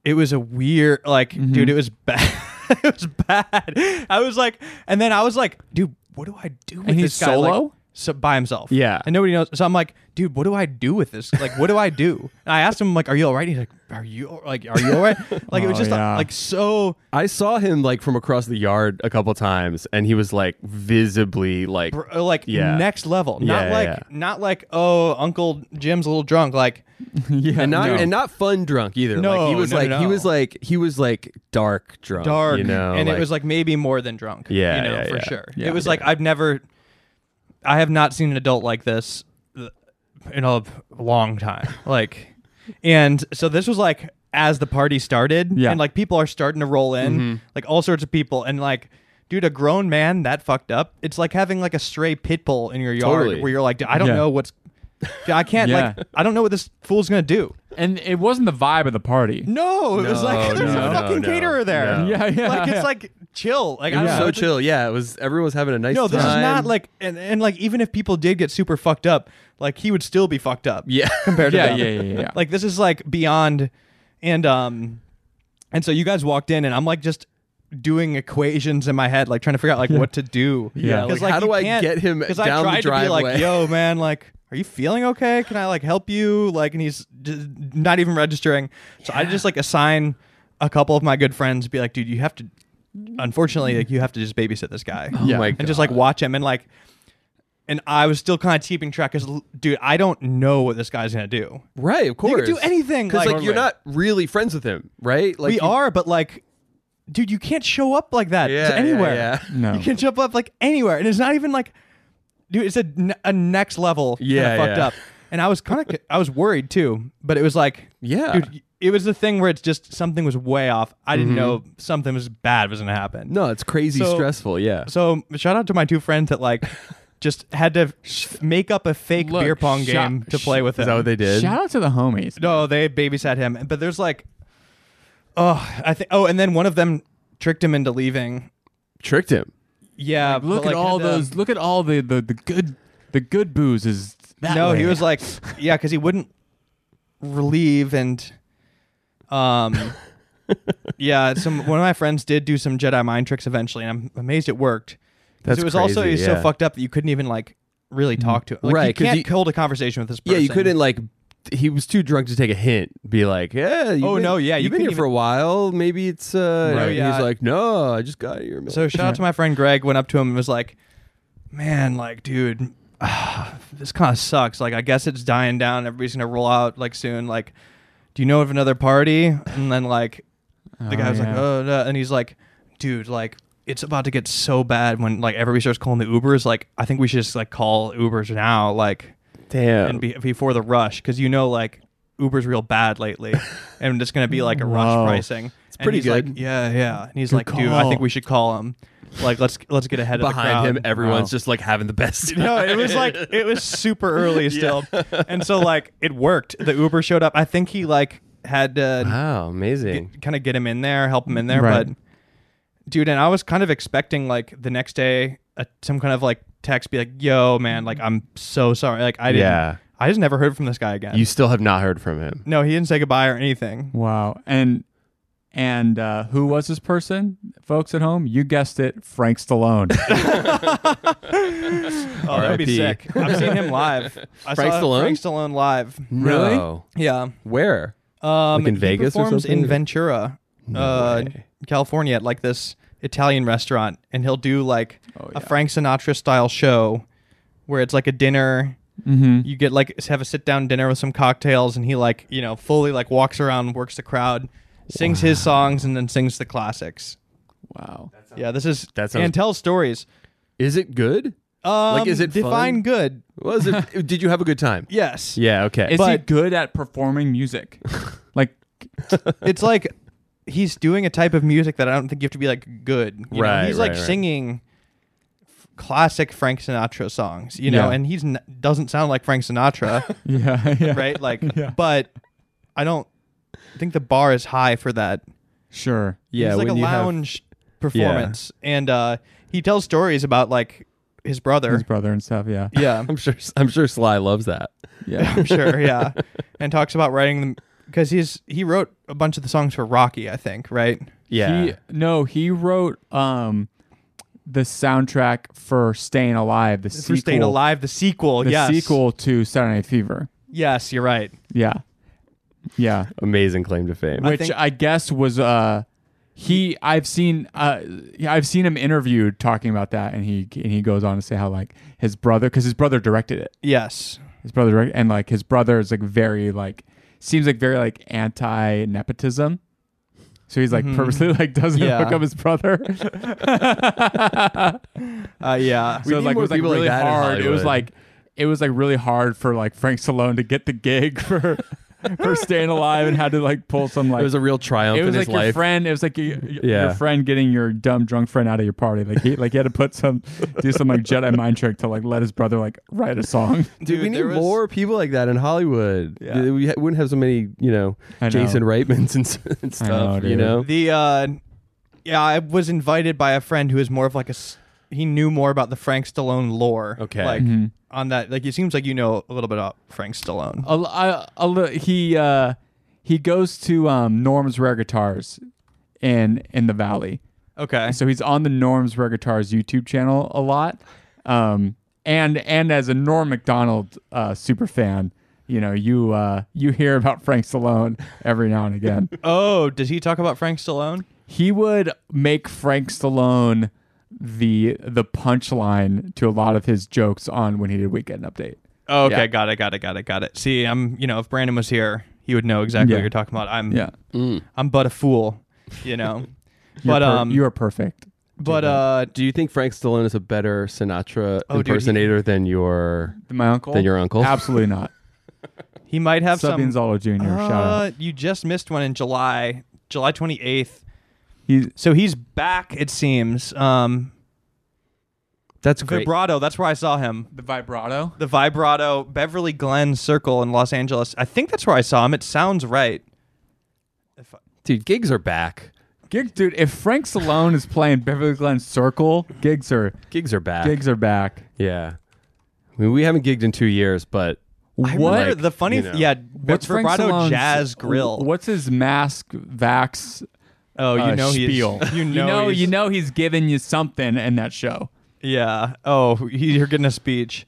Speaker 1: it was a weird like
Speaker 2: Mm-hmm.
Speaker 1: dude it was bad it was bad i was like and then i was like dude what do i do with
Speaker 2: And
Speaker 1: this
Speaker 2: he's
Speaker 1: guy like,
Speaker 2: solo?
Speaker 1: so by himself
Speaker 3: Yeah.
Speaker 1: and nobody knows so i'm like dude what do i do with this like what do i do and i asked him like are you all right he's like are you like are you all right like it was
Speaker 2: Oh,
Speaker 1: just
Speaker 2: yeah.
Speaker 1: like so
Speaker 3: I saw him like from across the yard a couple times and he was like visibly like
Speaker 1: br- uh, like
Speaker 3: Yeah.
Speaker 1: next level. Not
Speaker 3: Yeah,
Speaker 1: like
Speaker 3: yeah.
Speaker 1: not like oh Uncle Jim's a little drunk. Like
Speaker 2: yeah,
Speaker 3: and not
Speaker 2: no.
Speaker 3: and not fun drunk either.
Speaker 1: No,
Speaker 3: like he was
Speaker 1: no,
Speaker 3: like
Speaker 1: no,
Speaker 3: he
Speaker 1: no.
Speaker 3: was like he was like dark drunk.
Speaker 1: dark,
Speaker 3: You know,
Speaker 1: and it was like maybe more than drunk.
Speaker 3: Yeah,
Speaker 1: you know
Speaker 3: yeah,
Speaker 1: for
Speaker 3: yeah.
Speaker 1: sure.
Speaker 2: Yeah,
Speaker 1: it was like I've never, I have not seen an adult like this th- in a long time. Like, and so this was like as the party started,
Speaker 2: Yeah.
Speaker 1: and like people are starting to roll in,
Speaker 3: Mm-hmm.
Speaker 1: like all sorts of people, and like. Dude, a grown man that fucked up. It's like having like a stray pit bull in your yard,
Speaker 3: Totally.
Speaker 1: where you're like, I don't
Speaker 2: Yeah.
Speaker 1: know what's, I can't
Speaker 2: Yeah.
Speaker 1: like, I don't know what this fool's gonna do.
Speaker 2: And it wasn't the vibe of the party.
Speaker 1: No, it was
Speaker 3: No,
Speaker 1: like there's
Speaker 3: no,
Speaker 1: a fucking
Speaker 3: no,
Speaker 1: caterer there.
Speaker 3: no.
Speaker 2: Yeah, yeah,
Speaker 1: Like
Speaker 2: yeah.
Speaker 1: it's like chill. Like
Speaker 3: It
Speaker 1: I
Speaker 3: was
Speaker 1: don't know.
Speaker 3: so
Speaker 1: It's like-
Speaker 3: chill. Yeah, it was. Everyone was having a nice
Speaker 1: No,
Speaker 3: time.
Speaker 1: this is not like and, and like even if people did get super fucked up, like he would still be fucked up.
Speaker 3: Yeah.
Speaker 1: Compared to
Speaker 2: Yeah,
Speaker 1: them.
Speaker 2: yeah, yeah, yeah.
Speaker 1: Like this is like beyond and um and so you guys walked in and I'm like just doing equations in my head, like trying to figure out like what to do.
Speaker 2: Yeah.
Speaker 1: Because
Speaker 3: Like, how
Speaker 1: you
Speaker 3: do I
Speaker 1: can't-
Speaker 3: get him
Speaker 1: 'cause
Speaker 3: down
Speaker 1: I
Speaker 3: the
Speaker 1: tried to be like,
Speaker 3: driveway?
Speaker 1: yo, man, like, are you feeling okay? Can I like help you? Like, and he's just not even registering. So I just like assign a couple of my good friends, be like, dude, you have to. Unfortunately, like you have to just babysit this guy
Speaker 3: Oh my
Speaker 1: and just like watch him and like and I was still kind of keeping track because, dude, I don't know what this guy's gonna do.
Speaker 3: Right, of course.
Speaker 1: could do anything,
Speaker 3: because
Speaker 1: like-
Speaker 3: like, you're
Speaker 1: Totally.
Speaker 3: not really friends with him, right? Like
Speaker 1: we
Speaker 3: you-
Speaker 1: are, but like, dude, you can't show up like that
Speaker 3: Yeah, yeah,
Speaker 1: to anywhere.
Speaker 3: yeah.
Speaker 2: No.
Speaker 1: You can't show up like anywhere, and it's not even like, dude, it's a, n- a next level
Speaker 3: Yeah,
Speaker 1: kind of fucked
Speaker 3: yeah.
Speaker 1: up. And I was kind of I was worried too, but it was like,
Speaker 3: Yeah.
Speaker 1: dude, it was the thing where it's just something was way off. I
Speaker 3: Mm-hmm.
Speaker 1: didn't know something was bad was gonna happen.
Speaker 3: No, it's crazy
Speaker 1: So-
Speaker 3: stressful. Yeah.
Speaker 1: So shout out to my two friends that like. Just had to f- make up a fake
Speaker 2: Look,
Speaker 1: beer pong
Speaker 2: shou-
Speaker 1: game to
Speaker 2: sh-
Speaker 1: play with
Speaker 3: Is
Speaker 1: him.
Speaker 3: that what they did?
Speaker 2: Shout out to the homies.
Speaker 1: No, they babysat him. But there's like, oh, I think. Oh, and then one of them tricked him into leaving.
Speaker 3: Tricked him.
Speaker 1: Yeah, but,
Speaker 2: Look
Speaker 1: like,
Speaker 2: at all
Speaker 1: had to-
Speaker 2: those. Look at all the, the the good the good booze is that
Speaker 1: no, he
Speaker 2: way.
Speaker 1: was like, yeah, because he wouldn't leave, and um, yeah, some one of my friends did do some Jedi mind tricks eventually, and I'm amazed it worked. 'Cause
Speaker 3: That's
Speaker 1: it was also
Speaker 3: crazy,
Speaker 1: he's
Speaker 3: yeah.
Speaker 1: so fucked up that you couldn't even like really talk to him. Like,
Speaker 3: Right,
Speaker 1: you
Speaker 3: 'cause
Speaker 1: can't
Speaker 3: he-
Speaker 1: hold a conversation with this
Speaker 3: Yeah,
Speaker 1: person.
Speaker 3: you couldn't like. He was too drunk to take a hint. Be like, yeah. You've
Speaker 1: Oh,
Speaker 3: been-
Speaker 1: no, yeah, you
Speaker 3: You've been here
Speaker 1: couldn't
Speaker 3: for a while. Maybe it's. uh
Speaker 1: Right.
Speaker 3: and
Speaker 1: Yeah.
Speaker 3: He's like, no, I just got here. man."
Speaker 1: So shout out to my friend Greg. Went up to him and was like, "Man, like, dude, this kind of sucks. Like, I guess it's dying down. Everybody's gonna roll out like soon. Like, do you know of another party?" And then like, the guy was like,
Speaker 2: yeah.
Speaker 1: "Oh," no. and he's like, "Dude, like." It's about to get so bad when like everybody starts calling the Ubers. Like I think we should just like call Ubers now, like
Speaker 3: damn.
Speaker 1: and be, before the rush, because you know like Uber's real bad lately, and it's gonna be like a rush
Speaker 2: Whoa.
Speaker 1: pricing. It's
Speaker 3: pretty
Speaker 1: Like,
Speaker 3: good.
Speaker 1: yeah, yeah. And he's like, dude,
Speaker 2: call.
Speaker 1: I think we should call him. Like, let's let's get ahead of the crowd.
Speaker 3: Behind him, everyone's
Speaker 2: Wow.
Speaker 3: just like having the best.
Speaker 1: No, it was like it was super early still, and so like it worked. The Uber showed up. I think he like had to
Speaker 3: wow, amazing.
Speaker 1: kind of get him in there, help him in there.
Speaker 2: Right.
Speaker 1: But dude, and I was kind of expecting like the next day a, some kind of like text, be like, "Yo, man, like I'm so sorry, like I didn't,
Speaker 3: Yeah.
Speaker 1: I just never heard from this guy again."
Speaker 3: You still have not heard from him.
Speaker 1: no, he didn't say goodbye or anything.
Speaker 2: Wow. And and uh, who was this person, folks at home? You guessed it, Frank Stallone.
Speaker 1: Oh, that would be
Speaker 3: R.I.P..
Speaker 1: sick. I've seen him live. I
Speaker 3: Frank
Speaker 1: saw
Speaker 3: Stallone?
Speaker 1: Frank Stallone live.
Speaker 2: Really?
Speaker 3: No.
Speaker 1: Yeah.
Speaker 3: Where?
Speaker 1: Um,
Speaker 3: Like in
Speaker 1: he
Speaker 3: Vegas or
Speaker 1: performs
Speaker 3: something?
Speaker 1: in Ventura, uh,
Speaker 3: way.
Speaker 1: California, at like this Italian restaurant, and he'll do like
Speaker 2: Oh,
Speaker 1: a
Speaker 2: yeah.
Speaker 1: Frank Sinatra style show, where it's like a dinner.
Speaker 2: mm-hmm.
Speaker 1: You get like have a sit down dinner with some cocktails, and he like you know fully like walks around, works the crowd, sings his songs, and then sings the classics.
Speaker 2: Wow.
Speaker 1: Yeah, this is
Speaker 3: That sounds-
Speaker 1: and tells stories.
Speaker 3: Is it good?
Speaker 1: Um,
Speaker 3: is it
Speaker 1: define
Speaker 3: fun?
Speaker 1: good?
Speaker 3: Was it? did you have a good time?
Speaker 1: Yes,
Speaker 3: Yeah. Okay.
Speaker 2: Is he
Speaker 1: But-
Speaker 2: good at performing music? like,
Speaker 1: it's like he's doing a type of music that I don't think you have to be like good. You
Speaker 3: Right,
Speaker 1: Know? He's like
Speaker 3: right, right.
Speaker 1: singing f- classic Frank Sinatra songs, you know,
Speaker 2: Yeah.
Speaker 1: and he's n- doesn't sound like Frank Sinatra,
Speaker 2: yeah, yeah.
Speaker 1: right? Like, but I don't think the bar is high for that.
Speaker 2: Sure.
Speaker 3: yeah.
Speaker 1: he's like a
Speaker 3: when you have-
Speaker 1: lounge performance, and uh, he tells stories about like his brother.
Speaker 2: His brother and stuff. Yeah.
Speaker 1: yeah,
Speaker 3: I'm sure. I'm sure Sly loves that.
Speaker 2: Yeah.
Speaker 1: I'm sure. Yeah, and talks about writing them because he's he wrote a bunch of the songs for Rocky, I think, right?
Speaker 3: Yeah.
Speaker 2: He, no, he wrote um the soundtrack for Staying Alive. The
Speaker 1: For
Speaker 2: sequel.
Speaker 1: Staying Alive, the sequel.
Speaker 2: The
Speaker 1: yes.
Speaker 2: sequel to Saturday Night Fever.
Speaker 1: Yes, you're right.
Speaker 2: Yeah. Yeah.
Speaker 3: Amazing claim to fame.
Speaker 2: which I,
Speaker 1: think-
Speaker 2: guess was uh he I've seen uh yeah, I've seen him interviewed talking about that and he and he goes on to say how like his brother cuz his brother directed it.
Speaker 1: Yes.
Speaker 2: His brother direct, and like his brother is like very like seems like very like anti nepotism. So he's like purposely like doesn't
Speaker 1: Mm-hmm. Yeah.
Speaker 2: hook up his brother.
Speaker 1: Uh, yeah.
Speaker 2: so
Speaker 3: need
Speaker 2: like it
Speaker 3: more
Speaker 2: was like
Speaker 3: people like
Speaker 2: really
Speaker 3: that in
Speaker 2: hard. It was
Speaker 3: Hollywood.
Speaker 2: like it was like really hard for like Frank Stallone to get the gig for for staying alive and had to like pull some like
Speaker 3: it was a real triumph
Speaker 2: it was
Speaker 3: in
Speaker 2: like
Speaker 3: his life.
Speaker 2: your friend. It was like your, your,
Speaker 3: Yeah.
Speaker 2: your friend getting your dumb drunk friend out of your party. Like he like he had to put some do some like Jedi mind trick to like let his brother like write a song.
Speaker 3: Dude, we
Speaker 1: Dude,
Speaker 3: need
Speaker 1: there was-
Speaker 3: more people like that in Hollywood.
Speaker 2: Yeah.
Speaker 3: We ha- wouldn't have so many, you know,
Speaker 2: I know.
Speaker 3: Jason Reitmans and, s- and
Speaker 2: I
Speaker 3: stuff.
Speaker 2: know,
Speaker 3: you
Speaker 2: dude.
Speaker 3: know,
Speaker 1: The uh, yeah, I was invited by a friend who is more of like a s- he knew more about the Frank Stallone lore.
Speaker 3: Okay.
Speaker 1: Like
Speaker 2: Mm-hmm.
Speaker 1: on that, like it seems like you know a little bit about Frank Stallone.
Speaker 2: A, I- a li- he uh, he goes to um, Norm's Rare Guitars in in the Valley.
Speaker 1: Okay.
Speaker 2: So he's on the Norm's Rare Guitars YouTube channel a lot. Um, and and as a Norm Macdonald uh, super fan, you know you uh, you hear about Frank Stallone every now and again.
Speaker 1: Oh, does he talk about Frank Stallone?
Speaker 2: he would make Frank Stallone the the punchline to a lot of his jokes on when he did Weekend Update.
Speaker 1: Oh, okay,
Speaker 2: Yeah.
Speaker 1: got it, got it, got it, got it. See, I'm, you know, if Brandon was here, he would know exactly what
Speaker 2: Yeah.
Speaker 1: you're talking about. I'm,
Speaker 2: Yeah,
Speaker 1: I'm but a fool, you know.
Speaker 2: You're
Speaker 1: but
Speaker 2: per-
Speaker 1: um,
Speaker 2: you are perfect.
Speaker 1: but uh,
Speaker 3: Do you think Frank Stallone is a better Sinatra
Speaker 1: Oh, dude, he-
Speaker 3: impersonator than your
Speaker 2: My uncle.
Speaker 3: than your uncle?
Speaker 2: Absolutely not.
Speaker 1: he might have
Speaker 2: Sub
Speaker 1: some.
Speaker 2: Gonzalo Jr. shout out.
Speaker 1: Uh, you just missed one in July, July 28th.
Speaker 2: He's
Speaker 1: So he's back, it seems. Um,
Speaker 3: That's great.
Speaker 1: vibrato. That's where I saw him.
Speaker 2: the vibrato.
Speaker 1: The vibrato, Beverly Glen Circle in Los Angeles. I think that's where I saw him. It sounds right. If I-
Speaker 3: Dude, gigs are back.
Speaker 2: Gig, dude. If Frank Stallone is playing Beverly Glen Circle, gigs are
Speaker 3: Gigs are back.
Speaker 2: gigs are back.
Speaker 3: Yeah. I mean, we haven't gigged in two years, but
Speaker 1: I
Speaker 2: what?
Speaker 1: remember the funny?
Speaker 3: you
Speaker 1: th-
Speaker 3: know.
Speaker 1: yeah,
Speaker 2: What's Frank
Speaker 1: vibrato
Speaker 2: Stallone's-
Speaker 1: jazz grill.
Speaker 2: What's his mask vax?
Speaker 1: oh, you
Speaker 2: uh,
Speaker 1: know he's
Speaker 2: spiel.
Speaker 1: you know
Speaker 2: you know,
Speaker 1: he's-
Speaker 2: you know he's giving you something in that show.
Speaker 1: yeah. Oh, he- you're getting a speech.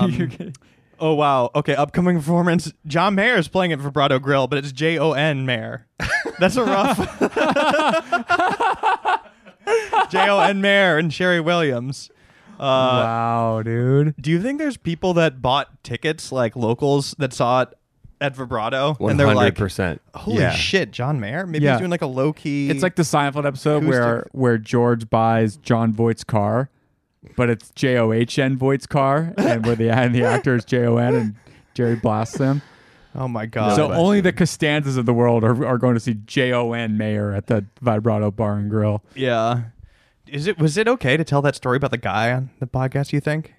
Speaker 1: Um,
Speaker 2: you're getting-
Speaker 1: Oh wow. Okay, upcoming performance. John Mayer is playing at Vibrato Grill, but it's J O N Mayer. That's a rough. J O N Mayer and Sherry Williams. Uh,
Speaker 2: wow, dude.
Speaker 1: Do you think there's people that bought tickets, like locals, that saw it at Vibrato, and they're like,
Speaker 3: percent.
Speaker 1: "Holy shit, John Mayer! Maybe
Speaker 2: Yeah.
Speaker 1: he's doing like a low key."
Speaker 2: It's like the Seinfeld episode where
Speaker 1: Acoustic.
Speaker 2: where George buys John Voight's car, but it's J O H N Voight's car, and where the and the actor is J O N and Jerry blasts him.
Speaker 1: "Oh my god!"
Speaker 2: so
Speaker 3: question.
Speaker 2: only the Costanzas of the world are, are going to see J O N Mayer at the Vibrato Bar and Grill.
Speaker 1: yeah, is it was it okay to tell that story about the guy on the podcast? You think?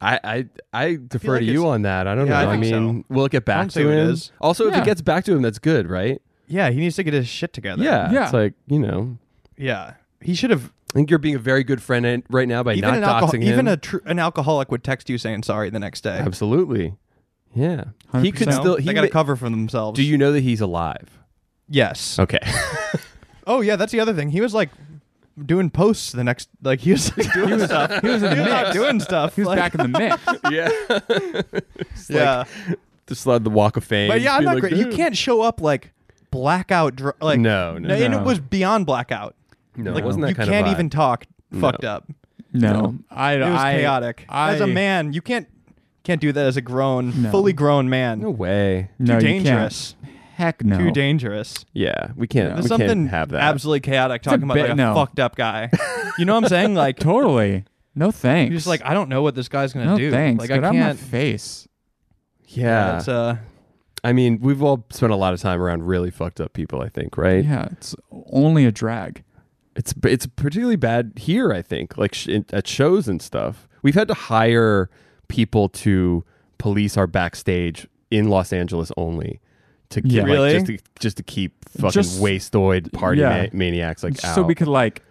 Speaker 3: I, I I defer
Speaker 1: like
Speaker 3: to you
Speaker 1: it's-
Speaker 3: on that. I don't
Speaker 1: Yeah, I
Speaker 3: know. I,
Speaker 1: think
Speaker 3: mean, will it get
Speaker 1: I
Speaker 3: back
Speaker 1: don't see
Speaker 3: to
Speaker 1: what it
Speaker 3: him?
Speaker 1: is.
Speaker 3: Also, if
Speaker 2: Yeah.
Speaker 3: it gets back to him, that's good, right?
Speaker 1: Yeah, he needs to get his shit together.
Speaker 3: Yeah.
Speaker 2: Yeah.
Speaker 3: It's like you know,
Speaker 1: yeah. He should have
Speaker 3: I think you're being a very good friend in- right now by
Speaker 1: even
Speaker 3: not
Speaker 1: an alcohol-
Speaker 3: doxing him.
Speaker 1: even a tr- an alcoholic would text you saying sorry the next day.
Speaker 3: absolutely. Yeah, he could
Speaker 2: 100%.
Speaker 1: No,
Speaker 3: still. He
Speaker 1: they got to
Speaker 3: ma-
Speaker 1: cover for themselves.
Speaker 3: Do you Uh, know that he's alive?
Speaker 1: Yes.
Speaker 3: Okay.
Speaker 1: Oh yeah, that's the other thing. He was like doing posts the next. Like he was like, doing stuff. He was in the out doing stuff.
Speaker 2: He was
Speaker 1: like,
Speaker 2: back in the mix.
Speaker 3: yeah.
Speaker 1: yeah,
Speaker 3: Just led the Walk of Fame.
Speaker 1: but yeah, I'm
Speaker 3: Be
Speaker 1: not
Speaker 3: like,
Speaker 1: great. You
Speaker 3: "Dude."
Speaker 1: can't show up like blackout. Dr- like
Speaker 3: No, no,
Speaker 1: and it
Speaker 2: no.
Speaker 1: was beyond blackout.
Speaker 3: No,
Speaker 1: like
Speaker 3: it wasn't that
Speaker 1: you
Speaker 3: kind
Speaker 1: can't
Speaker 3: of vibe.
Speaker 1: even talk. Fucked up.
Speaker 2: No, I
Speaker 1: It was
Speaker 2: I-
Speaker 1: chaotic.
Speaker 2: I-
Speaker 1: as a man, you can't can't do that as a grown,
Speaker 2: No.
Speaker 1: fully grown man.
Speaker 3: No way.
Speaker 2: no,
Speaker 1: Too
Speaker 2: you can't.
Speaker 1: dangerous.
Speaker 2: Heck no.
Speaker 1: Too dangerous.
Speaker 3: Yeah, we can't.
Speaker 1: There's
Speaker 3: we
Speaker 1: something
Speaker 3: can't have that.
Speaker 1: absolutely chaotic talking about
Speaker 2: bit-
Speaker 1: like a
Speaker 2: no.
Speaker 1: fucked up guy. you know what I'm saying? Like
Speaker 2: Totally. No thanks.
Speaker 1: you're just like I don't know what this guy's gonna
Speaker 2: no
Speaker 1: do.
Speaker 2: thanks.
Speaker 1: Like
Speaker 2: Get
Speaker 1: I
Speaker 2: out of my
Speaker 1: can't.
Speaker 2: face.
Speaker 3: yeah,
Speaker 1: It's, uh,
Speaker 3: I mean, we've all spent a lot of time around really fucked up people. I think, right?
Speaker 2: Yeah, it's only a drag.
Speaker 3: It's it's particularly bad here. I think, like sh- in, at shows and stuff, we've had to hire people to police our backstage in Los Angeles only to keep,
Speaker 2: Yeah.
Speaker 3: like,
Speaker 1: Really?
Speaker 3: just to just to keep fucking
Speaker 2: Just-
Speaker 3: wastoid party
Speaker 2: yeah.
Speaker 3: ma- maniacs like
Speaker 2: so
Speaker 3: out.
Speaker 2: we could like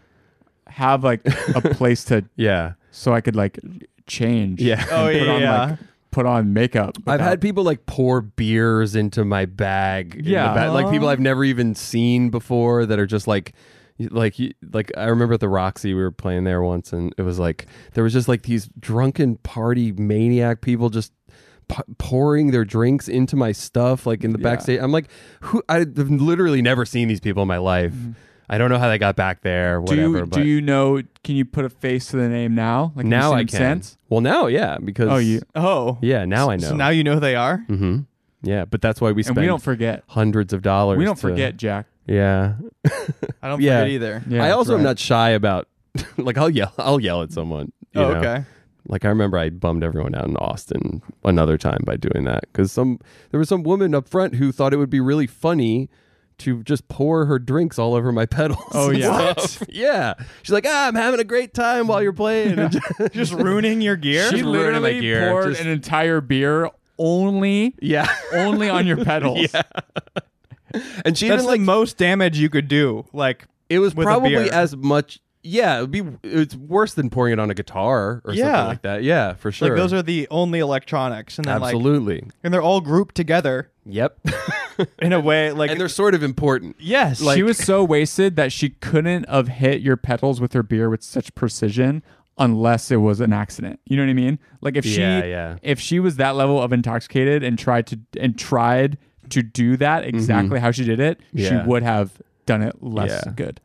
Speaker 2: have like a place to
Speaker 3: yeah,
Speaker 2: so I could like change.
Speaker 3: Yeah.
Speaker 1: oh
Speaker 2: Put
Speaker 1: yeah,
Speaker 2: on
Speaker 1: yeah.
Speaker 2: like put on makeup.
Speaker 3: I've
Speaker 2: without-
Speaker 3: had people like pour beers into my bag. in the
Speaker 2: Yeah.
Speaker 3: ba- like people I've never even seen before that are just like, like, you- like I remember at the Roxy we were playing there once, and it was like there was just like these drunken party maniac people just p- pouring their drinks into my stuff, like in the
Speaker 2: Yeah.
Speaker 3: backstage. I'm like, who? I've literally never seen these people in my life.
Speaker 2: Mm-hmm.
Speaker 3: I don't know how they got back there.
Speaker 2: do
Speaker 3: Whatever.
Speaker 2: you
Speaker 3: but
Speaker 2: do you know can you put a face to the name now? Like have you
Speaker 3: now
Speaker 2: seen
Speaker 3: I
Speaker 2: him
Speaker 3: can.
Speaker 2: since?
Speaker 3: Well, now yeah, because
Speaker 2: Oh you
Speaker 1: Oh
Speaker 3: yeah, now I know.
Speaker 1: So now you know who they are.
Speaker 3: hmm Yeah, but that's why we
Speaker 2: and
Speaker 3: spend.
Speaker 2: we don't forget.
Speaker 3: hundreds of dollars.
Speaker 2: We don't
Speaker 3: to-
Speaker 2: forget, Jack.
Speaker 3: Yeah.
Speaker 1: I don't
Speaker 3: Yeah.
Speaker 1: forget either.
Speaker 2: Yeah,
Speaker 3: I
Speaker 2: that's
Speaker 3: also am
Speaker 2: right.
Speaker 3: not shy about like I'll yell I'll yell at someone. you
Speaker 1: oh
Speaker 3: know?
Speaker 1: okay.
Speaker 3: Like I remember I bummed everyone out in Austin another time by doing that because some there was some woman up front who thought it would be really funny to just pour her drinks all over my pedals.
Speaker 2: Oh,
Speaker 3: and
Speaker 2: yeah. What?
Speaker 3: stuff. yeah. She's like, ah, I'm having a great time while you're playing. And just-
Speaker 1: Just ruining your gear.
Speaker 2: She
Speaker 3: Just ruining my
Speaker 2: literally
Speaker 3: gear,
Speaker 2: poured
Speaker 3: just-
Speaker 2: an entire beer only
Speaker 3: yeah.
Speaker 2: only on your pedals.
Speaker 3: Yeah. And she
Speaker 1: That's
Speaker 3: didn't like
Speaker 1: the most damage you could do. Like
Speaker 3: It was
Speaker 1: with a
Speaker 3: probably
Speaker 1: beer.
Speaker 3: as much. Yeah, it'd be. It's worse than pouring it on a guitar or
Speaker 1: Yeah.
Speaker 3: something like that. Yeah, for sure.
Speaker 1: like those are the only electronics, and then like
Speaker 3: absolutely.
Speaker 1: and they're all grouped together
Speaker 3: yep.
Speaker 1: in a way. Like
Speaker 3: and they're sort of important.
Speaker 1: yes,
Speaker 2: she was so wasted that she couldn't have hit your pedals with her beer with such precision unless it was an accident. You know what I mean? Like if
Speaker 3: Yeah,
Speaker 2: she
Speaker 3: yeah.
Speaker 2: if she was that level of intoxicated and tried to and tried to do that exactly how she did it,
Speaker 3: Mm-hmm. Yeah.
Speaker 2: she would have done it less
Speaker 3: Oh, Yeah.
Speaker 2: good.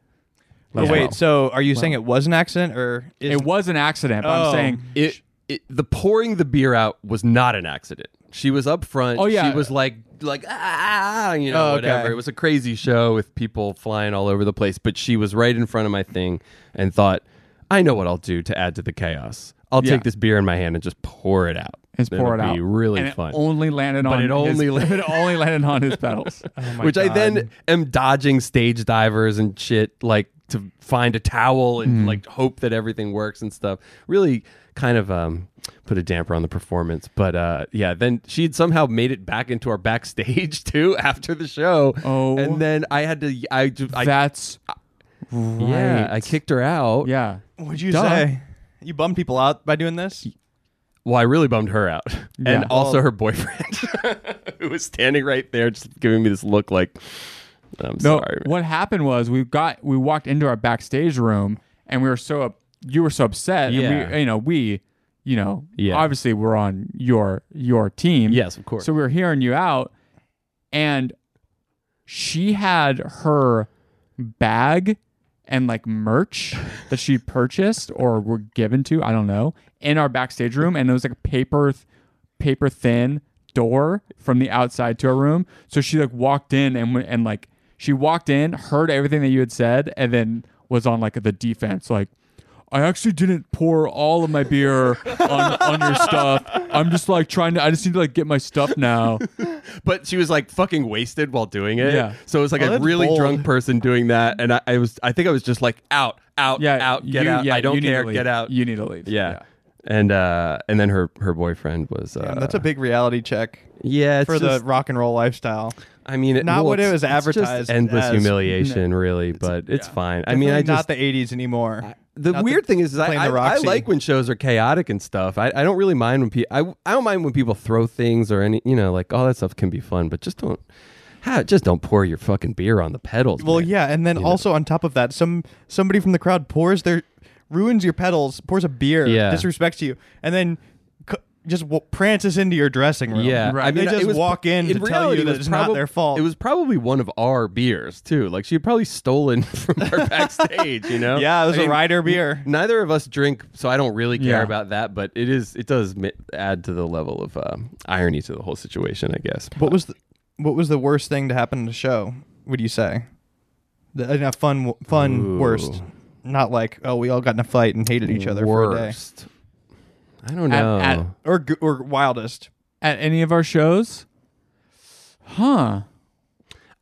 Speaker 1: But
Speaker 2: as
Speaker 1: wait,
Speaker 2: well.
Speaker 1: so are you saying it was an accident or is
Speaker 2: it was an accident. But
Speaker 1: Oh.
Speaker 2: I'm saying
Speaker 3: It, it the pouring the beer out was not an accident. She was up front.
Speaker 2: Oh, yeah.
Speaker 3: she was like like ah you know
Speaker 1: Oh, okay.
Speaker 3: whatever. It was a crazy show with people flying all over the place, but she was right in front of my thing and thought, I know what I'll do to add to the chaos. I'll
Speaker 2: Yeah.
Speaker 3: take this beer in my hand and just pour it out.
Speaker 2: Just pour it
Speaker 3: It'll
Speaker 2: out.
Speaker 3: Be really
Speaker 2: and it
Speaker 3: fun.
Speaker 2: only landed on.
Speaker 3: it only
Speaker 2: his,
Speaker 3: landed-
Speaker 2: it only Oh landed on his pedals.
Speaker 3: which I then am dodging stage divers and shit, like to find a towel and like hope that everything works and stuff. Really kind of um, put a damper on the performance. But uh, yeah, then she'd somehow made it back into our backstage too after the show.
Speaker 2: Oh.
Speaker 3: and then I had to, I, ju- I
Speaker 2: That's right.
Speaker 3: yeah, I kicked her out.
Speaker 2: Yeah.
Speaker 1: would you
Speaker 2: Duh.
Speaker 1: say you bum people out by doing this?
Speaker 3: Well, I really bummed her out, and
Speaker 2: Yeah.
Speaker 3: also her boyfriend, who was standing right there, just giving me this look like, I'm
Speaker 2: No,
Speaker 3: sorry. man."
Speaker 2: what happened was we got we walked into our backstage room and we were so up, you were so upset. And
Speaker 3: Yeah.
Speaker 2: we, you know, we, you know,
Speaker 3: Yeah.
Speaker 2: obviously we're on your your team.
Speaker 3: Yes, of course.
Speaker 2: So we were hearing you out, and she had her bag and like merch that she purchased or were given to, I don't know, in our backstage room, and it was like a paper, th- paper thin door from the outside to our room. So she like walked in and went and like she walked in, heard everything that you had said, and then was on like the defense, like. I actually didn't pour all of my beer on, on your stuff. I'm just like trying to. I just need to like get my stuff now.
Speaker 3: but she was like fucking wasted while doing it.
Speaker 2: Yeah.
Speaker 3: So it was like
Speaker 1: Oh,
Speaker 3: a
Speaker 1: that's
Speaker 3: really
Speaker 1: bold.
Speaker 3: drunk person doing that, and I, I was I think I was just like out, out,
Speaker 2: Yeah,
Speaker 3: out, get
Speaker 2: you-
Speaker 3: out.
Speaker 2: yeah,
Speaker 3: I don't
Speaker 2: you need to
Speaker 3: care,
Speaker 2: leave.
Speaker 3: get out.
Speaker 2: You need to leave.
Speaker 3: yeah. And uh and then her her boyfriend was uh,
Speaker 1: Damn, that's a big reality check
Speaker 3: yeah it's
Speaker 1: for
Speaker 3: just,
Speaker 1: the rock and roll lifestyle.
Speaker 3: I mean it,
Speaker 1: not
Speaker 3: well,
Speaker 1: what it
Speaker 3: it's-
Speaker 1: was
Speaker 3: it's just
Speaker 1: advertised
Speaker 3: endless
Speaker 1: as.
Speaker 3: humiliation really but it's fine I mean
Speaker 1: Definitely
Speaker 3: I
Speaker 1: not
Speaker 3: just
Speaker 1: the '80s anymore.
Speaker 3: the
Speaker 1: Not
Speaker 3: weird
Speaker 1: the-
Speaker 3: thing is, is I,
Speaker 1: playing
Speaker 3: I,
Speaker 1: the
Speaker 3: I
Speaker 1: Roxy.
Speaker 3: like when shows are chaotic and stuff. I, I don't really mind when people I, I don't mind when people throw things or any you know like all that stuff can be fun, but just don't ha- just don't pour your fucking beer on the pedals.
Speaker 1: Well,
Speaker 3: man.
Speaker 1: yeah, and then also on top of that, some somebody from the crowd pours their ruins your pedals, pours a beer,
Speaker 3: Yeah.
Speaker 1: disrespects you, and then c- just w- prances into your dressing room.
Speaker 3: Yeah,
Speaker 2: Right.
Speaker 1: I mean, they just
Speaker 3: it was-
Speaker 1: walk in to tell
Speaker 3: reality,
Speaker 1: you
Speaker 3: it
Speaker 1: that it's
Speaker 3: was probab-
Speaker 1: not their fault.
Speaker 3: It was probably one of our beers too. Like she had probably stolen from our backstage. You know?
Speaker 1: yeah, it was a
Speaker 3: I mean,
Speaker 1: rider beer.
Speaker 3: Neither of us drink, so I don't really care
Speaker 2: Yeah.
Speaker 3: about that. But it is it does mi- add to the level of uh, irony to the whole situation, I guess.
Speaker 1: What was the what was the worst thing to happen in the show? Would you say? The, uh, fun, w- fun
Speaker 3: Ooh.
Speaker 1: worst. Not like oh, we all got in a fight and hated each other for a day,
Speaker 3: worst? I don't know.
Speaker 2: At- at-
Speaker 1: or g- or wildest.
Speaker 2: At any of our shows? Huh.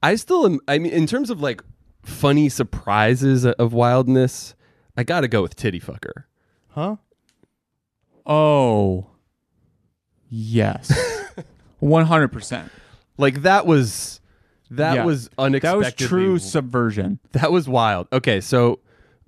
Speaker 3: I still am. I mean, in terms of like funny surprises of wildness, I got to go with titty fucker.
Speaker 1: Huh?
Speaker 2: Oh. Yes. One hundred percent.
Speaker 3: Like that was that
Speaker 2: Yeah.
Speaker 3: was unexpected.
Speaker 2: That was true subversion.
Speaker 3: That was wild. Okay, so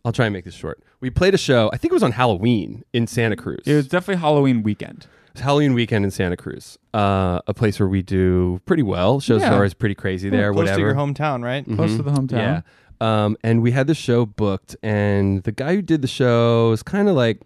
Speaker 3: I'll try and make this short. We played a show. I think it was on Halloween in Santa Cruz.
Speaker 2: It was definitely Halloween weekend.
Speaker 3: It was Halloween weekend in Santa Cruz, uh, a place where we do pretty well. Shows
Speaker 2: Yeah.
Speaker 3: are always pretty crazy there.
Speaker 1: Close
Speaker 3: whatever.
Speaker 1: to your hometown, right?
Speaker 2: Close to the hometown.
Speaker 3: Yeah. Um, and we had the show booked, and the guy who did the show was kind of like,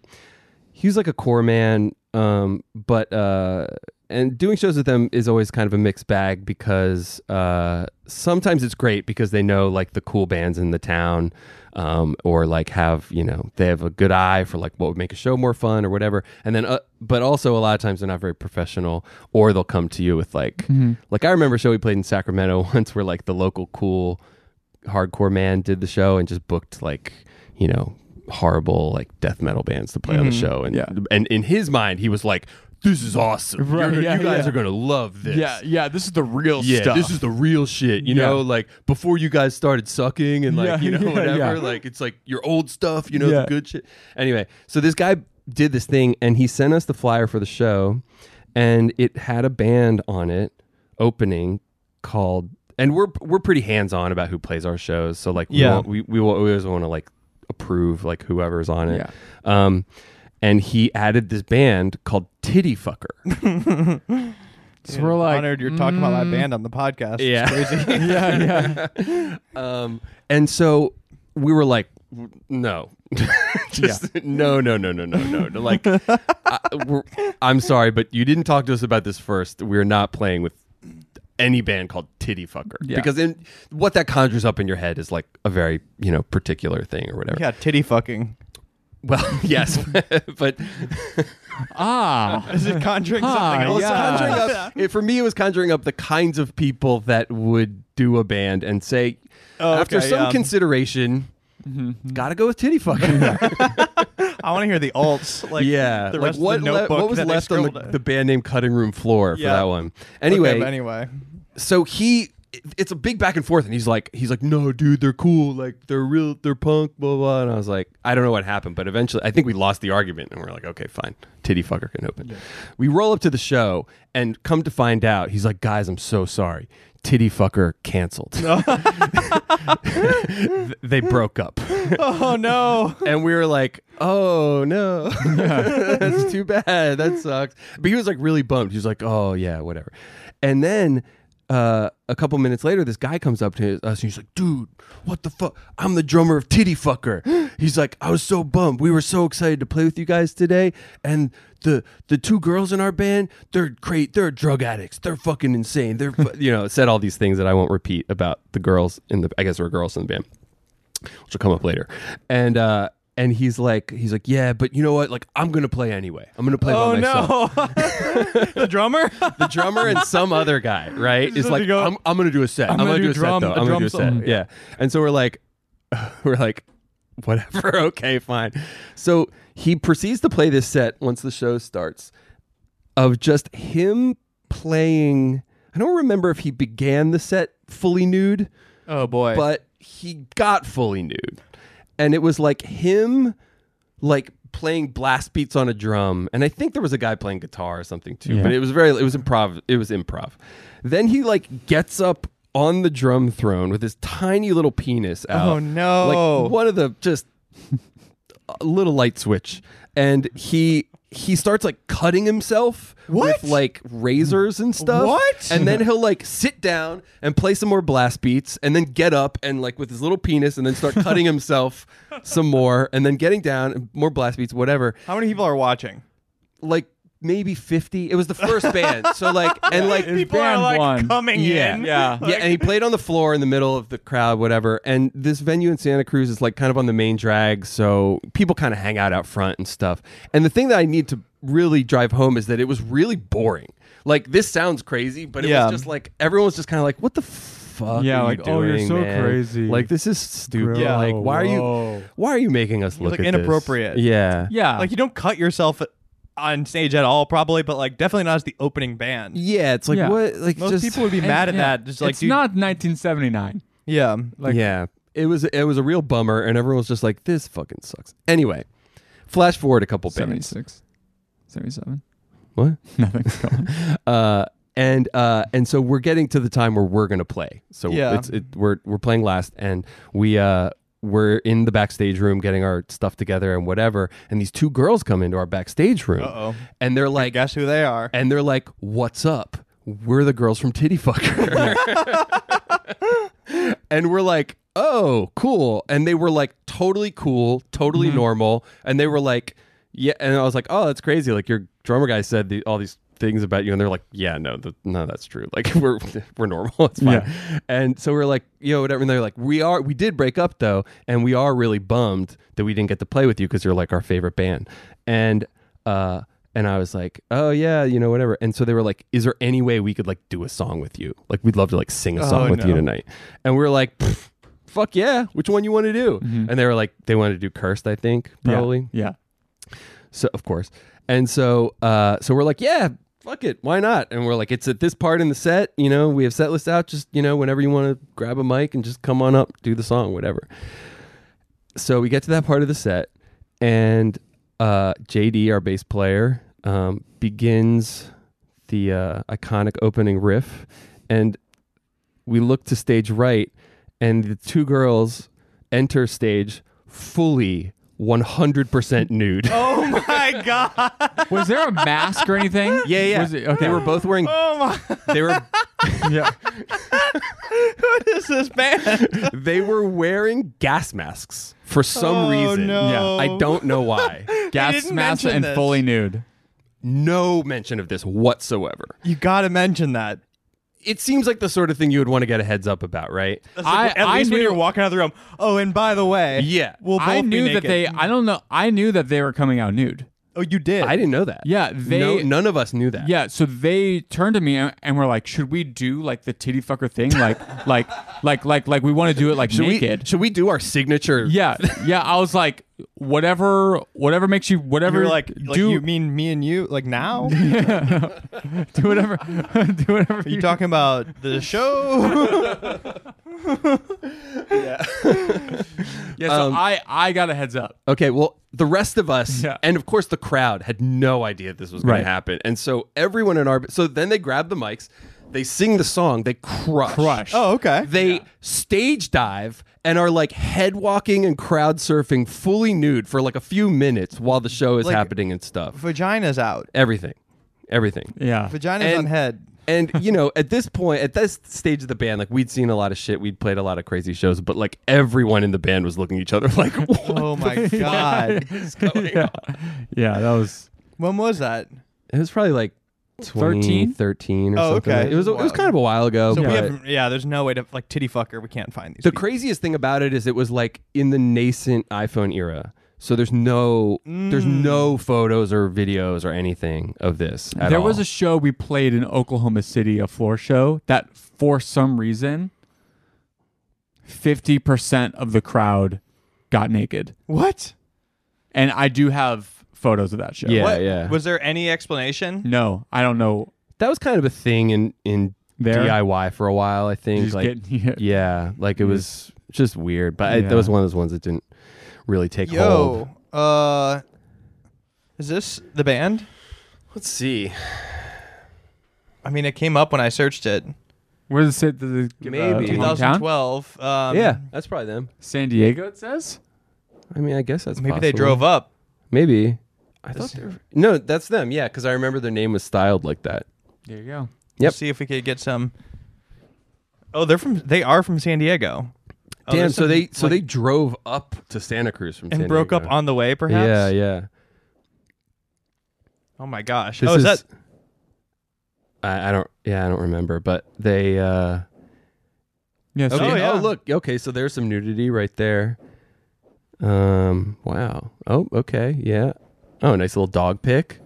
Speaker 3: he was like a core man, um, but uh, and doing shows with them is always kind of a mixed bag because uh, sometimes it's great because they know like the cool bands in the town, um, or like have you know they have a good eye for like what would make a show more fun or whatever, and then uh, but also a lot of times they're not very professional, or they'll come to you with like like I remember a show we played in Sacramento once where like the local cool hardcore man did the show and just booked like you know horrible like death metal bands to play on the show and
Speaker 2: Mm-hmm. Yeah.
Speaker 3: and in his mind he was like this is awesome
Speaker 2: Right,
Speaker 3: You're-
Speaker 2: yeah,
Speaker 3: you guys
Speaker 2: yeah.
Speaker 3: are gonna love this
Speaker 2: Yeah. Yeah. This is the real
Speaker 3: yeah
Speaker 2: stuff.
Speaker 3: this is the real shit you
Speaker 2: Yeah.
Speaker 3: know like before you guys started sucking and like
Speaker 2: Yeah,
Speaker 3: you know
Speaker 2: yeah,
Speaker 3: whatever
Speaker 2: yeah.
Speaker 3: like it's like your old stuff you know
Speaker 2: Yeah.
Speaker 3: the good shit anyway so this guy did this thing and he sent us the flyer for the show and it had a band on it opening called and we're we're pretty hands on about who plays our shows so like we
Speaker 1: Yeah.
Speaker 3: won't- we, we, will always want to like approve like whoever's on it
Speaker 2: Yeah.
Speaker 3: um and he added this band called Titty Fucker.
Speaker 2: So we're like mm.
Speaker 1: honored you're talking about that band on the podcast.
Speaker 3: Yeah.
Speaker 1: It's crazy.
Speaker 2: Yeah. Yeah.
Speaker 3: Um, and so we were like, no, just no, no, no, no, no, no, no. Like, I, we're, I'm sorry, but you didn't talk to us about this first. We're not playing with any band called Titty Fucker
Speaker 2: Yeah.
Speaker 3: because in what that conjures up in your head is like a very you know particular thing or whatever.
Speaker 1: Yeah, titty fucking.
Speaker 3: Well, yes, but
Speaker 2: Ah,
Speaker 1: Is it conjuring
Speaker 2: Huh,
Speaker 1: something
Speaker 2: yeah.
Speaker 1: else?
Speaker 3: It's conjuring
Speaker 1: Uh,
Speaker 3: up- it- for me, it was conjuring up the kinds of people that would do a band and say,
Speaker 1: Oh,
Speaker 3: after
Speaker 1: okay, mm-hmm.
Speaker 3: some
Speaker 1: yeah.
Speaker 3: consideration, gotta go with titty fucking.
Speaker 1: I want to hear the alts. Like
Speaker 3: yeah,
Speaker 1: the
Speaker 3: like
Speaker 1: rest
Speaker 3: what
Speaker 1: of the
Speaker 3: le-
Speaker 1: notebook
Speaker 3: what was
Speaker 1: that they
Speaker 3: left on the,
Speaker 1: scribbled-
Speaker 3: the band name cutting room floor
Speaker 1: Yeah.
Speaker 3: for that one.
Speaker 1: Okay,
Speaker 3: Anyway,
Speaker 1: but anyway,
Speaker 3: so he it's a big back and forth and he's like he's like no dude they're cool like they're real they're punk blah blah and i was like i don't know what happened but eventually i think we lost the argument and we're like okay fine titty fucker can open we roll up to the show and come to find out he's like guys i'm so sorry titty fucker canceled Th- they broke up
Speaker 1: oh no,
Speaker 3: and we were like, "Oh no, that's too bad. That sucks." But he was like really bummed. He was like, "Oh yeah, whatever." And then uh, a couple minutes later, this guy comes up to us and he's like, "Dude, what the fuck? I'm the drummer of Titty Fucker." He's like, "I was so bummed. We were so excited to play with you guys today, and the the two girls in our band, they're great. They're drug addicts. They're fucking insane. They're fu-" you know said all these things that I won't repeat about the girls in the I guess there were girls in the band." which will come up later. And uh and he's like he's like, "Yeah, but you know what? Like I'm going to play anyway. I'm going to play
Speaker 1: oh
Speaker 3: by myself."
Speaker 1: no, the drummer.
Speaker 3: The drummer and some other guy, right? Is
Speaker 1: Just
Speaker 3: like,
Speaker 1: to go-
Speaker 3: "I'm I'm going to do a set. I'm,
Speaker 1: gonna
Speaker 3: going to
Speaker 1: do
Speaker 3: do a
Speaker 1: drum-
Speaker 3: set though.
Speaker 1: a
Speaker 3: I'm
Speaker 1: drum
Speaker 3: going to do a set."
Speaker 1: solo."
Speaker 3: Yeah. And so we're like we're like whatever, okay, fine. So he proceeds to play this set once the show starts of just him playing I don't remember if he began the set fully nude
Speaker 2: oh boy.
Speaker 3: but he got fully nude and it was like him like playing blast beats on a drum and i think there was a guy playing guitar or something too but it was very it was improv it was improv then he like gets up on the drum throne with his tiny little penis out
Speaker 1: Oh, no.
Speaker 3: like one of the just a little light switch and he he starts like cutting himself
Speaker 1: What?
Speaker 3: with like razors and stuff
Speaker 1: What?
Speaker 3: and then he'll like sit down and play some more blast beats and then get up and like with his little penis and then start cutting himself some more and then getting down and more blast beats whatever
Speaker 1: How many people are watching?
Speaker 3: like maybe 50 it was the first band so like and like
Speaker 2: His band won.
Speaker 3: Yeah.
Speaker 2: Yeah.
Speaker 1: Like-
Speaker 3: yeah, and he played on the floor in the middle of the crowd, whatever. And this venue in Santa Cruz is like kind of on the main drag, so people kind of hang out out front and stuff. And the thing that I need to really drive home is that it was really boring. Like this sounds crazy, but it
Speaker 1: Yeah.
Speaker 3: was just like everyone was just kind of like, "What the fuck?
Speaker 2: Yeah,
Speaker 3: are
Speaker 2: like,
Speaker 3: you
Speaker 2: "Oh, you're
Speaker 3: doing,
Speaker 2: so
Speaker 3: man?
Speaker 2: crazy."
Speaker 3: Like this is stupid.
Speaker 2: Grow-
Speaker 3: like why are
Speaker 2: whoa.
Speaker 3: you? Why are you making us look
Speaker 1: like,
Speaker 3: at this?
Speaker 1: inappropriate.
Speaker 3: Yeah,
Speaker 2: yeah.
Speaker 1: Like you don't cut yourself on stage at all, probably, but like definitely not as the opening band.
Speaker 3: yeah. It's like
Speaker 2: Yeah.
Speaker 3: what? Like
Speaker 1: Most
Speaker 3: just
Speaker 1: people would be
Speaker 2: And-
Speaker 1: mad at
Speaker 2: yeah.
Speaker 1: that. Just like,
Speaker 2: it's
Speaker 1: dude,
Speaker 2: not 1979.
Speaker 1: yeah,
Speaker 2: Like-
Speaker 3: yeah, it was it was a real bummer, and everyone was just like, "This fucking sucks." Anyway, flash forward a couple bands.
Speaker 2: 76, 77.
Speaker 3: What?
Speaker 2: Nothing's going.
Speaker 3: Uh, and uh, and so we're getting to the time where we're gonna play. So
Speaker 1: Yeah.
Speaker 3: it's it, we're we're playing last, and we uh we're in the backstage room getting our stuff together and whatever. And these two girls come into our backstage room,
Speaker 1: Uh-oh.
Speaker 3: and they're like,
Speaker 1: guess who they are?
Speaker 3: and they're like, "What's up? We're the girls from Titty Fucker." and we're like, "Oh, cool." And they were like totally cool, totally normal, and they were like, "Yeah." And I was like, "Oh, that's crazy. Like your drummer guy said the, all these things about you." And they're like, "Yeah, no, th- no, that's true. Like we're we're normal. It's fine." And so we're like, "Yo, whatever." And they're like, "We are we did break up though, and we are really bummed that we didn't get to play with you cuz you're like our favorite band." And uh and I was like, "Oh yeah, you know, whatever." And so they were like, "Is there any way we could like do a song with you? Like, we'd love to like sing a song
Speaker 1: Oh,
Speaker 3: with you
Speaker 1: no.
Speaker 3: tonight." And we were like, "Pff, "Fuck yeah! Which one you want to do?"
Speaker 1: Mm.
Speaker 3: And they were like, "They wanted to do Cursed, I think, probably."
Speaker 2: Mm-hmm. Yeah.
Speaker 3: So of course, and so uh, so we're like, "Yeah, fuck it, why not?" And we're like, "It's at this part in the set, you know. We have set lists out. Just you know, whenever you want to grab a mic and just come on up, do the song, whatever." so we get to that part of the set, and uh, JD, our bass player, um, begins the uh, iconic opening riff, and we look to stage right, and the two girls enter stage fully 100% nude.
Speaker 1: oh my god!
Speaker 2: Was there a mask or anything?
Speaker 3: Yeah, yeah.
Speaker 2: Was it, okay.
Speaker 3: They were both wearing.
Speaker 1: Oh my!
Speaker 3: They were
Speaker 2: yeah.
Speaker 1: What is this band?
Speaker 3: they were wearing gas masks for some
Speaker 1: Oh,
Speaker 3: reason.
Speaker 1: no.
Speaker 3: I don't know why.
Speaker 2: Gas
Speaker 1: didn't
Speaker 2: mask
Speaker 1: mention
Speaker 2: and
Speaker 1: this.
Speaker 2: fully nude.
Speaker 3: no mention of this whatsoever.
Speaker 1: You gotta mention that.
Speaker 3: it seems like the sort of thing you would want to get a heads up about, right?
Speaker 2: I-
Speaker 4: at
Speaker 2: I
Speaker 4: least when
Speaker 2: knew-
Speaker 4: you're walking out of the room. Oh, and by the way,
Speaker 3: Yeah.
Speaker 4: we'll both
Speaker 2: I
Speaker 4: be
Speaker 2: knew that
Speaker 4: naked."
Speaker 2: they. I don't know. I knew that they were coming out nude.
Speaker 4: Oh, you did.
Speaker 3: I didn't know that.
Speaker 2: Yeah, they-
Speaker 3: No, none of us knew that.
Speaker 2: Yeah, so they turned to me and, and were like, "Should we do like the titty fucker thing? Like, like, like, like, like we want to do it like
Speaker 3: Should
Speaker 2: naked."
Speaker 3: we should we do our signature?
Speaker 2: yeah, yeah. I was like, whatever, whatever makes you, whatever,
Speaker 4: You're like, like,
Speaker 2: do
Speaker 1: you mean me and you? Like now?
Speaker 2: do whatever, do whatever.
Speaker 1: Are you talking about the show?
Speaker 2: yeah, so
Speaker 3: um,
Speaker 2: I, I got a heads up.
Speaker 3: Okay, well, the rest of us,
Speaker 2: Yeah.
Speaker 3: and of course the crowd, had no idea this was going
Speaker 2: Right.
Speaker 3: to happen. And so everyone in our. So then they grab the mics, they sing the song, they crush.
Speaker 2: Crush.
Speaker 1: oh, okay.
Speaker 3: They stage dive and are like head walking and crowd surfing fully nude for like a few minutes while the show is
Speaker 1: Like-
Speaker 3: happening and stuff.
Speaker 1: Vagina's out.
Speaker 3: Everything. Everything.
Speaker 2: yeah.
Speaker 1: Vagina's
Speaker 3: And-
Speaker 1: on head.
Speaker 3: And you know, at this point, at this stage of the band, like we'd seen a lot of shit, we'd played a lot of crazy shows, but like everyone in the band was looking at each other like, "What
Speaker 1: Oh my god.
Speaker 3: is going
Speaker 2: yeah,
Speaker 3: on?"
Speaker 2: yeah, that was.
Speaker 1: When was that?
Speaker 3: It was probably like
Speaker 2: 13?
Speaker 3: 13 or
Speaker 1: Oh,
Speaker 3: something.
Speaker 1: okay.
Speaker 3: It was it was kind of a while ago.
Speaker 1: So
Speaker 3: but
Speaker 1: we have yeah. There's no way to like titty fucker. We can't find these.
Speaker 3: the
Speaker 1: people.
Speaker 3: craziest thing about it is it was like in the nascent iPhone era. So there's no there's
Speaker 1: Mm.
Speaker 3: no photos or videos or anything of this. at
Speaker 2: There was
Speaker 3: all.
Speaker 2: a show we played in Oklahoma City, a floor show that, for some reason, fifty percent of the crowd got naked,
Speaker 1: what?
Speaker 2: and I do have photos of that show.
Speaker 3: Yeah.
Speaker 1: what? Was there any explanation?
Speaker 2: No, I don't know.
Speaker 3: that was kind of a thing in in
Speaker 2: There?
Speaker 3: DIY for a while. I think
Speaker 2: Just
Speaker 3: like
Speaker 2: getting hit.
Speaker 3: yeah, like it was just weird. But I,
Speaker 2: Yeah.
Speaker 3: that was one of those ones that didn't really take hold.
Speaker 1: Yo. Uh. Is this the band?
Speaker 3: Let's see.
Speaker 1: I mean, it came up when I searched it.
Speaker 2: Where does it? Does it give, uh,
Speaker 3: Maybe.
Speaker 2: hometown?
Speaker 1: 2012. Um,
Speaker 3: yeah, that's probably them.
Speaker 2: San Diego. It says.
Speaker 3: I mean, I guess that's
Speaker 1: Maybe they
Speaker 3: possible.
Speaker 1: drove up.
Speaker 3: Maybe. I thought they were... No, that's them. Yeah, because I remember their name was styled like that.
Speaker 2: There you go.
Speaker 3: Yep.
Speaker 1: See if we could get some. Oh, they're from. They are from San Diego. Oh,
Speaker 3: Damn.
Speaker 1: there's
Speaker 3: So
Speaker 1: some,
Speaker 3: they so
Speaker 1: like,
Speaker 3: they drove up to Santa Cruz from
Speaker 1: and
Speaker 3: San
Speaker 1: broke up
Speaker 3: Diego.
Speaker 1: on the way, perhaps.
Speaker 3: Yeah, yeah.
Speaker 1: Oh my gosh.
Speaker 3: This
Speaker 1: oh, is, that?
Speaker 3: I, I don't. Yeah, I don't remember. But they. uh
Speaker 2: Yes.
Speaker 3: Okay.
Speaker 1: Oh,
Speaker 3: Oh,
Speaker 1: yeah.
Speaker 3: look. Okay, so there's some nudity right there. Um. Wow. Oh. Okay. Yeah. Oh, nice little dog pic.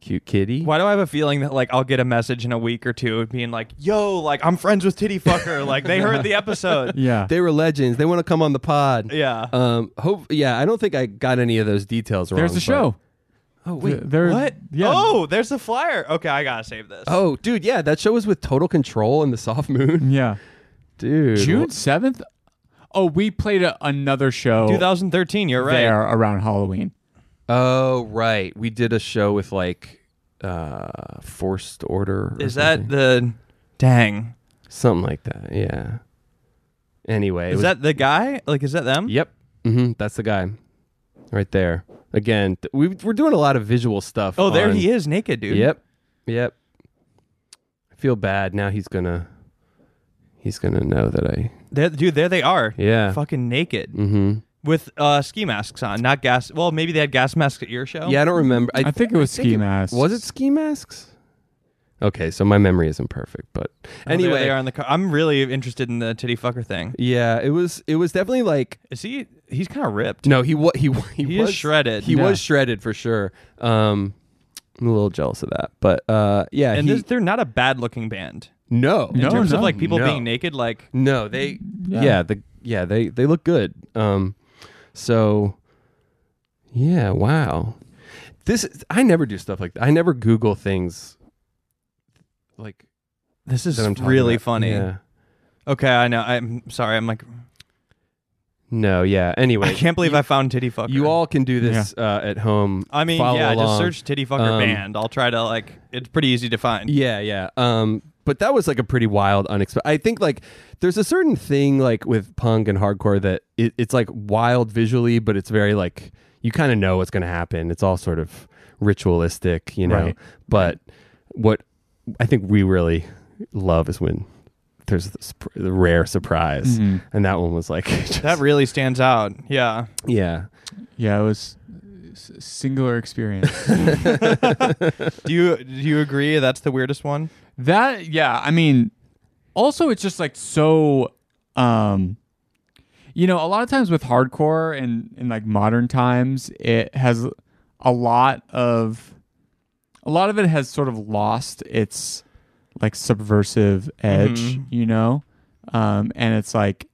Speaker 3: Cute kitty.
Speaker 1: Why do I have a feeling that like I'll get a message in a week or two being like, "Yo, like I'm friends with Titty Fucker. like they heard the episode."
Speaker 2: Yeah.
Speaker 3: They were legends. They want to come on the pod.
Speaker 1: Yeah.
Speaker 3: Um. Hope. Yeah. I don't think I got any of those details wrong.
Speaker 2: There's the
Speaker 3: but-
Speaker 2: show.
Speaker 3: Oh wait.
Speaker 2: Th- there-
Speaker 1: what?
Speaker 2: Yeah.
Speaker 1: Oh, there's the flyer. Okay, I gotta save this.
Speaker 3: Oh, dude, yeah, that show was with Total Control and the Soft Moon,
Speaker 2: Yeah.
Speaker 3: dude.
Speaker 2: June seventh. Oh, we played a, another show
Speaker 1: 2013. You're right.
Speaker 2: there around Halloween.
Speaker 3: Oh, right, we did a show with like uh Forced Order. or
Speaker 1: Is
Speaker 3: something.
Speaker 1: that the? Dang.
Speaker 3: something like that? Yeah. Anyway, it
Speaker 1: Is
Speaker 3: was-
Speaker 1: that the guy? Like, is that them?
Speaker 3: Yep, hmm that's the guy, right there. Again, th- we we're doing a lot of visual stuff.
Speaker 1: Oh, there
Speaker 3: on-
Speaker 1: he is, naked dude.
Speaker 3: Yep, yep. I feel bad now. He's gonna, he's gonna know that I.
Speaker 1: There, dude, there they are.
Speaker 3: Yeah.
Speaker 1: Fucking naked
Speaker 3: Mm-hmm.
Speaker 1: with uh, ski masks on, not gas. Well, maybe they had gas masks at your show.
Speaker 3: Yeah, I don't remember.
Speaker 2: I think it was ski masks.
Speaker 3: Was it ski masks? Okay, so my memory isn't perfect, but
Speaker 1: Oh, there
Speaker 3: anyway,
Speaker 1: they are in the car. I'm really interested in the titty fucker thing.
Speaker 3: yeah, it was it was definitely like
Speaker 1: Is he? He's kind of ripped.
Speaker 3: no, he wa- he wa- he,
Speaker 1: He is
Speaker 3: was
Speaker 1: shredded.
Speaker 3: He
Speaker 1: Yeah.
Speaker 3: was shredded for sure. Um, I'm a little jealous of that, but uh, yeah,
Speaker 1: and
Speaker 3: he-
Speaker 1: this, they're not a bad looking band
Speaker 3: no,
Speaker 1: in
Speaker 2: No,
Speaker 1: terms of
Speaker 2: no,
Speaker 1: like people
Speaker 3: no.
Speaker 1: being naked. Like,
Speaker 3: no, they
Speaker 2: Yeah.
Speaker 3: yeah. the yeah they they look good. Um, so yeah, wow, this is- I never do stuff like that. I never Google things like
Speaker 1: this is
Speaker 3: that I'm talking
Speaker 1: really
Speaker 3: about.
Speaker 1: funny.
Speaker 3: Yeah.
Speaker 1: Okay, I know. I'm sorry. I'm like,
Speaker 3: No, yeah. Anyway,
Speaker 1: I can't believe I found titty fucker.
Speaker 3: You all can do this uh, at home.
Speaker 1: I mean,
Speaker 3: Follow
Speaker 1: yeah. Just
Speaker 3: along.
Speaker 1: search titty fucker
Speaker 3: Um,
Speaker 1: band. I'll try to like. It's pretty easy to find.
Speaker 3: Yeah, yeah. Um, but that was like a pretty wild, unexpected. I think like there's a certain thing like with punk and hardcore that it, it's like wild visually, but it's very like you kind of know what's going to happen. It's all sort of ritualistic, you know.
Speaker 2: Right.
Speaker 3: But what I think we really love is when there's the, surp- the rare surprise,
Speaker 2: Mm-hmm.
Speaker 3: and that one was like, just-
Speaker 1: That really stands out. Yeah.
Speaker 3: yeah,
Speaker 2: Yeah, it was. s- singular experience.
Speaker 1: Do you do you agree that's the weirdest one?
Speaker 2: That yeah, I mean also it's just like so um you know, a lot of times with hardcore and in like modern times, it has a lot of a lot of it has sort of lost its like subversive edge, you know? Um and it's like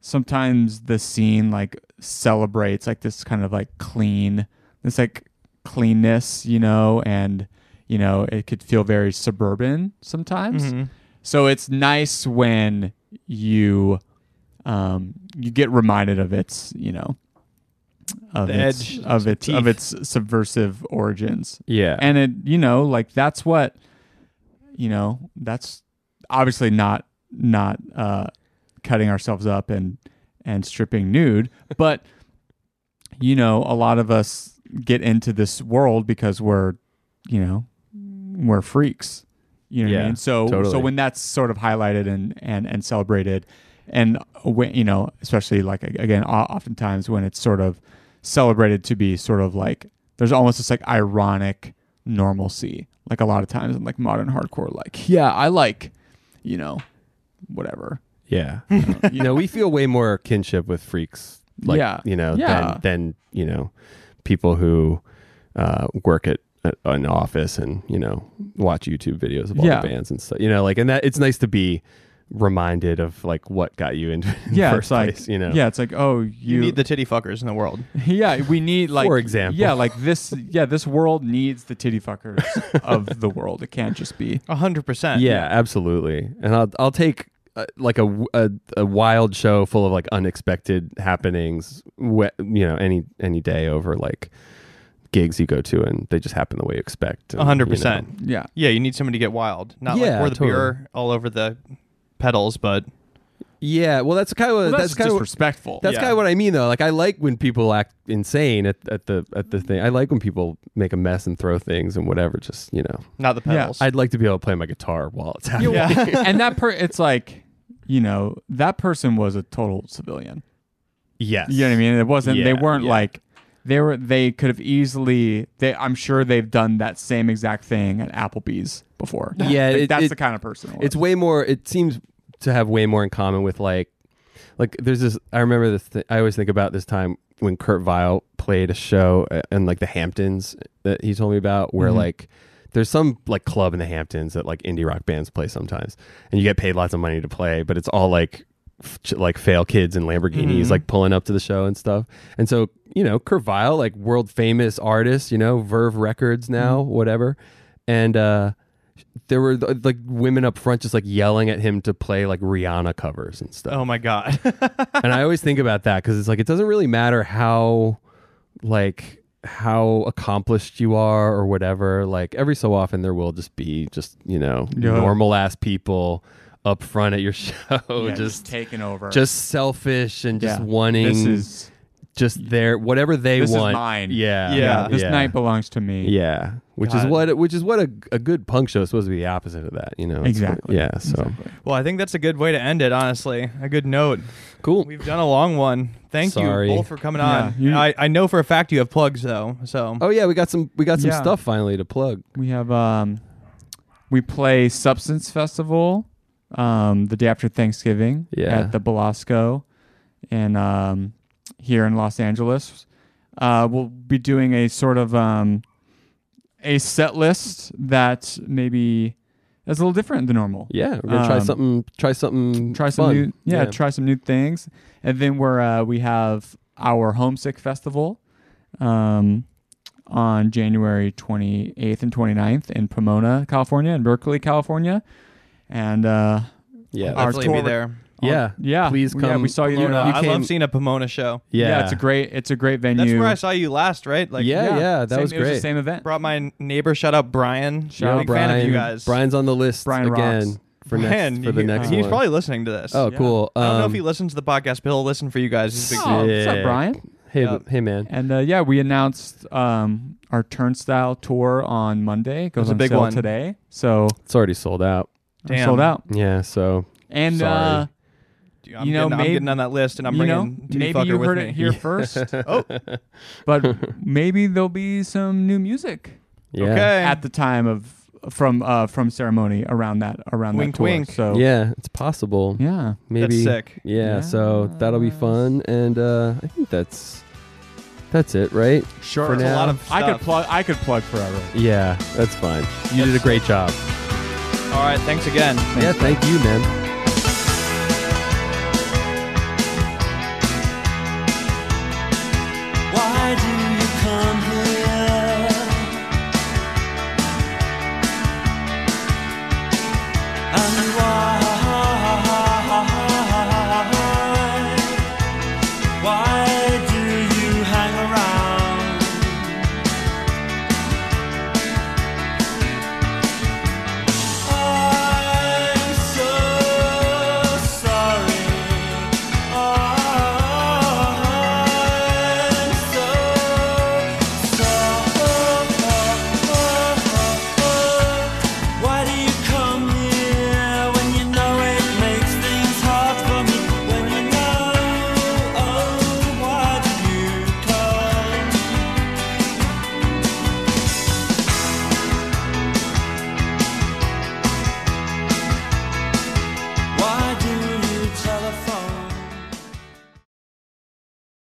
Speaker 2: sometimes the scene like celebrates like this kind of like clean this like cleanness you know and you know it could feel very suburban sometimes
Speaker 1: Mm-hmm.
Speaker 2: so it's nice when you um you get reminded of its you know of
Speaker 1: The
Speaker 2: its
Speaker 1: edge,
Speaker 2: of its of
Speaker 1: teeth.
Speaker 2: its subversive origins
Speaker 3: Yeah.
Speaker 2: and it you know like that's what you know that's obviously not not uh cutting ourselves up and and stripping nude but you know a lot of us get into this world because we're you know we're freaks you know what
Speaker 3: Yeah,
Speaker 2: I mean? so
Speaker 3: totally.
Speaker 2: so when that's sort of highlighted and and and celebrated and when you know especially like again o- oftentimes when it's sort of celebrated to be sort of like there's almost this like ironic normalcy like a lot of times in like modern hardcore like yeah i like you know whatever
Speaker 3: yeah. you know, we feel way more kinship with freaks like
Speaker 2: Yeah.
Speaker 3: you know
Speaker 2: Yeah.
Speaker 3: than than, you know, people who uh, work at at an office and, you know, watch YouTube videos of all
Speaker 2: Yeah.
Speaker 3: the bands and stuff. You know, like and that it's nice to be reminded of like what got you into in
Speaker 2: yeah
Speaker 3: the
Speaker 2: it's
Speaker 3: first
Speaker 2: like
Speaker 3: place, you know.
Speaker 2: yeah it's like oh
Speaker 1: You, need the titty fuckers in the world.
Speaker 2: Yeah, we need like
Speaker 3: For example.
Speaker 2: Yeah, like this. Yeah, this world needs the titty fuckers of the world. It can't just be.
Speaker 1: A hundred percent.
Speaker 3: Yeah, absolutely. And I'll I'll take uh, like a, w- a a wild show full of like unexpected happenings. Wh- you know, any any day over like gigs you go to and they just happen the way you expect. and,
Speaker 1: A hundred
Speaker 3: you know.
Speaker 1: percent.
Speaker 2: Yeah,
Speaker 1: Yeah, you need somebody to get wild. Not
Speaker 3: Yeah,
Speaker 1: like pour the
Speaker 3: totally.
Speaker 1: beer all over the pedals, but
Speaker 3: Yeah, well, that's kind of
Speaker 2: Well,
Speaker 3: that's,
Speaker 2: that's,
Speaker 3: kind of
Speaker 2: disrespectful.
Speaker 3: that's
Speaker 1: Yeah.
Speaker 3: kind of what I mean though. Like I like when people act insane at, at the at the thing. I like when people make a mess and throw things and whatever. Just you know,
Speaker 1: not the
Speaker 2: Yeah.
Speaker 1: pedals.
Speaker 3: I'd like to be able to play my guitar while it's happening.
Speaker 2: yeah, and that per it's like you know that person was a total civilian.
Speaker 3: Yes,
Speaker 2: You know what I mean? It wasn't. they
Speaker 3: Yeah,
Speaker 2: weren't
Speaker 3: yeah.
Speaker 2: like they were. They could have easily. They I'm sure they've done that same exact thing at Applebee's before.
Speaker 3: Yeah,
Speaker 2: Like,
Speaker 3: it-
Speaker 2: that's
Speaker 3: it-
Speaker 2: the kind of person. it was.
Speaker 3: it's way more it seems to have way more in common with like like there's this i remember this th- i always think about this time when kurt Vile played a show uh, in like the hamptons uh, that he told me about where like there's some like club in the hamptons that like indie rock bands play sometimes and you get paid lots of money to play but it's all like f- ch- like fail kids and Lamborghinis like pulling up to the show and stuff. And so, you know, Kervile, like world famous artist, you know, Verve Records now, whatever. And uh there were th- like women up front just like yelling at him to play like Rihanna covers and stuff.
Speaker 1: oh my god.
Speaker 3: and I always think about that because it's like it doesn't really matter how like how accomplished you are or whatever. Like every so often there will just be just you know
Speaker 2: Yeah.
Speaker 3: normal ass people up front at your show,
Speaker 2: Yeah,
Speaker 3: just just,
Speaker 2: taken over.
Speaker 3: selfish and just
Speaker 2: Yeah.
Speaker 3: wanting
Speaker 2: This is
Speaker 3: just their whatever they
Speaker 2: This is
Speaker 3: want.
Speaker 2: mine.
Speaker 3: Yeah,
Speaker 1: Yeah.
Speaker 2: this night belongs to me.
Speaker 3: Yeah, which is
Speaker 1: God.
Speaker 3: what which is what a, a good punk show is supposed to be the opposite of that, you know. It's-
Speaker 2: Exactly.
Speaker 3: Yeah. So
Speaker 2: Exactly.
Speaker 1: well, I think that's a good way to end it. Honestly, a good note.
Speaker 3: cool.
Speaker 1: We've done a long one. Thank
Speaker 3: Sorry.
Speaker 1: you both for coming
Speaker 2: Yeah,
Speaker 1: on.
Speaker 2: you-
Speaker 1: I, I know for a fact you have plugs though. So
Speaker 3: Oh yeah, we got some we got some
Speaker 2: Yeah.
Speaker 3: stuff finally to plug.
Speaker 2: We have um, we play Substance Festival, um, the day after Thanksgiving
Speaker 3: Yeah.
Speaker 2: at the Belasco, and um, here in Los Angeles, uh, we'll be doing a sort of um, a set list that maybe is a little different than normal.
Speaker 3: Yeah, we're gonna try
Speaker 2: Um,
Speaker 3: something. Try something.
Speaker 2: Try some
Speaker 3: fun.
Speaker 2: new, yeah, try some new things, and then we're uh, we have our Homesick Festival. Um, on January 28th and 29th in Pomona, California, and Berkeley, California. And uh,
Speaker 3: yeah,
Speaker 2: our
Speaker 1: I'll
Speaker 3: that's-
Speaker 1: definitely
Speaker 2: tour-
Speaker 1: be there.
Speaker 3: yeah,
Speaker 2: yeah,
Speaker 3: Please
Speaker 2: we-
Speaker 3: come.
Speaker 2: Yeah, we saw you.
Speaker 1: Pomona.
Speaker 2: there.
Speaker 3: know, you
Speaker 1: I
Speaker 3: came-
Speaker 1: love seeing a Pomona show.
Speaker 3: yeah.
Speaker 2: it's a great, it's a great venue.
Speaker 1: That's where I saw you last, right? Like
Speaker 3: yeah, yeah, that
Speaker 2: same,
Speaker 3: was
Speaker 2: it the
Speaker 3: great.
Speaker 2: same event.
Speaker 1: brought my neighbor. Shout out Brian.
Speaker 2: Shout out
Speaker 1: Big fan of you guys.
Speaker 3: Brian's on the list
Speaker 2: Brian
Speaker 3: again
Speaker 2: rocks.
Speaker 3: for
Speaker 1: Brian,
Speaker 3: next for the
Speaker 1: he-
Speaker 3: next
Speaker 1: He's
Speaker 3: one.
Speaker 1: probably listening to this.
Speaker 3: oh,
Speaker 2: Yeah.
Speaker 3: cool.
Speaker 1: I don't know
Speaker 3: Um,
Speaker 1: if he listens to the podcast, but he'll listen for you guys. He's a big
Speaker 2: Oh,
Speaker 1: fan.
Speaker 2: what's up,
Speaker 3: Yeah.
Speaker 2: Brian?
Speaker 3: hey,
Speaker 1: Yeah.
Speaker 3: hey, man.
Speaker 2: And uh, yeah, we announced um, our Turnstile tour on Monday. It Goes
Speaker 1: That's a
Speaker 2: on
Speaker 1: big
Speaker 2: sale
Speaker 1: one.
Speaker 2: today, so
Speaker 3: It's already sold out.
Speaker 2: I'm
Speaker 1: Damn.
Speaker 2: sold out.
Speaker 3: Yeah, so
Speaker 2: And
Speaker 3: Sorry.
Speaker 2: uh,
Speaker 1: accept you. I'm,
Speaker 2: You know,
Speaker 1: getting, I'm
Speaker 2: maybe-
Speaker 1: getting on that list, and I'm
Speaker 2: you know,
Speaker 1: bringing Titty
Speaker 2: maybe
Speaker 1: Fucker
Speaker 2: you
Speaker 1: with
Speaker 2: heard
Speaker 1: me.
Speaker 2: it here first. oh, but maybe there'll be some new music
Speaker 3: Yeah.
Speaker 1: Okay.
Speaker 2: at the time of from uh from ceremony around that around
Speaker 1: Wink,
Speaker 2: that tour.
Speaker 1: wink.
Speaker 2: So
Speaker 3: Yeah, it's possible.
Speaker 2: yeah.
Speaker 3: Maybe.
Speaker 1: sick.
Speaker 3: Yeah, So that'll be fun, and uh, I think that's that's it, right?
Speaker 2: Sure.
Speaker 3: For
Speaker 1: That's a
Speaker 3: now.
Speaker 1: lot of
Speaker 2: I
Speaker 1: stuff.
Speaker 2: could plug. I could plug forever.
Speaker 3: Yeah, that's fine. You did a great job.
Speaker 1: All right, thanks again.
Speaker 3: Yeah, thank you, man.